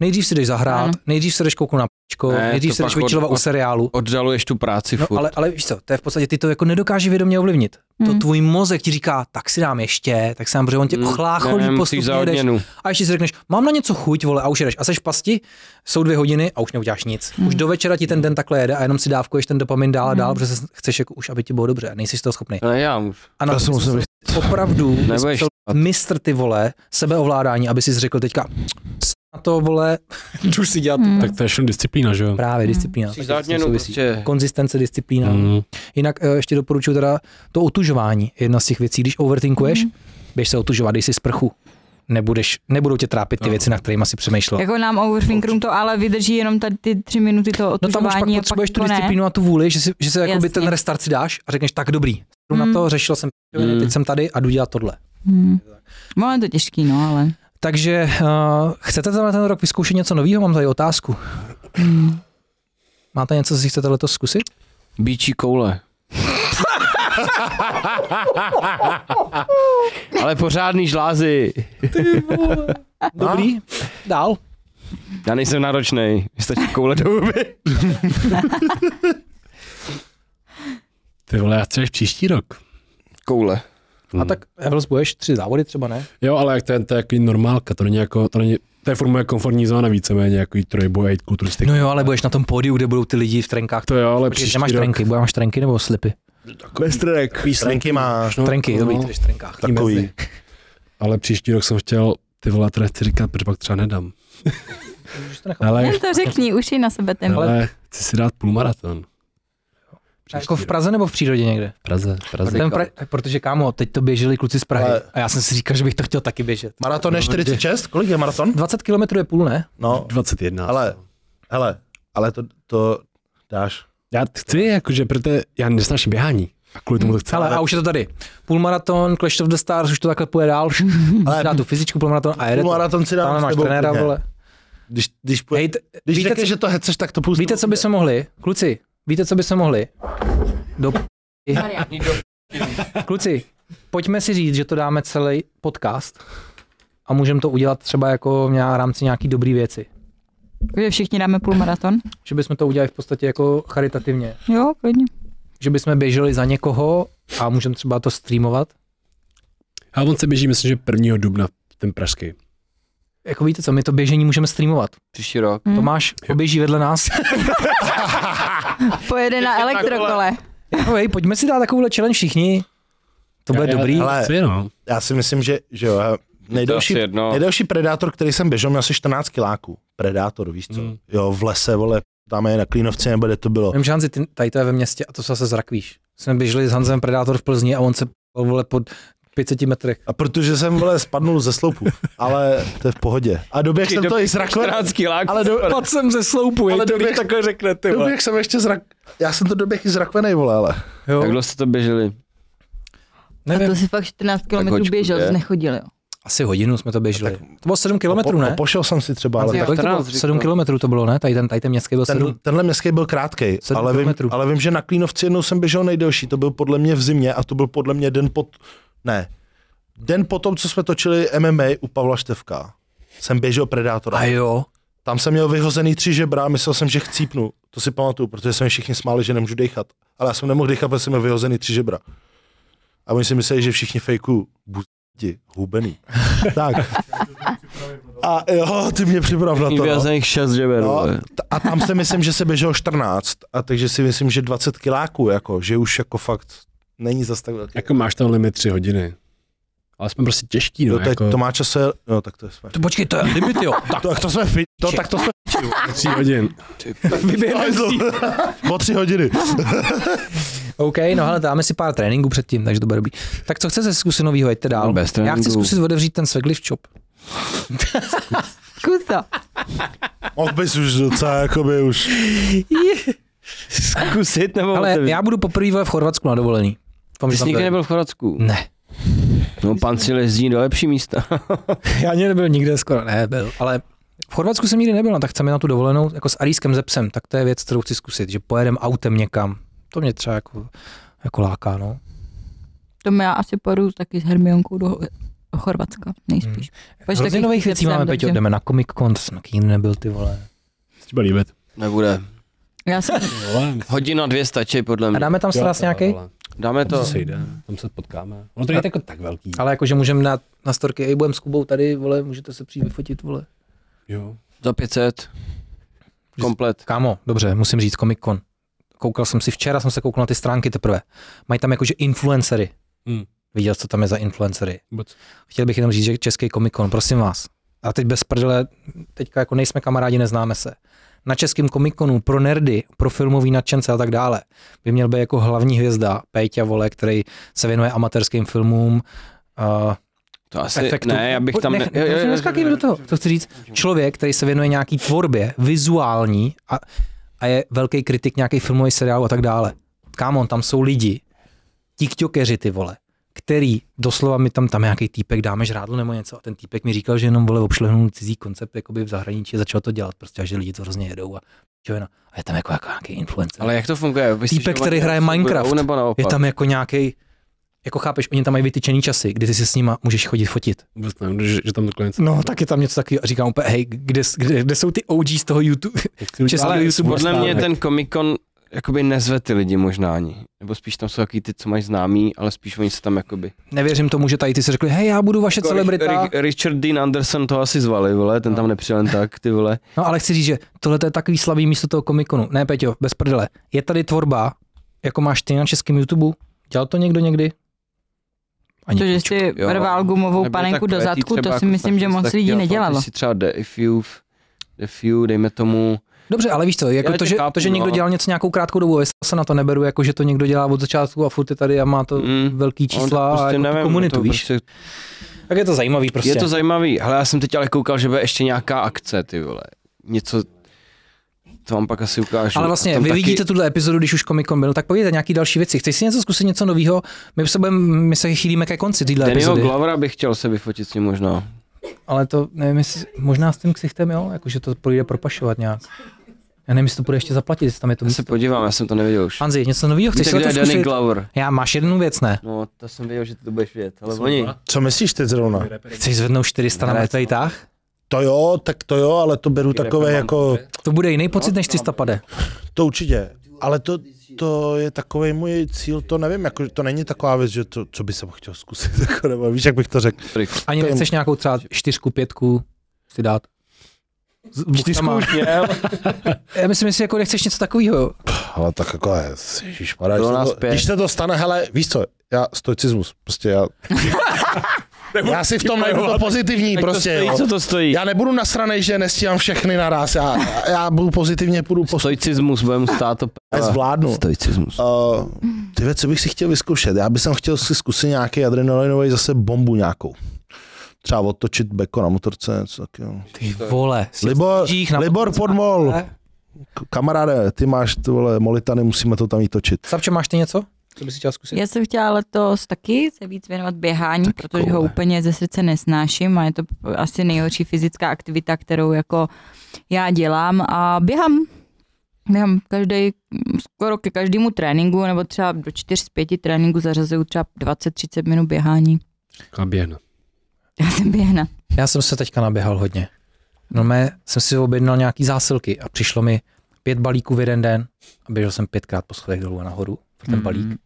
Speaker 3: Nejdřív si jdeš zahrát,
Speaker 4: Ano.
Speaker 3: nejdřív se jdeš kouknout na pičko,
Speaker 6: Ne,
Speaker 3: nejdřív
Speaker 6: to
Speaker 3: se jdeš
Speaker 6: pak od-
Speaker 3: vyčilovat u
Speaker 6: od-
Speaker 3: seriálu.
Speaker 6: Oddaluješ tu práci
Speaker 3: No,
Speaker 6: furt.
Speaker 3: ale, ale víš co, to je v podstatě, ty to jako nedokáže vědomě ovlivnit. Mm. To
Speaker 4: Mm.
Speaker 3: tvůj mozek ti říká, tak si dám ještě, tak si dám, protože on tě
Speaker 6: Mhm. Mm,
Speaker 3: ochlácholí
Speaker 6: nevím, jsi za
Speaker 3: postupně, jdeš
Speaker 6: odměnu.
Speaker 3: a ještě si řekneš, mám na něco chuť, vole, a už jedeš. A seš v pasti, jsou dvě hodiny a už neuděláš nic. Hmm. Už do večera ti ten den takhle jede a jenom si dávkuješ ten dopamin dál a dál, protože se chceš jako už, aby ti bylo dobře. a Nejsi z toho schopný.
Speaker 6: Ne, No, já už.
Speaker 3: A na
Speaker 2: Já
Speaker 3: to
Speaker 2: se musím
Speaker 3: jsem
Speaker 2: vych-
Speaker 3: opravdu
Speaker 6: Nebudeš
Speaker 3: byl
Speaker 6: špat.
Speaker 3: mistr ty vole, sebeovládání, aby si řekl teďka, "S na to vole, jdu si dělat.
Speaker 4: Mm.
Speaker 3: Hmm.
Speaker 1: Tak to je všechno disciplína, že jo?
Speaker 3: Právě disciplína.
Speaker 6: Jsi
Speaker 3: taky
Speaker 6: za
Speaker 3: s tím
Speaker 6: odměnu
Speaker 3: souvisí.
Speaker 6: prostě.
Speaker 3: Konzistence, disciplína.
Speaker 1: Mm.
Speaker 3: Jinak eh, ještě doporučuji teda to otužování, je jedna z těch věcí. Když overthinkuješ,
Speaker 4: Mhm.
Speaker 3: mm. běž se otužovat, dej si sprchu. Nebudeš, nebudou tě trápit ty věci, na kterými si přemýšlel.
Speaker 4: Jako nám overthinkerům to ale vydrží jenom tady ty tři minuty toho
Speaker 3: No tam už pak
Speaker 4: otužování
Speaker 3: potřebuješ tu
Speaker 4: to ne.
Speaker 3: disciplínu a tu vůli, že si, že si jakoby ten
Speaker 4: Jasně.
Speaker 3: restart si dáš a řekneš, tak dobrý, jdu na
Speaker 4: Mm.
Speaker 3: to, řešil jsem mm.
Speaker 6: Mm.
Speaker 3: teď jsem tady a jdu dělat tohle.
Speaker 4: Hmm. No, je to těžký, no, ale...
Speaker 3: Takže uh, chcete tenhle ten rok vyzkoušet něco nového? Mám tady otázku. Máte něco, co si chcete letos zkusit?
Speaker 6: Bíčí koule. ale pořádný žlázy.
Speaker 3: Dobrý, dál.
Speaker 6: Já nejsem náročnej, Mně stačí koule do huby.
Speaker 1: Ty vole, já chci až příští rok.
Speaker 6: Koule.
Speaker 1: Mhm.
Speaker 3: A tak Evels budeš tři závody třeba, ne?
Speaker 1: Jo, ale jak to je, to je jako normálka, to není jako, to není, to je furt moje komfortní zóna víceméně, jako i trojboj, ejtku, trusty.
Speaker 3: No jo, ale budeš na tom pódiu, kde budou ty lidi v trenkách.
Speaker 1: To jo, ale
Speaker 3: Počkej,
Speaker 1: příští
Speaker 3: nemáš
Speaker 1: rok.
Speaker 3: trenky, budeš máš trenky nebo slipy?
Speaker 1: Bez trenek.
Speaker 2: Tréninky má
Speaker 1: No,
Speaker 3: trenky,
Speaker 1: no,
Speaker 3: dobrý, ty jdeš v trenkách.
Speaker 2: takový.
Speaker 1: Ale příští rok jsem chtěl ty vole, teda chci říkat, protože pak třeba nedám.
Speaker 3: Můžeš to nechat.
Speaker 1: Ale,
Speaker 4: Jen to řekni, už i na sebe ten
Speaker 1: ale chci si dát půlmaraton.
Speaker 3: A Jako v
Speaker 1: rok.
Speaker 3: Praze nebo v přírodě někde?
Speaker 1: Praze, Praze.
Speaker 3: Ten pra- protože kámo, teď to běželi kluci z Prahy
Speaker 2: Ale-
Speaker 3: a já jsem si říkal, že bych to chtěl taky běžet.
Speaker 2: Maraton je 46? Kolik je maraton?
Speaker 3: 20 km je půl, ne?
Speaker 2: No,
Speaker 1: 21.
Speaker 2: ale, hele, ale to, to dáš.
Speaker 1: Já chci, jakože, protože já nesnáším běhání. A kvůli tomu to chci.
Speaker 3: Hele, a už je to tady. Půlmaraton, Clash of the Stars, už to takhle půjde dál. Ale dá tu fyzičku půlmaraton a jede to.
Speaker 2: Maraton si dám
Speaker 3: Tam
Speaker 2: s
Speaker 3: máš
Speaker 2: tebou
Speaker 3: trenéra,
Speaker 2: klidně.
Speaker 3: vole.
Speaker 2: Když, když, půj-
Speaker 3: Hej, t-
Speaker 2: když
Speaker 3: víte,
Speaker 2: řekneš,
Speaker 3: co,
Speaker 2: že to heceš, tak to půjdu.
Speaker 3: víte, co by se mohli? Kluci, víte, co by se mohli? Do... p- Kluci, pojďme si říct, že to dáme celý podcast a můžeme to udělat třeba jako v nějak- rámci nějaký dobrý věci.
Speaker 4: Kde všichni dáme půl maraton?
Speaker 3: Že bychom to udělali v podstatě jako charitativně.
Speaker 4: Jo, klidně.
Speaker 3: Že bychom běželi za někoho a můžeme třeba to streamovat.
Speaker 1: A on se běží, myslím, že 1. dubna ten pražský.
Speaker 3: Jako víte co, my to běžení můžeme streamovat.
Speaker 6: Příští rok.
Speaker 4: Hmm.
Speaker 3: Tomáš poběží vedle nás.
Speaker 4: Pojede na elektrokole.
Speaker 3: No, hej, pojďme si dát takovouhle challenge všichni. To bude
Speaker 1: Já- já-
Speaker 3: dobrý.
Speaker 2: Ale-
Speaker 1: Chci, no.
Speaker 2: Já si myslím, že, že jo, já- nejdelší,
Speaker 6: asi jedno.
Speaker 2: nejdelší predátor, který jsem běžel, měl asi 14 kiláků. Predátor, víš co?
Speaker 3: Hmm.
Speaker 1: Mm.
Speaker 2: Jo, v lese, vole, tam je na Klínovci, nebo kde to bylo.
Speaker 3: Vím, že Hanzi, ty, tady to je ve městě a to se zase zrakvíš. Jsme běželi s Hanzem Predátor v Plzni a on se p***al, vole pod 500 metrech.
Speaker 2: A protože jsem, vole, spadnul ze sloupu, ale to je v pohodě. A doběh jsem to i z rakve,
Speaker 6: 14 kilák.
Speaker 2: ale do,
Speaker 3: Pad jsem ze sloupu,
Speaker 2: Ale
Speaker 3: ale to
Speaker 2: dobrý-
Speaker 3: když takhle řekne, ty vole.
Speaker 2: doběh jsem ještě z rak... Já jsem to doběh i z rakvenej, vole, ale.
Speaker 3: Jo,
Speaker 6: Jak dlouho jste to běželi?
Speaker 4: A to
Speaker 3: nevím,
Speaker 4: si fakt 14 km
Speaker 6: hoďku,
Speaker 4: běžel,
Speaker 6: že?
Speaker 4: to nechodil, jo.
Speaker 3: asi hodinu jsme to běželi. To bylo 7 kilometrů,
Speaker 2: Po-
Speaker 3: ne?
Speaker 2: Pošel jsem si třeba, ale
Speaker 3: Hanzi,
Speaker 2: tak,
Speaker 3: kolik to bylo?
Speaker 6: 14 říkal.
Speaker 3: 7 kilometrů to bylo, ne? Tady ten, tady ten městský byl 7.
Speaker 2: ten, tenhle městský byl krátkej,
Speaker 3: Sedm
Speaker 2: ale vím,
Speaker 3: kilometrů.
Speaker 2: ale vím, že na Klínovci jednou jsem běžel nejdelší, to byl podle mě v zimě a to byl podle mě den pot... Ne, den potom, co jsme točili MMA u Pavla Števka, jsem běžel Predátora.
Speaker 3: A jo,
Speaker 2: Tam jsem měl vyhozený tři žebra, myslel jsem, že chcípnu. To si pamatuju, protože jsem všichni smáli, že nemůžu dechat. Ale já jsem nemohl dechat, protože jsem měl vyhozený tři žebra. A oni si mysleli, že všichni fejku buzdi, hubený. tak. A jo, ty mě připrav na to. No.
Speaker 6: Vyjazených šest žeber,
Speaker 2: No,
Speaker 6: vole.
Speaker 2: t- a tam si myslím, že se běželo 14, a takže si myslím, že 20 kiláků, jako, že už jako fakt není zas tak velký.
Speaker 1: Jako máš ten limit tři hodiny. Ale jsme prostě těžký, no,
Speaker 2: to,
Speaker 1: jako
Speaker 2: jako... to má čase, no tak to jsme.
Speaker 3: To počkej, to je limit, jo. Tak
Speaker 2: To, tak to jsme fit, to, tak to jsme
Speaker 1: tři hodin.
Speaker 2: vyběhneme o tři hodiny.
Speaker 3: OK, no ale dáme si pár tréninků předtím, takže to bude dobrý. Tak co chcete zkusit novýho, jeďte dál.
Speaker 6: No, bez
Speaker 3: Já chci
Speaker 6: tréninků.
Speaker 3: zkusit otevřít ten Svegliv shop.
Speaker 4: Zkus to.
Speaker 2: Mohl bys už docela, jakoby už.
Speaker 6: Zkusit nebo
Speaker 3: Ale
Speaker 6: otevřít?
Speaker 3: já budu poprvé vole, v Chorvatsku na dovolení. Doufám,
Speaker 6: No, Ty
Speaker 3: že
Speaker 6: jsi
Speaker 3: tam
Speaker 6: nikdy
Speaker 3: to je.
Speaker 6: nebyl v Chorvatsku.
Speaker 3: Ne,
Speaker 6: No, pan si lezdí do lepší místa.
Speaker 3: já ani nebyl nikde skoro, ne, byl. Ale v Chorvatsku jsem nikdy nebyl, no, tak chceme na tu dovolenou jako s Arískem ze psem, tak to je věc, kterou chci zkusit, že pojedem autem někam. To mě třeba jako, jako láká, no.
Speaker 4: To já asi pojedu taky s Hermionkou do do Chorvatska, nejspíš. Pojď
Speaker 3: Hmm. Hrozně
Speaker 4: taky
Speaker 3: nových věcí
Speaker 4: věcem,
Speaker 3: máme,
Speaker 4: dobře.
Speaker 3: Peťo, jdeme na Comic Con, to jsem taky nikdy nebyl, ty vole.
Speaker 1: Třeba líbit.
Speaker 6: Nebude.
Speaker 4: Já jsem,
Speaker 1: Vole,
Speaker 6: Hodina dvě stačí, podle
Speaker 3: A
Speaker 6: mě.
Speaker 3: dáme tam stras vlastně nějaký?
Speaker 1: vole,
Speaker 6: Dáme
Speaker 1: To
Speaker 6: to.
Speaker 1: se jde, tam se potkáme. Ono to není jako tak velký.
Speaker 3: Ale jakože můžeme dát na storky, ej, budem s Kubou tady, vole, můžete se přijít vyfotit, vole.
Speaker 1: Jo.
Speaker 6: Za 500. Komplet.
Speaker 3: Kámo, dobře, musím říct Comic Con. Koukal jsem si včera, jsem se koukal na ty stránky teprve. Mají tam jakože influencery.
Speaker 1: Hmm.
Speaker 3: Viděl, co tam je za influencery.
Speaker 1: Vůbec.
Speaker 3: Chtěl bych jenom říct, že český Comic Con, prosím vás. A teď bez prdele, teďka jako nejsme kamarádi, neznáme se. Na českém komikonu pro nerdy, pro filmový nadšence a tak dále by měl být jako hlavní hvězda Péťa Vole, který se věnuje amatérským filmům, uh,
Speaker 6: To asi,
Speaker 3: efektu.
Speaker 6: ne, já bych tam...
Speaker 3: Nech, ne, ne, neskakej mi do toho. To chci říct, člověk, který se věnuje nějaký tvorbě, vizuální a, a je velký kritik nějakých filmových seriálů a tak dále. Kámon, tam jsou lidi, tiktokeři ty vole, který doslova mi tam, tam nějaký týpek dáme žrádlo nebo něco a ten týpek mi říkal, že jenom vole obšlehnul cizí koncept jakoby v zahraničí a začal to dělat prostě a že lidi to hrozně jedou a čovina. A je tam jako, jako nějaký influencer.
Speaker 6: Ale jak to funguje? Vy jste
Speaker 3: Týpek,
Speaker 6: že
Speaker 3: který
Speaker 6: vlastně
Speaker 3: hraje
Speaker 6: budou,
Speaker 3: Minecraft.
Speaker 6: Nebo naopak?
Speaker 3: je tam jako nějaký jako chápeš, oni tam mají vytyčený časy, kdy ty si s nima můžeš chodit fotit.
Speaker 1: Vůbec nevím, že, že tam takhle něco.
Speaker 3: No, tak je tam něco takového. A Říkám úplně, hej, kde, kde, kde jsou ty OG z toho YouTube? Český
Speaker 1: Ale
Speaker 3: YouTube
Speaker 1: podle
Speaker 6: Podle mě
Speaker 1: stánek.
Speaker 6: ten Comic Con jakoby nezve ty lidi možná ani. Nebo spíš tam jsou taky ty, co mají známý, ale spíš oni se tam jakoby...
Speaker 3: Nevěřím tomu, že tady ty si řekli, hej, já budu vaše celebrita.
Speaker 6: Ri- Ri- Richard Dean Anderson to asi zvali, vole, ten
Speaker 4: No.
Speaker 6: tam nepřijel jen tak, ty vole.
Speaker 3: No, ale chci říct, že tohle je takový slabý místo toho komikonu. Ne, Peťo, bez prdele. Je tady tvorba, jako máš ty na českém YouTube? Dělal to někdo někdy? Ani
Speaker 4: to, že
Speaker 3: píču.
Speaker 4: si
Speaker 6: Jo.
Speaker 4: rval gumovou
Speaker 6: Nebo
Speaker 4: panenku
Speaker 6: takové
Speaker 4: do
Speaker 6: ty
Speaker 4: zadku,
Speaker 6: třeba
Speaker 4: to si
Speaker 6: jako
Speaker 4: myslím, že
Speaker 6: taky
Speaker 4: moc
Speaker 6: tak
Speaker 4: lidí
Speaker 6: dělal,
Speaker 4: nedělalo.
Speaker 6: pamatuju si třeba The Few, The Few, dejme tomu,
Speaker 3: Dobře, ale víš co, jako
Speaker 6: Já
Speaker 3: to,
Speaker 6: tě
Speaker 3: že,
Speaker 6: chápu,
Speaker 3: to, že někdo
Speaker 6: no.
Speaker 3: dělal něco nějakou krátkou dobu, já se na to neberu, jako že to někdo dělá od začátku a furt je tady a má to
Speaker 6: Mm.
Speaker 3: velký
Speaker 6: On
Speaker 3: čísla a jako tu
Speaker 6: nevím,
Speaker 3: komunitu,
Speaker 6: to
Speaker 3: víš?
Speaker 6: Prostě,
Speaker 3: Tak je to zajímavý prostě.
Speaker 6: Je to zajímavý, ale já jsem teď ale koukal, že bude ještě nějaká akce, ty vole. Něco, to vám pak asi ukážu.
Speaker 3: Ale
Speaker 6: A
Speaker 3: vlastně,
Speaker 6: tam
Speaker 3: vy
Speaker 6: taky-
Speaker 3: vidíte tuhle epizodu, když už Comic Con byl, tak povídejte nějaký další věci. Chceš si něco zkusit, něco nového? My se, budem, my se chýlíme ke konci téhle
Speaker 6: Dannyho
Speaker 3: epizody.
Speaker 6: Glovera bych chtěl se vyfotit s ním možná.
Speaker 3: ale to nevím, jestli, možná s tím ksichtem, jo, jakože to projde propašovat nějak. Já nevím, jestli to bude ještě zaplatit, jestli tam je to
Speaker 6: Já se
Speaker 3: místo.
Speaker 6: podívám, já jsem to neviděl už.
Speaker 3: Hanzi, něco nového chceš
Speaker 6: Víte,
Speaker 3: si
Speaker 6: kde
Speaker 3: to
Speaker 6: je Danny
Speaker 3: zkusit?
Speaker 6: Glover?
Speaker 3: Já máš jednu věc, ne?
Speaker 6: No, to jsem věděl, že ty to budeš vědět, ale oni.
Speaker 2: Co myslíš teď zrovna?
Speaker 3: Chceš zvednout 400 na
Speaker 6: Ne,
Speaker 3: mrtvej tah?
Speaker 2: To jo, tak to jo, ale to beru takové jako,
Speaker 3: To bude jiný pocit,
Speaker 2: no.
Speaker 3: než 300 pade.
Speaker 2: to určitě. Ale to, to je takový můj cíl, to nevím, jako, to není taková věc, že to, co by jsem chtěl zkusit, jako, nebo víš, jak bych to řekl.
Speaker 3: Ani
Speaker 2: To je-
Speaker 3: nechceš nějakou třeba čtyřku, pětku si dát. S čtyřku už Já myslím, jestli jako nechceš něco takového.
Speaker 2: Ale tak jako, ježišmarja,
Speaker 6: Bylo
Speaker 2: když
Speaker 6: nás
Speaker 2: se to-
Speaker 6: pět.
Speaker 2: když se to stane, hele, víš co, já stoicismus, prostě já, já si v tom najdu to pozitivní, prostě,
Speaker 6: to
Speaker 2: jo.
Speaker 6: stojí, co to stojí?
Speaker 2: Já nebudu nasranej, že nestíhám všechny naraz, já, já budu pozitivně, půjdu po
Speaker 6: Stoicismus, budeme stát to p...
Speaker 2: Já zvládnu.
Speaker 6: Stoicismus.
Speaker 2: Uh, ty věci bych si chtěl vyzkoušet. Já bych chtěl si zkusit nějaký adrenalinový zase bombu nějakou. Třeba otočit beko na motorce, něco takového.
Speaker 3: Ty vole.
Speaker 2: Libor,
Speaker 3: Žích na-
Speaker 2: Libor Podmol, k- kamaráde, ty máš ty vole molitany, musíme to tam jít točit.
Speaker 3: Savče, máš ty něco? Co bys chtěl zkusit?
Speaker 4: Já jsem chtěla letos taky se víc věnovat běhání,
Speaker 6: Taky
Speaker 4: protože ho
Speaker 6: koule.
Speaker 4: úplně ze srdce nesnáším a je to asi nejhorší fyzická aktivita, kterou jako já dělám a běhám. Běhám každý, skoro ke každému tréninku, nebo třeba do čtyř z pěti tréninků zařazuju třeba 20-30 minut běhání.
Speaker 1: Kaběn.
Speaker 4: Já jsem běhna.
Speaker 3: Já jsem se teďka naběhal hodně. No mé, jsem si objednal nějaký zásilky a přišlo mi pět balíků v jeden den a běžel jsem pětkrát po schodech dolů a nahoru pro ten balík.
Speaker 4: Mhm.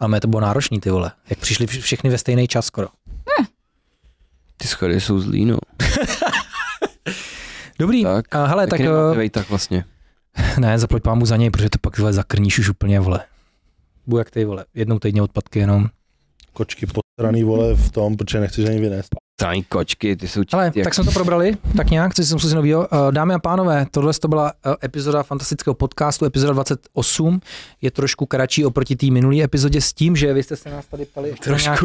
Speaker 3: Ale mé to bylo náročný, ty vole. Jak přišli vš- všechny ve stejný čas skoro.
Speaker 6: Ty schody jsou zlý, no.
Speaker 3: Dobrý, tak,
Speaker 6: Tak,
Speaker 3: a hele, tak, eh,
Speaker 6: tak,
Speaker 3: tak
Speaker 6: nemáte vejt, tak vlastně.
Speaker 3: ne, zaplať pámu za něj, protože to pak vole, zakrníš už úplně, vole. Buď jak ty, vole, jednou týdně odpadky jenom.
Speaker 2: Kočky postraný vole v tom, protože nechceš ani vynést.
Speaker 6: Tání kočky, ty jsou čistý.
Speaker 3: Ale
Speaker 6: jak-
Speaker 3: tak jsme to probrali, tak nějak, co jsem si novýho. Eh, Dámy a pánové, tohle to byla eh, epizoda fantastického podcastu, epizoda 28. Je trošku kratší oproti té minulé epizodě s tím, že vy jste se nás tady ptali. na Nějak,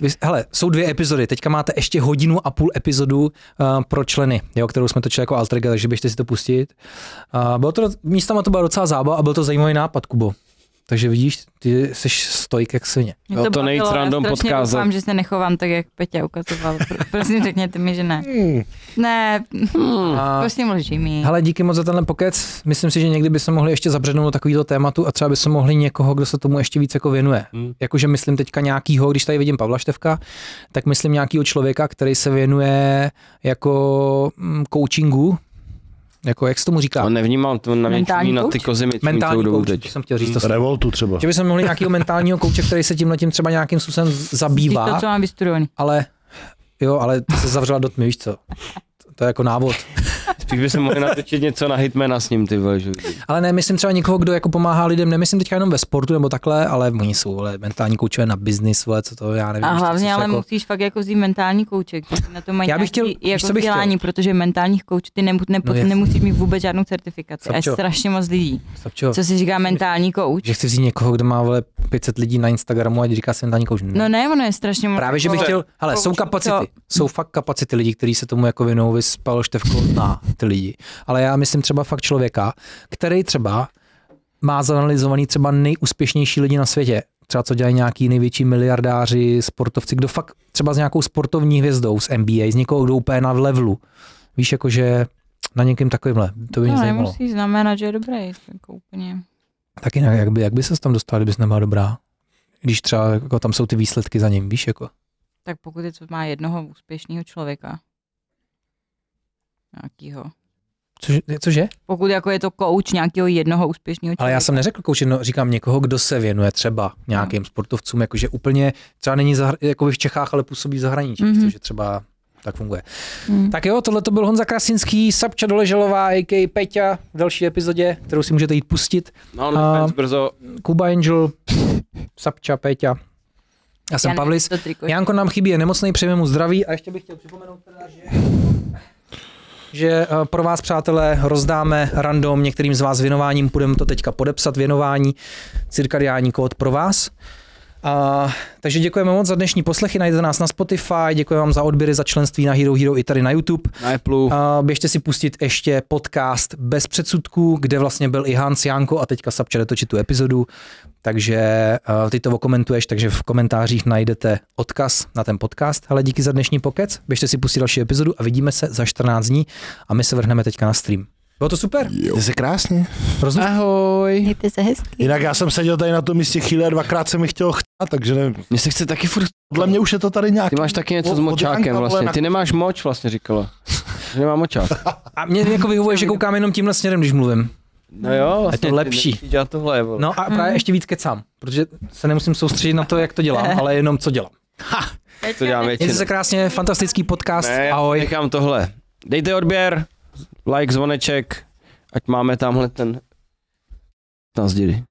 Speaker 3: vy, hele, jsou dvě epizody, teďka máte ještě hodinu a půl epizodu eh, pro členy, jo, kterou jsme točili jako alterga, takže běžte si to pustit. Uh, bylo to, místama to byla docela zábava a byl to zajímavý nápad, Kubo. Takže vidíš, ty jsi stojk jak svině.
Speaker 4: Mě
Speaker 6: Jo, to
Speaker 4: bavilo,
Speaker 6: nejc
Speaker 4: já
Speaker 6: random
Speaker 4: strašně
Speaker 6: podcast.
Speaker 4: Doufám, že se nechovám tak, jak Peťa ukazoval. Pr- Prosím, řekněte mi, že ne. Ne,
Speaker 3: A...
Speaker 4: prosím lží
Speaker 3: Hele, díky moc za tenhle pokec. Myslím si, že někdy bychom mohli ještě zabřednout do takového tématu a třeba bychom mohli někoho, kdo se tomu ještě víc jako věnuje. Hmm. Jakože myslím teďka nějakýho, když tady vidím Pavla Števka, tak myslím nějakého člověka, který se věnuje jako mm, coachingu, jako jak se tomu říká?
Speaker 6: On nevnímám, to na mě
Speaker 4: Mentální
Speaker 6: čumí na ty
Speaker 4: kouč?
Speaker 6: kozy, mi čumí celou
Speaker 3: Mentální
Speaker 6: dobu
Speaker 3: coach,
Speaker 6: teď.
Speaker 3: to jsem
Speaker 2: Mhm.
Speaker 3: chtěl říct. To jsem...
Speaker 2: Revoltu třeba.
Speaker 3: Že bychom mohli nějakého mentálního kouče, který se tímhle tím třeba nějakým způsobem z- zabývá.
Speaker 4: To, co mám vystudovaný.
Speaker 3: Ale jo, ale ty se zavřela do tmy, víš co? To- To je jako návod.
Speaker 6: Spíš by se mohli natočit něco na hitmana s ním, ty vole, že
Speaker 3: Ale ne, myslím třeba někoho, kdo jako pomáhá lidem, nemyslím teďka jenom ve sportu nebo takhle, ale oni jsou vole, mentální koučové na biznis, vole, co to, já nevím.
Speaker 4: A
Speaker 3: ještě, co
Speaker 4: hlavně
Speaker 3: se
Speaker 4: ale
Speaker 3: jako...
Speaker 4: musíš fakt jako vzít mentální kouček, že na to mají
Speaker 3: Já bych chtěl-
Speaker 4: nějaký
Speaker 3: víš,
Speaker 4: jako
Speaker 3: co bych chtěl?
Speaker 4: vzdělání, protože mentálních koučů ty nebu, nepo,
Speaker 3: No jasně.
Speaker 4: nemusíš mít vůbec žádnou certifikaci. A je
Speaker 3: Sapčo.
Speaker 4: strašně moc lidí.
Speaker 3: Sapčo,
Speaker 4: Co si říká mentální kouč?
Speaker 3: že chci vzít někoho, kdo má vole 500 lidí na Instagramu a říká se mentální kouč. Ne.
Speaker 4: No ne, ono je strašně moc.
Speaker 3: Právě, že bych
Speaker 4: jako-
Speaker 3: chtěl, ale
Speaker 4: koučů,
Speaker 3: jsou
Speaker 4: co-
Speaker 3: kapacity, jsou fakt kapacity lidí, kteří se tomu jako věnují, vy s Pavel Števkou zná ty lidi. Ale já myslím třeba fakt člověka, který třeba má zanalizovaný třeba nejúspěšnější lidi na světě. Třeba co dělají nějaký největší miliardáři, sportovci, kdo fakt třeba s nějakou sportovní hvězdou, s NBA, s někoho, kdo úplně na levelu. Víš, jakože na někým takovýmhle, to by mě
Speaker 4: No,
Speaker 3: zajímalo.
Speaker 4: nemusí znamenat, že je dobrý. Jako úplně.
Speaker 3: Tak jinak, jak by, jak by se tam dostal, kdybys nebyla dobrá? Když třeba jako, tam jsou ty výsledky za ním, víš, jako.
Speaker 4: Tak pokud je, co má jednoho úspěšného člověka. Nějakýho.
Speaker 3: Což, cože?
Speaker 4: Pokud jako je to kouč nějakého jednoho úspěšného člověka.
Speaker 3: Ale já jsem neřekl kouči, no, říkám někoho, kdo se věnuje třeba nějakým sportovcům, jakože úplně třeba není zahr- jakoby v Čechách, ale působí v zahraničí,
Speaker 4: Mhm.
Speaker 3: mm-hmm. což je třeba tak funguje.
Speaker 4: Mm.
Speaker 3: Tak jo, tohle to byl Honza Krasinský, Sapča Doleželová, a.k. Peťa v další epizodě, kterou si můžete jít pustit.
Speaker 6: No,
Speaker 3: A-
Speaker 6: no, brzo.
Speaker 3: Kuba Angel, Sapča, Peťa. Já jsem
Speaker 4: Já nevím,
Speaker 3: Pavlis.
Speaker 4: to triko.
Speaker 3: Janko nám chybí, je nemocný, přejeme mu zdraví a ještě bych chtěl připomenout teda, že že eh, pro vás, přátelé, rozdáme random některým z vás věnováním, budeme to teďka podepsat, věnování, cirkadiální kód pro vás. A, takže děkujeme moc za dnešní poslechy, najdete nás na Spotify, děkujeme vám za odběry, za členství na Hero Hero i tady na YouTube.
Speaker 6: Na Apple.
Speaker 3: A běžte si pustit ještě podcast Bez předsudků, kde vlastně byl i Hans Janko a teďka Sapča jde točit tu epizodu, takže eh, ty to okomentuješ, takže v komentářích najdete odkaz na ten podcast. Ale díky za dnešní pokec, běžte si pustit další epizodu a vidíme se za 14 dní a my se vrhneme teďka na stream. Bylo to super.
Speaker 2: Ty se krásně.
Speaker 3: Rozum...
Speaker 6: Ahoj.
Speaker 4: Mějte se hezky.
Speaker 2: Jinak já jsem seděl tady na tom místě chvíli a dvakrát se mi chtělo chtát, takže nevím.
Speaker 6: Mně se chce taky furt...
Speaker 2: Podle mě už je to tady nějak.
Speaker 6: Ty máš taky něco
Speaker 2: Od-
Speaker 6: s
Speaker 2: od
Speaker 6: močákem
Speaker 2: Janka, vole,
Speaker 6: vlastně.
Speaker 2: na-
Speaker 6: Ty nemáš moč vlastně říkala. Že nemá močák.
Speaker 3: A mě jako vyhovuje, že koukám jenom tímhle směrem, když mluvím.
Speaker 6: No jo, vlastně.
Speaker 3: to lepší.
Speaker 6: ty nemusíš Dělat tohle, vole.
Speaker 3: No a právě ještě víc kecám, protože se nemusím soustředit na to, jak to dělám, ale jenom co dělám.
Speaker 6: to dělám většinou.
Speaker 3: Mějte se krásně, fantastický podcast,
Speaker 6: Ne, já
Speaker 3: ahoj.
Speaker 6: Nechám tohle. Dejte odběr, like, zvoneček, ať máme tamhle ten... Nás díry.